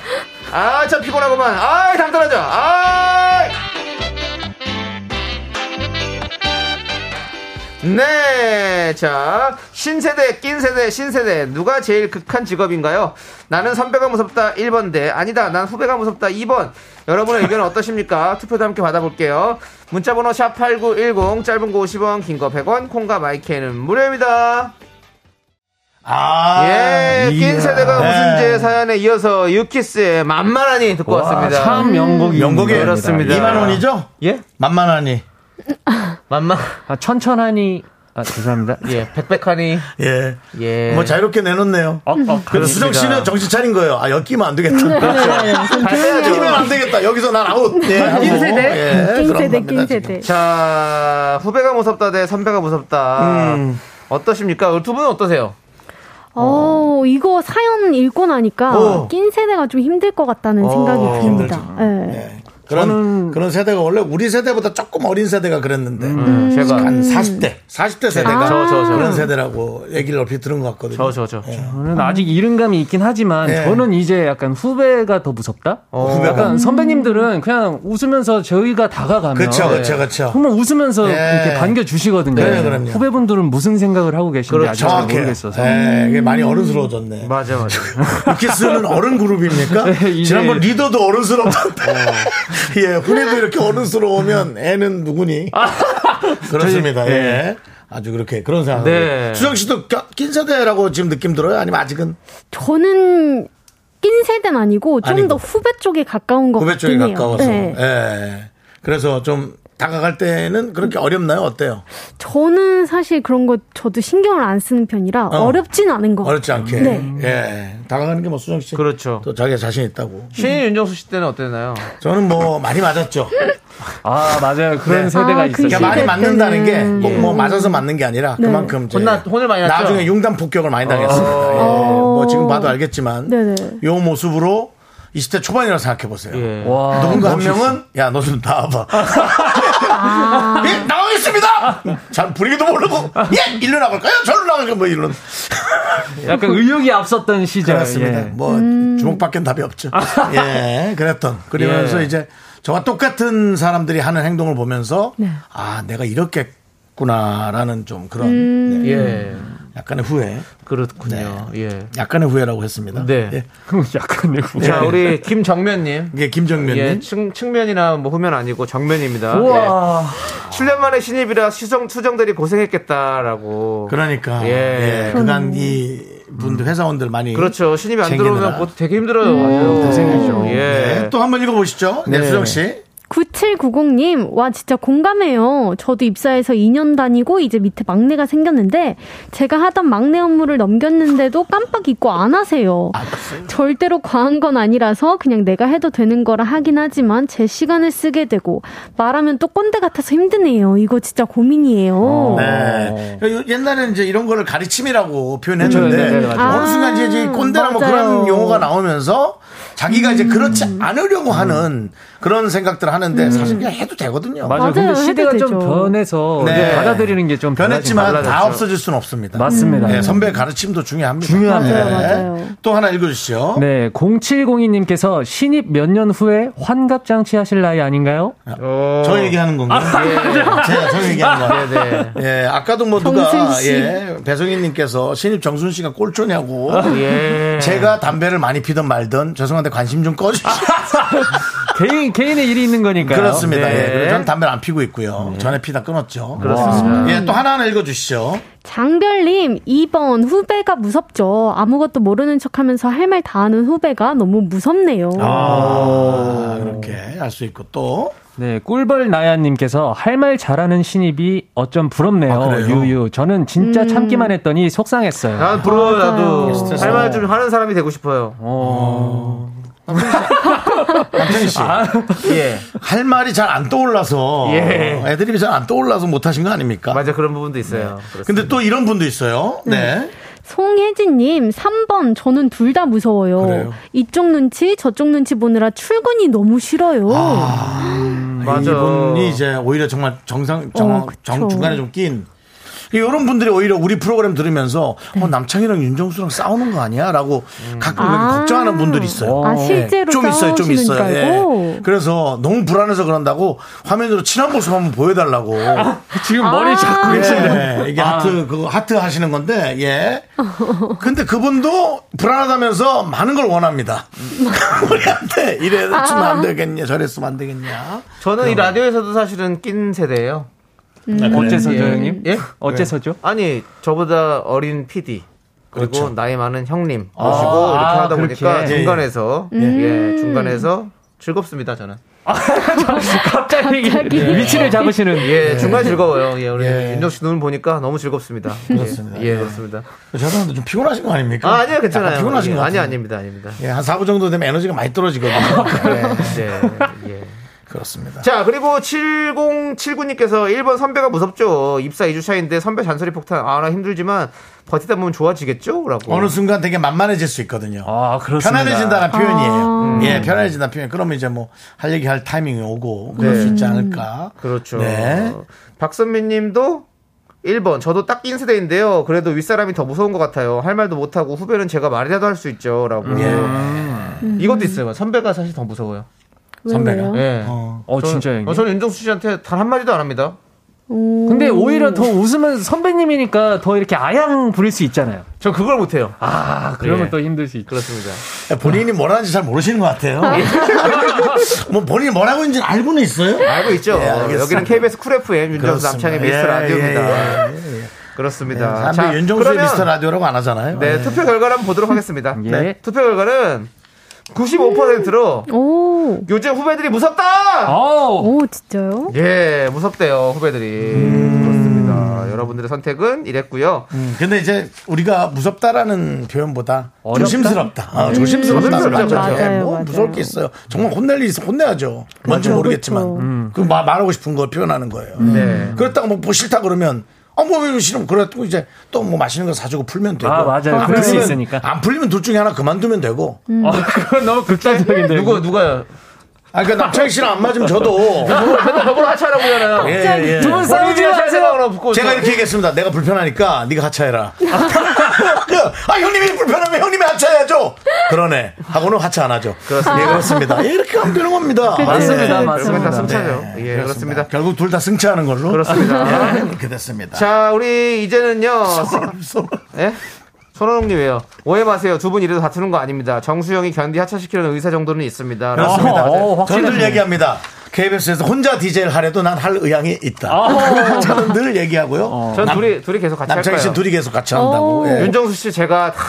Speaker 5: 아, 참 피곤하구만. 아, 당떨어져. 아. 네, 자 신세대, 낀세대, 신세대 누가 제일 극한 직업인가요? 나는 선배가 무섭다 1번대 아니다 난 후배가 무섭다 2번 여러분의 의견은 어떠십니까? (laughs) 투표도 함께 받아볼게요 문자번호 샵8910 짧은 거 50원 긴 거 100원 콩과 마이크는 무료입니다
Speaker 1: 아,
Speaker 5: 예, 낀 세대가
Speaker 1: 네.
Speaker 5: 무슨 죄 사연에 이어서 유키스의 만만하니 듣고 왔습니다.
Speaker 6: 참 명곡이
Speaker 1: 명곡이에요.
Speaker 5: 그렇습니다.
Speaker 1: 2만 원이죠?
Speaker 2: 예?
Speaker 1: 만만하니.
Speaker 2: 만만.
Speaker 6: 아, 천천하니 아, 죄송합니다.
Speaker 2: 예, 백백하니.
Speaker 1: 예.
Speaker 2: 예.
Speaker 1: 뭐 자유롭게 내놓네요.
Speaker 6: 어,
Speaker 5: 음,
Speaker 6: 어,
Speaker 1: 그래서 수정 씨는 정신 차린 거예요. 아, 여기 끼면 안 되겠다.
Speaker 7: 네.
Speaker 5: 아,
Speaker 1: 끼면 안 되겠다. 여기서 난 아웃.
Speaker 6: 네,
Speaker 1: 예, 하고.
Speaker 7: 음,
Speaker 1: 예, 그런
Speaker 7: 낀세대,
Speaker 1: 겁니다,
Speaker 7: 낀세대.
Speaker 5: 자, 후배가 무섭다 대 선배가 무섭다.
Speaker 1: 음.
Speaker 5: 어떠십니까? 우리 두 분은 어떠세요?
Speaker 7: 어, 이거 사연 읽고 나니까
Speaker 1: 어.
Speaker 7: 낀 세대가 좀 힘들 것 같다는 생각이 듭니다. 예.
Speaker 1: 예. 그런 그런 세대가 원래 우리 세대보다 조금 어린 세대가 그랬는데
Speaker 6: 음.
Speaker 2: 제가.
Speaker 1: 한 40대, 40대 세대가
Speaker 2: 저, 저, 저.
Speaker 1: 그런 세대라고 얘기를 얼핏 들은 것 같거든요.
Speaker 2: 저, 저, 저.
Speaker 6: 아. 저는 음, 아직 이른감이 있긴 하지만
Speaker 1: 예.
Speaker 6: 저는 이제 약간 후배가 더 무섭다.
Speaker 1: 후배가?
Speaker 6: 약간 선배님들은 그냥 웃으면서 저희가 다가가면
Speaker 1: 그렇죠, 그쵸, 그쵸, 그쵸.
Speaker 6: 정말 웃으면서
Speaker 1: 예. 네,
Speaker 6: 이렇게 반겨주시거든요. 네.
Speaker 1: 그래요, 그럼요.
Speaker 6: 후배분들은 무슨 생각을 하고 계신지
Speaker 1: 그렇죠.
Speaker 6: 아직 잘
Speaker 1: 정확해요.
Speaker 6: 모르겠어서. 음.
Speaker 1: 예, 이게 많이 어른스러워졌네.
Speaker 5: 맞아, 맞아.
Speaker 1: 유키스는 어른 그룹입니까?
Speaker 6: 네, 이제-
Speaker 1: 지난번 리더도 어른스러웠는데. (laughs) 예, 후배도 이렇게 어른스러우면 애는 누구니? 그렇습니다. 예. 아주 그렇게 그런 상황.
Speaker 2: 네.
Speaker 1: 수정 씨도 껴- 낀 세대라고 지금 느낌 들어요? 아니면 아직은
Speaker 7: 저는 낀 세대는 아니고 좀
Speaker 1: 아니고.
Speaker 7: 더 후배 쪽에 가까운 것
Speaker 1: 고배 쪽에
Speaker 7: 같긴 해요.
Speaker 1: 가까워서.
Speaker 7: 어, 네.
Speaker 1: 예. 그래서 좀 다가갈 때는 그렇게 어렵나요? 어때요?
Speaker 7: 저는 사실 그런 거 저도 신경을 안 쓰는 편이라
Speaker 1: 어.
Speaker 7: 어. 렵진 않은 것 같아요.
Speaker 1: 어렵지 않게.
Speaker 7: 네.
Speaker 1: 예. 다가가는 게 뭐 수정 씨.
Speaker 2: 그렇죠.
Speaker 1: 또 자기가 자신 있다고.
Speaker 2: 신인 윤정수 씨 때는 어땠나요?
Speaker 1: 저는 뭐 많이
Speaker 7: (laughs)
Speaker 1: 맞았죠.
Speaker 6: 아 맞아요. 그런
Speaker 1: 네.
Speaker 6: 세대가
Speaker 7: 아, 그
Speaker 6: 있어요.
Speaker 1: 그러니까
Speaker 7: 시대
Speaker 1: 많이
Speaker 7: 때는. 네.
Speaker 1: 맞는다는 네. 게 꼭 뭐 맞아서 맞는 게 아니라 그만큼 이제
Speaker 2: 혼나- 혼을 많이 났죠? 어.
Speaker 1: 나중에 융단 폭격을 많이 당했습니다. 예. 뭐 지금 봐도 알겠지만
Speaker 7: 네네.
Speaker 1: 이 모습으로 20대 초반이라고 생각해 보세요.
Speaker 2: 예.
Speaker 6: 와,
Speaker 1: 누군가 한
Speaker 6: 멋있어.
Speaker 1: 명은 야 너 좀 나와봐.
Speaker 2: 아.
Speaker 1: (laughs) 예, 나오겠습니다. 잘 부리기도 모르고 예 일로 나갈까요? 절로 나갈까요? 뭐 이런 (laughs)
Speaker 6: 약간 의욕이 앞섰던 시절.
Speaker 1: 그렇습니다.
Speaker 6: 예.
Speaker 1: 뭐 주먹밖엔 답이 없죠. 예, 그랬던 그러면서
Speaker 2: 예.
Speaker 1: 이제 저와 똑같은 사람들이 하는 행동을 보면서 아 내가 이렇게구나라는 좀 그런 네,
Speaker 2: 예.
Speaker 1: 약간의 후회,
Speaker 2: 그렇군요.
Speaker 1: 네.
Speaker 2: 예.
Speaker 1: 약간의 후회라고 했습니다.
Speaker 2: 네.
Speaker 1: 예.
Speaker 6: 약간의 후.
Speaker 2: 자,
Speaker 1: 네.
Speaker 2: 우리 김정면님.
Speaker 1: 이게 김정면님.
Speaker 2: 예, 측, 측면이나 뭐 후면 아니고 정면입니다. 예.
Speaker 6: 우와.
Speaker 5: 7년 만에 신입이라 수정, 수정들이 고생했겠다라고.
Speaker 1: 그러니까
Speaker 2: 예. 음.
Speaker 1: 예, 그간 이 분들 회사원들 많이
Speaker 2: 그렇죠. 신입이 안
Speaker 1: 쟁기느라.
Speaker 2: 들어오면 그것도 되게 힘들어요. 음. 고생이죠. 예.
Speaker 1: 네, 또 한번 읽어보시죠. 네, 수정 씨.
Speaker 7: 9790님, 와, 진짜 공감해요. 저도 입사해서 2년 다니고 이제 밑에 막내가 생겼는데, 제가 하던 막내 업무를 넘겼는데도 깜빡 잊고 안 하세요.
Speaker 6: 아,
Speaker 7: 절대로 과한 건 아니라서 그냥 내가 해도 되는 거라 하긴 하지만 제 시간을 쓰게 되고, 말하면 또 꼰대 같아서 힘드네요. 이거 진짜 고민이에요.
Speaker 6: 어,
Speaker 1: 네. 옛날에는 이제 이런 거를 가르침이라고 표현했는데
Speaker 6: 그렇죠. 네, 네, 맞아요.
Speaker 1: 어느 순간 이제 이제 꼰대나 뭐
Speaker 7: 맞아요.
Speaker 1: 그런 용어가 나오면서 자기가 이제
Speaker 6: 음.
Speaker 1: 그렇지 않으려고 하는 그런 생각들을 하는데 사실 그냥 해도 되거든요.
Speaker 6: 맞아요.
Speaker 7: 맞아요.
Speaker 6: 근데
Speaker 7: 해도
Speaker 6: 시대가 좀
Speaker 7: 되죠.
Speaker 6: 변해서
Speaker 1: 네.
Speaker 6: 받아들이는 게 좀
Speaker 1: 변했지만 다 없어질 수는 없습니다.
Speaker 6: 맞습니다.
Speaker 1: 네, 선배 가르침도 중요합니다. 네.
Speaker 6: 중요합니다.
Speaker 7: 맞아요, 맞아요.
Speaker 1: 또 하나 읽어주시죠.
Speaker 6: 네, 0702님께서 신입 몇 년 후에 환갑장치 하실 나이 아닌가요?
Speaker 1: 저 얘기하는 건가요?
Speaker 6: 아,
Speaker 1: 네. 제가 저 얘기하는 거예요.
Speaker 2: 어, 네.
Speaker 1: 예, 아까도 뭐 누가
Speaker 7: 정순 씨.
Speaker 1: 예, 배송인님께서 신입 정순 씨가 꼴초냐고
Speaker 2: 예.
Speaker 1: 제가 담배를 많이 피던 말던 죄송한데 관심 좀 꺼주시죠.
Speaker 6: 개인, 개인의 일이 있는 거니까요.
Speaker 1: 그렇습니다.
Speaker 2: 네.
Speaker 1: 예, 그리고 전 담배를 안 피고 있고요. 전에 피다 끊었죠.
Speaker 2: 그렇습니다.
Speaker 1: 예, 또 하나하나 읽어주시죠.
Speaker 7: 장별님, 2번 후배가 무섭죠. 아무것도 모르는 척 하면서 할 말 다 하는 후배가 너무 무섭네요.
Speaker 1: 아, 이렇게 알 수 있고 또.
Speaker 6: 네, 꿀벌 나야님께서 할 말 잘하는 신입이 어쩜 부럽네요.
Speaker 1: 아, 그래요?
Speaker 6: 유유. 저는 진짜 참기만 했더니
Speaker 2: 아,
Speaker 6: 속상했어요.
Speaker 2: 난 부러워,
Speaker 7: 맞아요.
Speaker 2: 나도. 할 말 좀 하는 사람이 되고 네. 싶어요.
Speaker 6: 어.
Speaker 1: 남창희 씨.
Speaker 2: 예.
Speaker 1: 할 말이 잘 안 떠올라서
Speaker 2: 예.
Speaker 1: 애드립이 잘 안 떠올라서 못 하신 거 아닙니까?
Speaker 12: 맞아 그런 부분도 있어요. 그렇습니다.
Speaker 1: 네. 근데 또 이런 분도 있어요. 네.
Speaker 7: 송혜진님 3번 저는 둘 다 무서워요.
Speaker 1: 그래요?
Speaker 7: 이쪽 눈치 저쪽 눈치 보느라 출근이 너무 싫어요.
Speaker 12: 맞아.
Speaker 1: 이분이 이제 오히려 정말 정상 정,
Speaker 7: 어, 그쵸.
Speaker 1: 정 중간에 좀 낀. 이런 분들이 오히려 우리 프로그램 들으면서
Speaker 7: 네.
Speaker 1: 어, 남창이랑 윤정수랑 싸우는 거 아니야라고
Speaker 12: 음.
Speaker 1: 가끔
Speaker 7: 아.
Speaker 1: 걱정하는 분들이 있어요. 네.
Speaker 7: 아 실제로
Speaker 1: 좀 있어요, 좀
Speaker 7: 싸우시는 줄
Speaker 1: 있어요.
Speaker 7: 알고.
Speaker 1: 예. 그래서 너무 불안해서 그런다고 화면으로 친한 모습 한번 보여달라고.
Speaker 6: 지금 머리
Speaker 7: 아,
Speaker 6: 잡고
Speaker 7: 그렇죠.
Speaker 6: 계신데.
Speaker 1: 예, 이게
Speaker 12: 아.
Speaker 1: 하트 그거 하트 하시는 건데 예. 근데 그분도 불안하다면서 많은 걸 원합니다.
Speaker 7: 음.
Speaker 1: (laughs) 우리한테
Speaker 7: 아.
Speaker 1: 이랬으면 안 되겠냐, 저랬으면 안 되겠냐.
Speaker 12: 저는 이 라디오에서도 사실은 낀 세대예요.
Speaker 6: 어째서죠,
Speaker 2: 네.
Speaker 12: 예.
Speaker 6: 형님?
Speaker 12: 예?
Speaker 6: 어째서죠?
Speaker 12: 아니 저보다 어린 PD 그리고 나이 많은 형님 모시고 이렇게
Speaker 6: 아,
Speaker 12: 하다
Speaker 6: 그렇게.
Speaker 12: 보니까
Speaker 6: 예,
Speaker 1: 그렇죠. 예. 음.
Speaker 12: 중간에서 예, 중간에서 즐겁습니다 저는.
Speaker 6: 갑자기, 위치를 잡으시는.
Speaker 12: 예, 중간 에 즐거워요. 예, 우리
Speaker 1: 네. 예.
Speaker 12: 윤정 씨 눈 보니까 너무 즐겁습니다.
Speaker 1: 그렇습니다.
Speaker 12: 예, 예, 그렇습니다.
Speaker 1: 죄송한데 좀 피곤하신 거 아닙니까?
Speaker 12: 아, 아니요, 괜찮아요.
Speaker 1: 약간 피곤하신
Speaker 12: 예,
Speaker 1: 거
Speaker 12: 아니,
Speaker 1: 같아요.
Speaker 12: 아닙니다, 아닙니다.
Speaker 1: 예, 한 4부 정도 되면 에너지가 많이 떨어지거든요.
Speaker 2: (laughs)
Speaker 1: 네,
Speaker 12: 예, 예.
Speaker 1: 그렇습니다.
Speaker 2: 자, 그리고 7079님께서 1번 선배가 무섭죠. 입사 2주 차인데 선배 잔소리 폭탄. 아, 나 힘들지만 버티다 보면 좋아지겠죠? 라고.
Speaker 1: 어느 순간 되게 만만해질 수 있거든요.
Speaker 6: 아, 그렇습니다.
Speaker 1: 편안해진다는
Speaker 2: 아.
Speaker 1: 표현이에요. 예, 편안해진다는 표현. 그러면 이제 뭐, 할 얘기 할 타이밍이 오고, 그럴 수 있지 않을까.
Speaker 2: 네. 그렇죠.
Speaker 1: 네.
Speaker 2: 박선민 님도 1번 저도 딱 낀 세대인데요. 그래도 윗사람이 더 무서운 것 같아요. 할 말도 못하고 후배는 제가 말이라도 할 수 있죠. 라고. 음.
Speaker 1: 예.
Speaker 2: 이것도 있어요. 선배가 사실 더 무서워요.
Speaker 1: 선배가.
Speaker 2: 예.
Speaker 1: 어.
Speaker 6: 어,
Speaker 2: 저는-
Speaker 6: 진짜 형님.
Speaker 2: 어, 저는 윤정수 씨한테 단 한마디도 안 합니다.
Speaker 6: 근데 오히려 더 웃으면 선배님이니까 더 이렇게 아양 부릴 수 있잖아요.
Speaker 2: 저 그걸 못해요.
Speaker 6: 아, 그러면
Speaker 2: 예.
Speaker 6: 또 힘들 수 있죠.
Speaker 2: 그렇습니다.
Speaker 1: 본인이 뭐라는지 잘 모르시는 것 같아요. (laughs) 뭐, 본인이 뭐라고 있는지 알고는 있어요?
Speaker 2: 알고 있죠?
Speaker 1: 예, 알겠습니다.
Speaker 2: 여기는 KBS 쿨 FM 윤정수
Speaker 1: 그렇습니다.
Speaker 2: 아, 남창의 미스터
Speaker 1: 예,
Speaker 2: 라디오입니다.
Speaker 1: 예, 예, 예.
Speaker 2: 그렇습니다.
Speaker 1: 사람들이 윤정수의
Speaker 2: 그러면
Speaker 1: 미스터 라디오라고 안 하잖아요.
Speaker 2: 네,
Speaker 1: 예.
Speaker 2: 투표 결과를 한번 보도록 하겠습니다.
Speaker 6: 예.
Speaker 2: 네, 투표 결과는 95%로
Speaker 7: 오,
Speaker 2: 요즘 후배들이
Speaker 1: 아,
Speaker 2: 무섭다!
Speaker 6: 어,
Speaker 7: 오 진짜요?
Speaker 2: 예, 무섭대요, 후배들이. 그렇습니다. 여러분들의 선택은 이랬고요.
Speaker 1: 음, 근데 이제 우리가 무섭다라는 표현보다
Speaker 6: 어렵다? 음,
Speaker 1: 조심스럽다. 어, 조심스럽다.
Speaker 2: 조심스럽죠.
Speaker 7: 맞아요,
Speaker 1: 뭐
Speaker 7: 맞아요.
Speaker 1: 무서울 게 있어요. 정말 혼낼 일 있어 혼내야죠. 뭔지
Speaker 7: 그렇죠.
Speaker 6: 음.
Speaker 1: 모르겠지만 그 마- 말하고 싶은 걸 표현하는 거예요.
Speaker 2: 네.
Speaker 1: 그렇다고 뭐 싫다 그러면 아, 어뭐 싫으면 그래도 이제 또 뭐 맛있는 거 사주고 풀면 되고.
Speaker 6: 아, 맞아요.
Speaker 1: 안
Speaker 6: 그럴 수
Speaker 1: 풀리면-
Speaker 6: 있으니까.
Speaker 1: 안 풀리면 둘 중에 하나 그만두면 되고.
Speaker 6: 아, 그건 너무 극단적인데.
Speaker 2: 누구, 누가요?
Speaker 1: 아, 그러니까 남창희 씨랑 안 맞으면
Speaker 2: (laughs)
Speaker 1: 저도.
Speaker 2: 맨날 저보로 하차라고 하잖아요.
Speaker 1: 예,
Speaker 2: 예.
Speaker 1: 예, 예.
Speaker 6: 두분 싸우지 마세요.
Speaker 1: 제가
Speaker 2: 어,
Speaker 1: 이렇게 얘기했습니다. 내가 불편하니까 네가 하차해라. 아 형님이 불편하면 형님이 하차해야죠. 그러네. 하고는 하차 안 하죠. 그렇습니다. 예, 그렇습니다. 예, 이렇게 하면 되는 겁니다.
Speaker 6: 맞습니다,
Speaker 1: 예.
Speaker 2: 결국엔 다
Speaker 6: 맞습니다.
Speaker 2: 승차죠.
Speaker 1: 네,
Speaker 2: 예, 그렇습니다.
Speaker 1: 결국 둘 다 승차하는 걸로. (laughs)
Speaker 2: 그렇습니다.
Speaker 1: 예, 그렇게 됐습니다.
Speaker 2: 자, 우리 이제는요.
Speaker 1: 서로
Speaker 2: 예? 손호농님 왜요? 오해 마세요. 두 분 이래도 다투는 거 아닙니다. 정수영이 견디 하차시키는 의사 정도는 있습니다.
Speaker 1: 그렇습니다.
Speaker 6: 어, 어, 확실하네.
Speaker 1: 저는 늘 얘기합니다. KBS에서 혼자 DJ를 하려도 난 할 의향이 있다.
Speaker 6: 어.
Speaker 1: (laughs) 저는 늘 얘기하고요.
Speaker 2: 전
Speaker 1: 남-
Speaker 2: 둘이 둘이 계속 같이 할
Speaker 1: 남창희
Speaker 2: 거예요. 어.
Speaker 1: 씨는 둘이 계속 같이 한다고. 예.
Speaker 2: 윤정수 씨 제가 다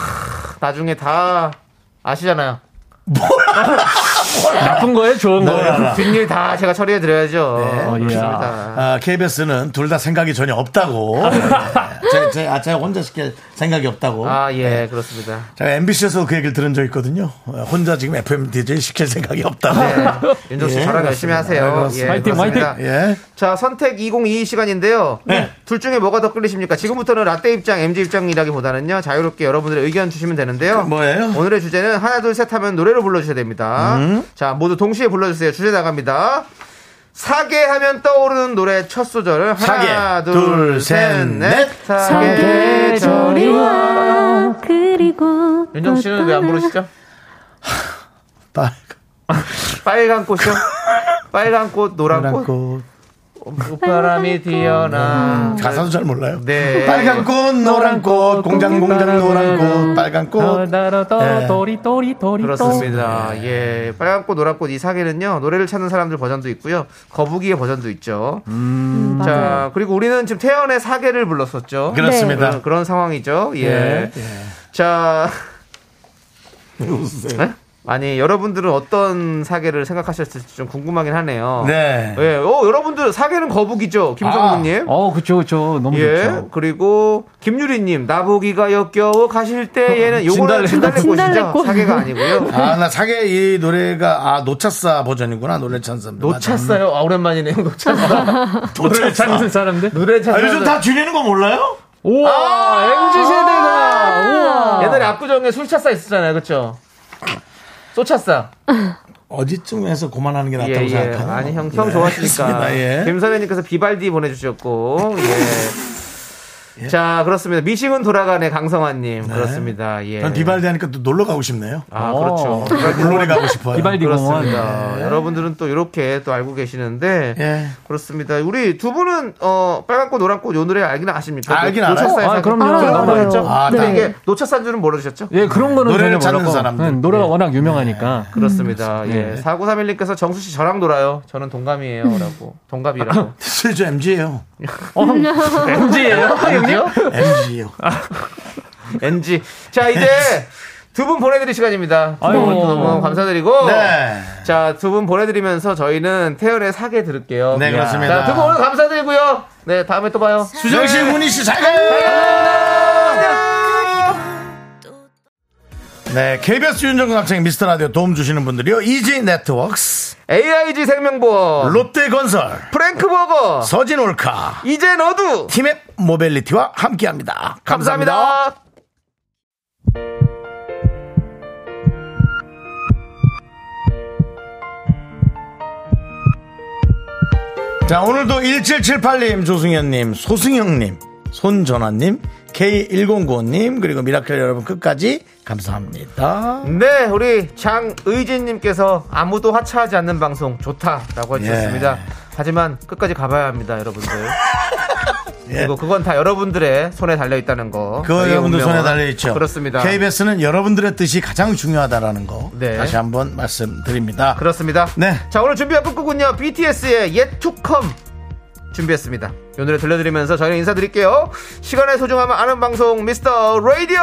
Speaker 2: 나중에 다 아시잖아요.
Speaker 6: 나쁜 거예요? 좋은
Speaker 1: 뭘
Speaker 6: 거예요?
Speaker 1: 알아.
Speaker 2: 뒷일 다 제가 처리해 드려야죠.
Speaker 1: 네.
Speaker 6: 어, 예.
Speaker 2: 그렇습니다.
Speaker 1: KBS는 아, 둘 다 생각이 전혀 없다고. 제, 제, 아, 제가 혼자 시킬 생각이 없다고.
Speaker 2: 아, 예, 그렇습니다.
Speaker 1: 제가 MBC에서 그 얘기를 들은 적 있거든요. 어, 혼자 지금 FM DJ 시킬 생각이 없다고.
Speaker 2: 네. 윤정 씨
Speaker 1: 예,
Speaker 2: 저랑 열심히 하세요.
Speaker 1: 네, 그렇습니다.
Speaker 6: 화이팅,
Speaker 2: 그렇습니다.
Speaker 6: 화이팅.
Speaker 1: (laughs) 예.
Speaker 2: 자, 선택 2022 시간인데요.
Speaker 1: 네.
Speaker 2: 둘 중에 뭐가 더 끌리십니까? 지금부터는 라떼 입장, MG 입장이라기보다는요. 자유롭게 여러분들의 의견 주시면 되는데요.
Speaker 1: 그 뭐예요?
Speaker 2: 오늘의 주제는 하나 둘 셋 하면 노래로 불러 주셔야 됩니다.
Speaker 1: 음.
Speaker 2: 자, 모두 동시에 불러 주세요. 주제 나갑니다. 사계 하면 떠오르는 노래 첫 소절을 하나
Speaker 1: 사계, 둘, 셋,
Speaker 2: 둘셋넷
Speaker 1: 넷.
Speaker 2: 사계 저리와
Speaker 7: 그리고
Speaker 2: 윤정 씨는 왜 안 부르시죠?
Speaker 1: 빨간
Speaker 2: 빨간 꽃이요? 빨간 꽃, 노란 꽃,
Speaker 1: 꽃.
Speaker 2: 바람이 뛰어나.
Speaker 1: 가사도 잘 몰라요.
Speaker 2: 네.
Speaker 1: 빨간 꽃, 노란 꽃, 공장, 공장, 노란 꽃, 빨간 꽃. 예.
Speaker 6: 또리, 또리, 또리, 또리.
Speaker 2: 그렇습니다. 예. 빨간 꽃, 노란 꽃, 이 사계는요, 노래를 찾는 사람들 버전도 있고요. 거북이의 버전도 있죠. 자, 그리고 우리는 지금 태연의 사계를 불렀었죠. 어,
Speaker 1: 그렇습니다.
Speaker 2: 그런, 그런 상황이죠.
Speaker 1: 예.
Speaker 2: 예. 자,
Speaker 1: 웃으세요.
Speaker 2: 네? 아니 여러분들은 어떤 사계를 생각하셨을지 좀 궁금하긴 하네요.
Speaker 1: 네.
Speaker 2: 예, 어, 여러분들 사계는 거북이죠, 김성문님.
Speaker 6: 어, 그쵸, 그쵸. 너무
Speaker 2: 예,
Speaker 6: 좋죠.
Speaker 2: 그리고 김유리님 나보기가 역겨워 가실 때 얘는 요거는
Speaker 7: 진달래꽃.
Speaker 2: 진달래꽃이죠.
Speaker 7: 진달래꽃.
Speaker 2: 사계가 아니고요.
Speaker 1: 아, 나 사계 이 노래가, 아, 노차싸 버전이구나, 노래찬 선배.
Speaker 2: 놓쳤어요. 아, 오랜만이네요. (laughs) 놓쳤어.
Speaker 1: 노래 찬
Speaker 6: 사람인데?
Speaker 2: 노래 잘.
Speaker 1: 아, 요즘 다 아! 줄이는 거 몰라요?
Speaker 6: 우와!
Speaker 2: MZ 세대가. 우와. 옛날에
Speaker 1: 아!
Speaker 2: 압구정에 술차싸 있었잖아요, 그렇죠? 소차싸.
Speaker 1: 어디쯤에서 그만하는 게 낫다고
Speaker 2: 예, 예.
Speaker 1: 생각하요
Speaker 2: 아니 형, 형
Speaker 1: 네,
Speaker 2: 좋아하시니까.
Speaker 1: 알겠습니다. 예.
Speaker 2: 김선혜님께서 비발디 보내주셨고, 예. 자 그렇습니다. 미싱은 돌아가네 강성환님 그렇습니다. 예.
Speaker 1: 전 비발디 어. 하니까 또 놀러 가고 싶네요.
Speaker 2: 아 그렇죠.
Speaker 1: (laughs) 물놀이 가고 싶어요.
Speaker 6: 비발디 공원.
Speaker 2: 그렇습니다. 여러분들은 또 이렇게 또 알고 계시는데
Speaker 1: 네. 예.
Speaker 2: 그렇습니다. 우리 두 분은 어 빨간 꽃 노란 꽃 요 노래 알긴 아십니까?
Speaker 1: 아, 알긴 알아요.
Speaker 2: 노차사에서
Speaker 6: 아, 그럼요. 그렇죠.
Speaker 2: 그런 거
Speaker 6: 너무
Speaker 2: 알죠?
Speaker 1: 아,
Speaker 2: 근데
Speaker 1: 네.
Speaker 2: 이게 노차사인 줄은 모르셨죠?
Speaker 6: 예, 그런 거는 전혀
Speaker 1: 노래를 찾는
Speaker 6: 몰랐고.
Speaker 1: 사람들.
Speaker 6: 응, 노래가 워낙 유명하니까.
Speaker 2: 그렇습니다.
Speaker 6: 음.
Speaker 2: 예.
Speaker 6: 네.
Speaker 2: 4931님께서 정수 씨 저랑 놀아요. 저는 동갑이에요. 라고.
Speaker 6: (laughs)
Speaker 2: 동갑이라고.
Speaker 6: 아,
Speaker 1: 실제 MG예요.
Speaker 2: NG예요? (laughs) 형님?
Speaker 1: MG예요.
Speaker 2: NG. 자, 이제 두 분 보내드릴 시간입니다. 두
Speaker 6: 아이고.
Speaker 2: 분 너무 감사드리고.
Speaker 1: 네.
Speaker 2: 자, 두 분 보내드리면서 저희는 태열의 사계 들을게요.
Speaker 1: 네, 그렇습니다.
Speaker 2: 자, 두 분 오늘 감사드리고요. 네, 다음에 또 봐요.
Speaker 1: 수정
Speaker 2: 네.
Speaker 1: 씨, 문희 씨, 잘 가요! 네, KBS 윤정각창 미스터 라디오 도움 주시는 분들이요. 이지 네트워크스,
Speaker 2: AIG 생명보험,
Speaker 1: 롯데건설,
Speaker 2: 프랭크버거,
Speaker 1: 서진 올카,
Speaker 2: 이제 너두.
Speaker 1: 티맵 모빌리티와 함께합니다. 감사합니다.
Speaker 2: 감사합니다.
Speaker 1: 자, 오늘도 1778님, 조승현님, 소승영님, 손전아님, K1095님, 그리고 미라클 여러분 끝까지 감사합니다.
Speaker 2: 네, 우리 장의진님께서 아무도 하차하지 않는 방송 좋다라고 해주셨습니다.
Speaker 1: 예.
Speaker 2: 하지만 끝까지 가봐야 합니다, 여러분들.
Speaker 1: (laughs) 예.
Speaker 2: 그리고 그건 다 여러분들의 손에 달려 있다는 거.
Speaker 1: 그거
Speaker 2: 저희의
Speaker 1: 여러분들
Speaker 2: 운명은.
Speaker 1: 손에 달려있죠.
Speaker 2: 아, 예, 그렇습니다.
Speaker 1: KBS는 여러분들의 뜻이 가장 중요하다라는 거
Speaker 2: 네.
Speaker 1: 다시 한번 말씀드립니다.
Speaker 2: 그렇습니다.
Speaker 1: 네.
Speaker 2: 자, 오늘 준비한 끝곡은요. BTS의 Yet to Come 준비했습니다. 이 노래 들려드리면서 저희는 인사드릴게요. 시간의 소중함을 아는 방송 미스터 라디오.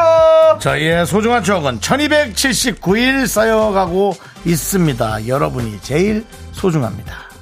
Speaker 1: 저희의 예, 소중한 추억은 1279일 쌓여가고 있습니다. 여러분이 제일 소중합니다.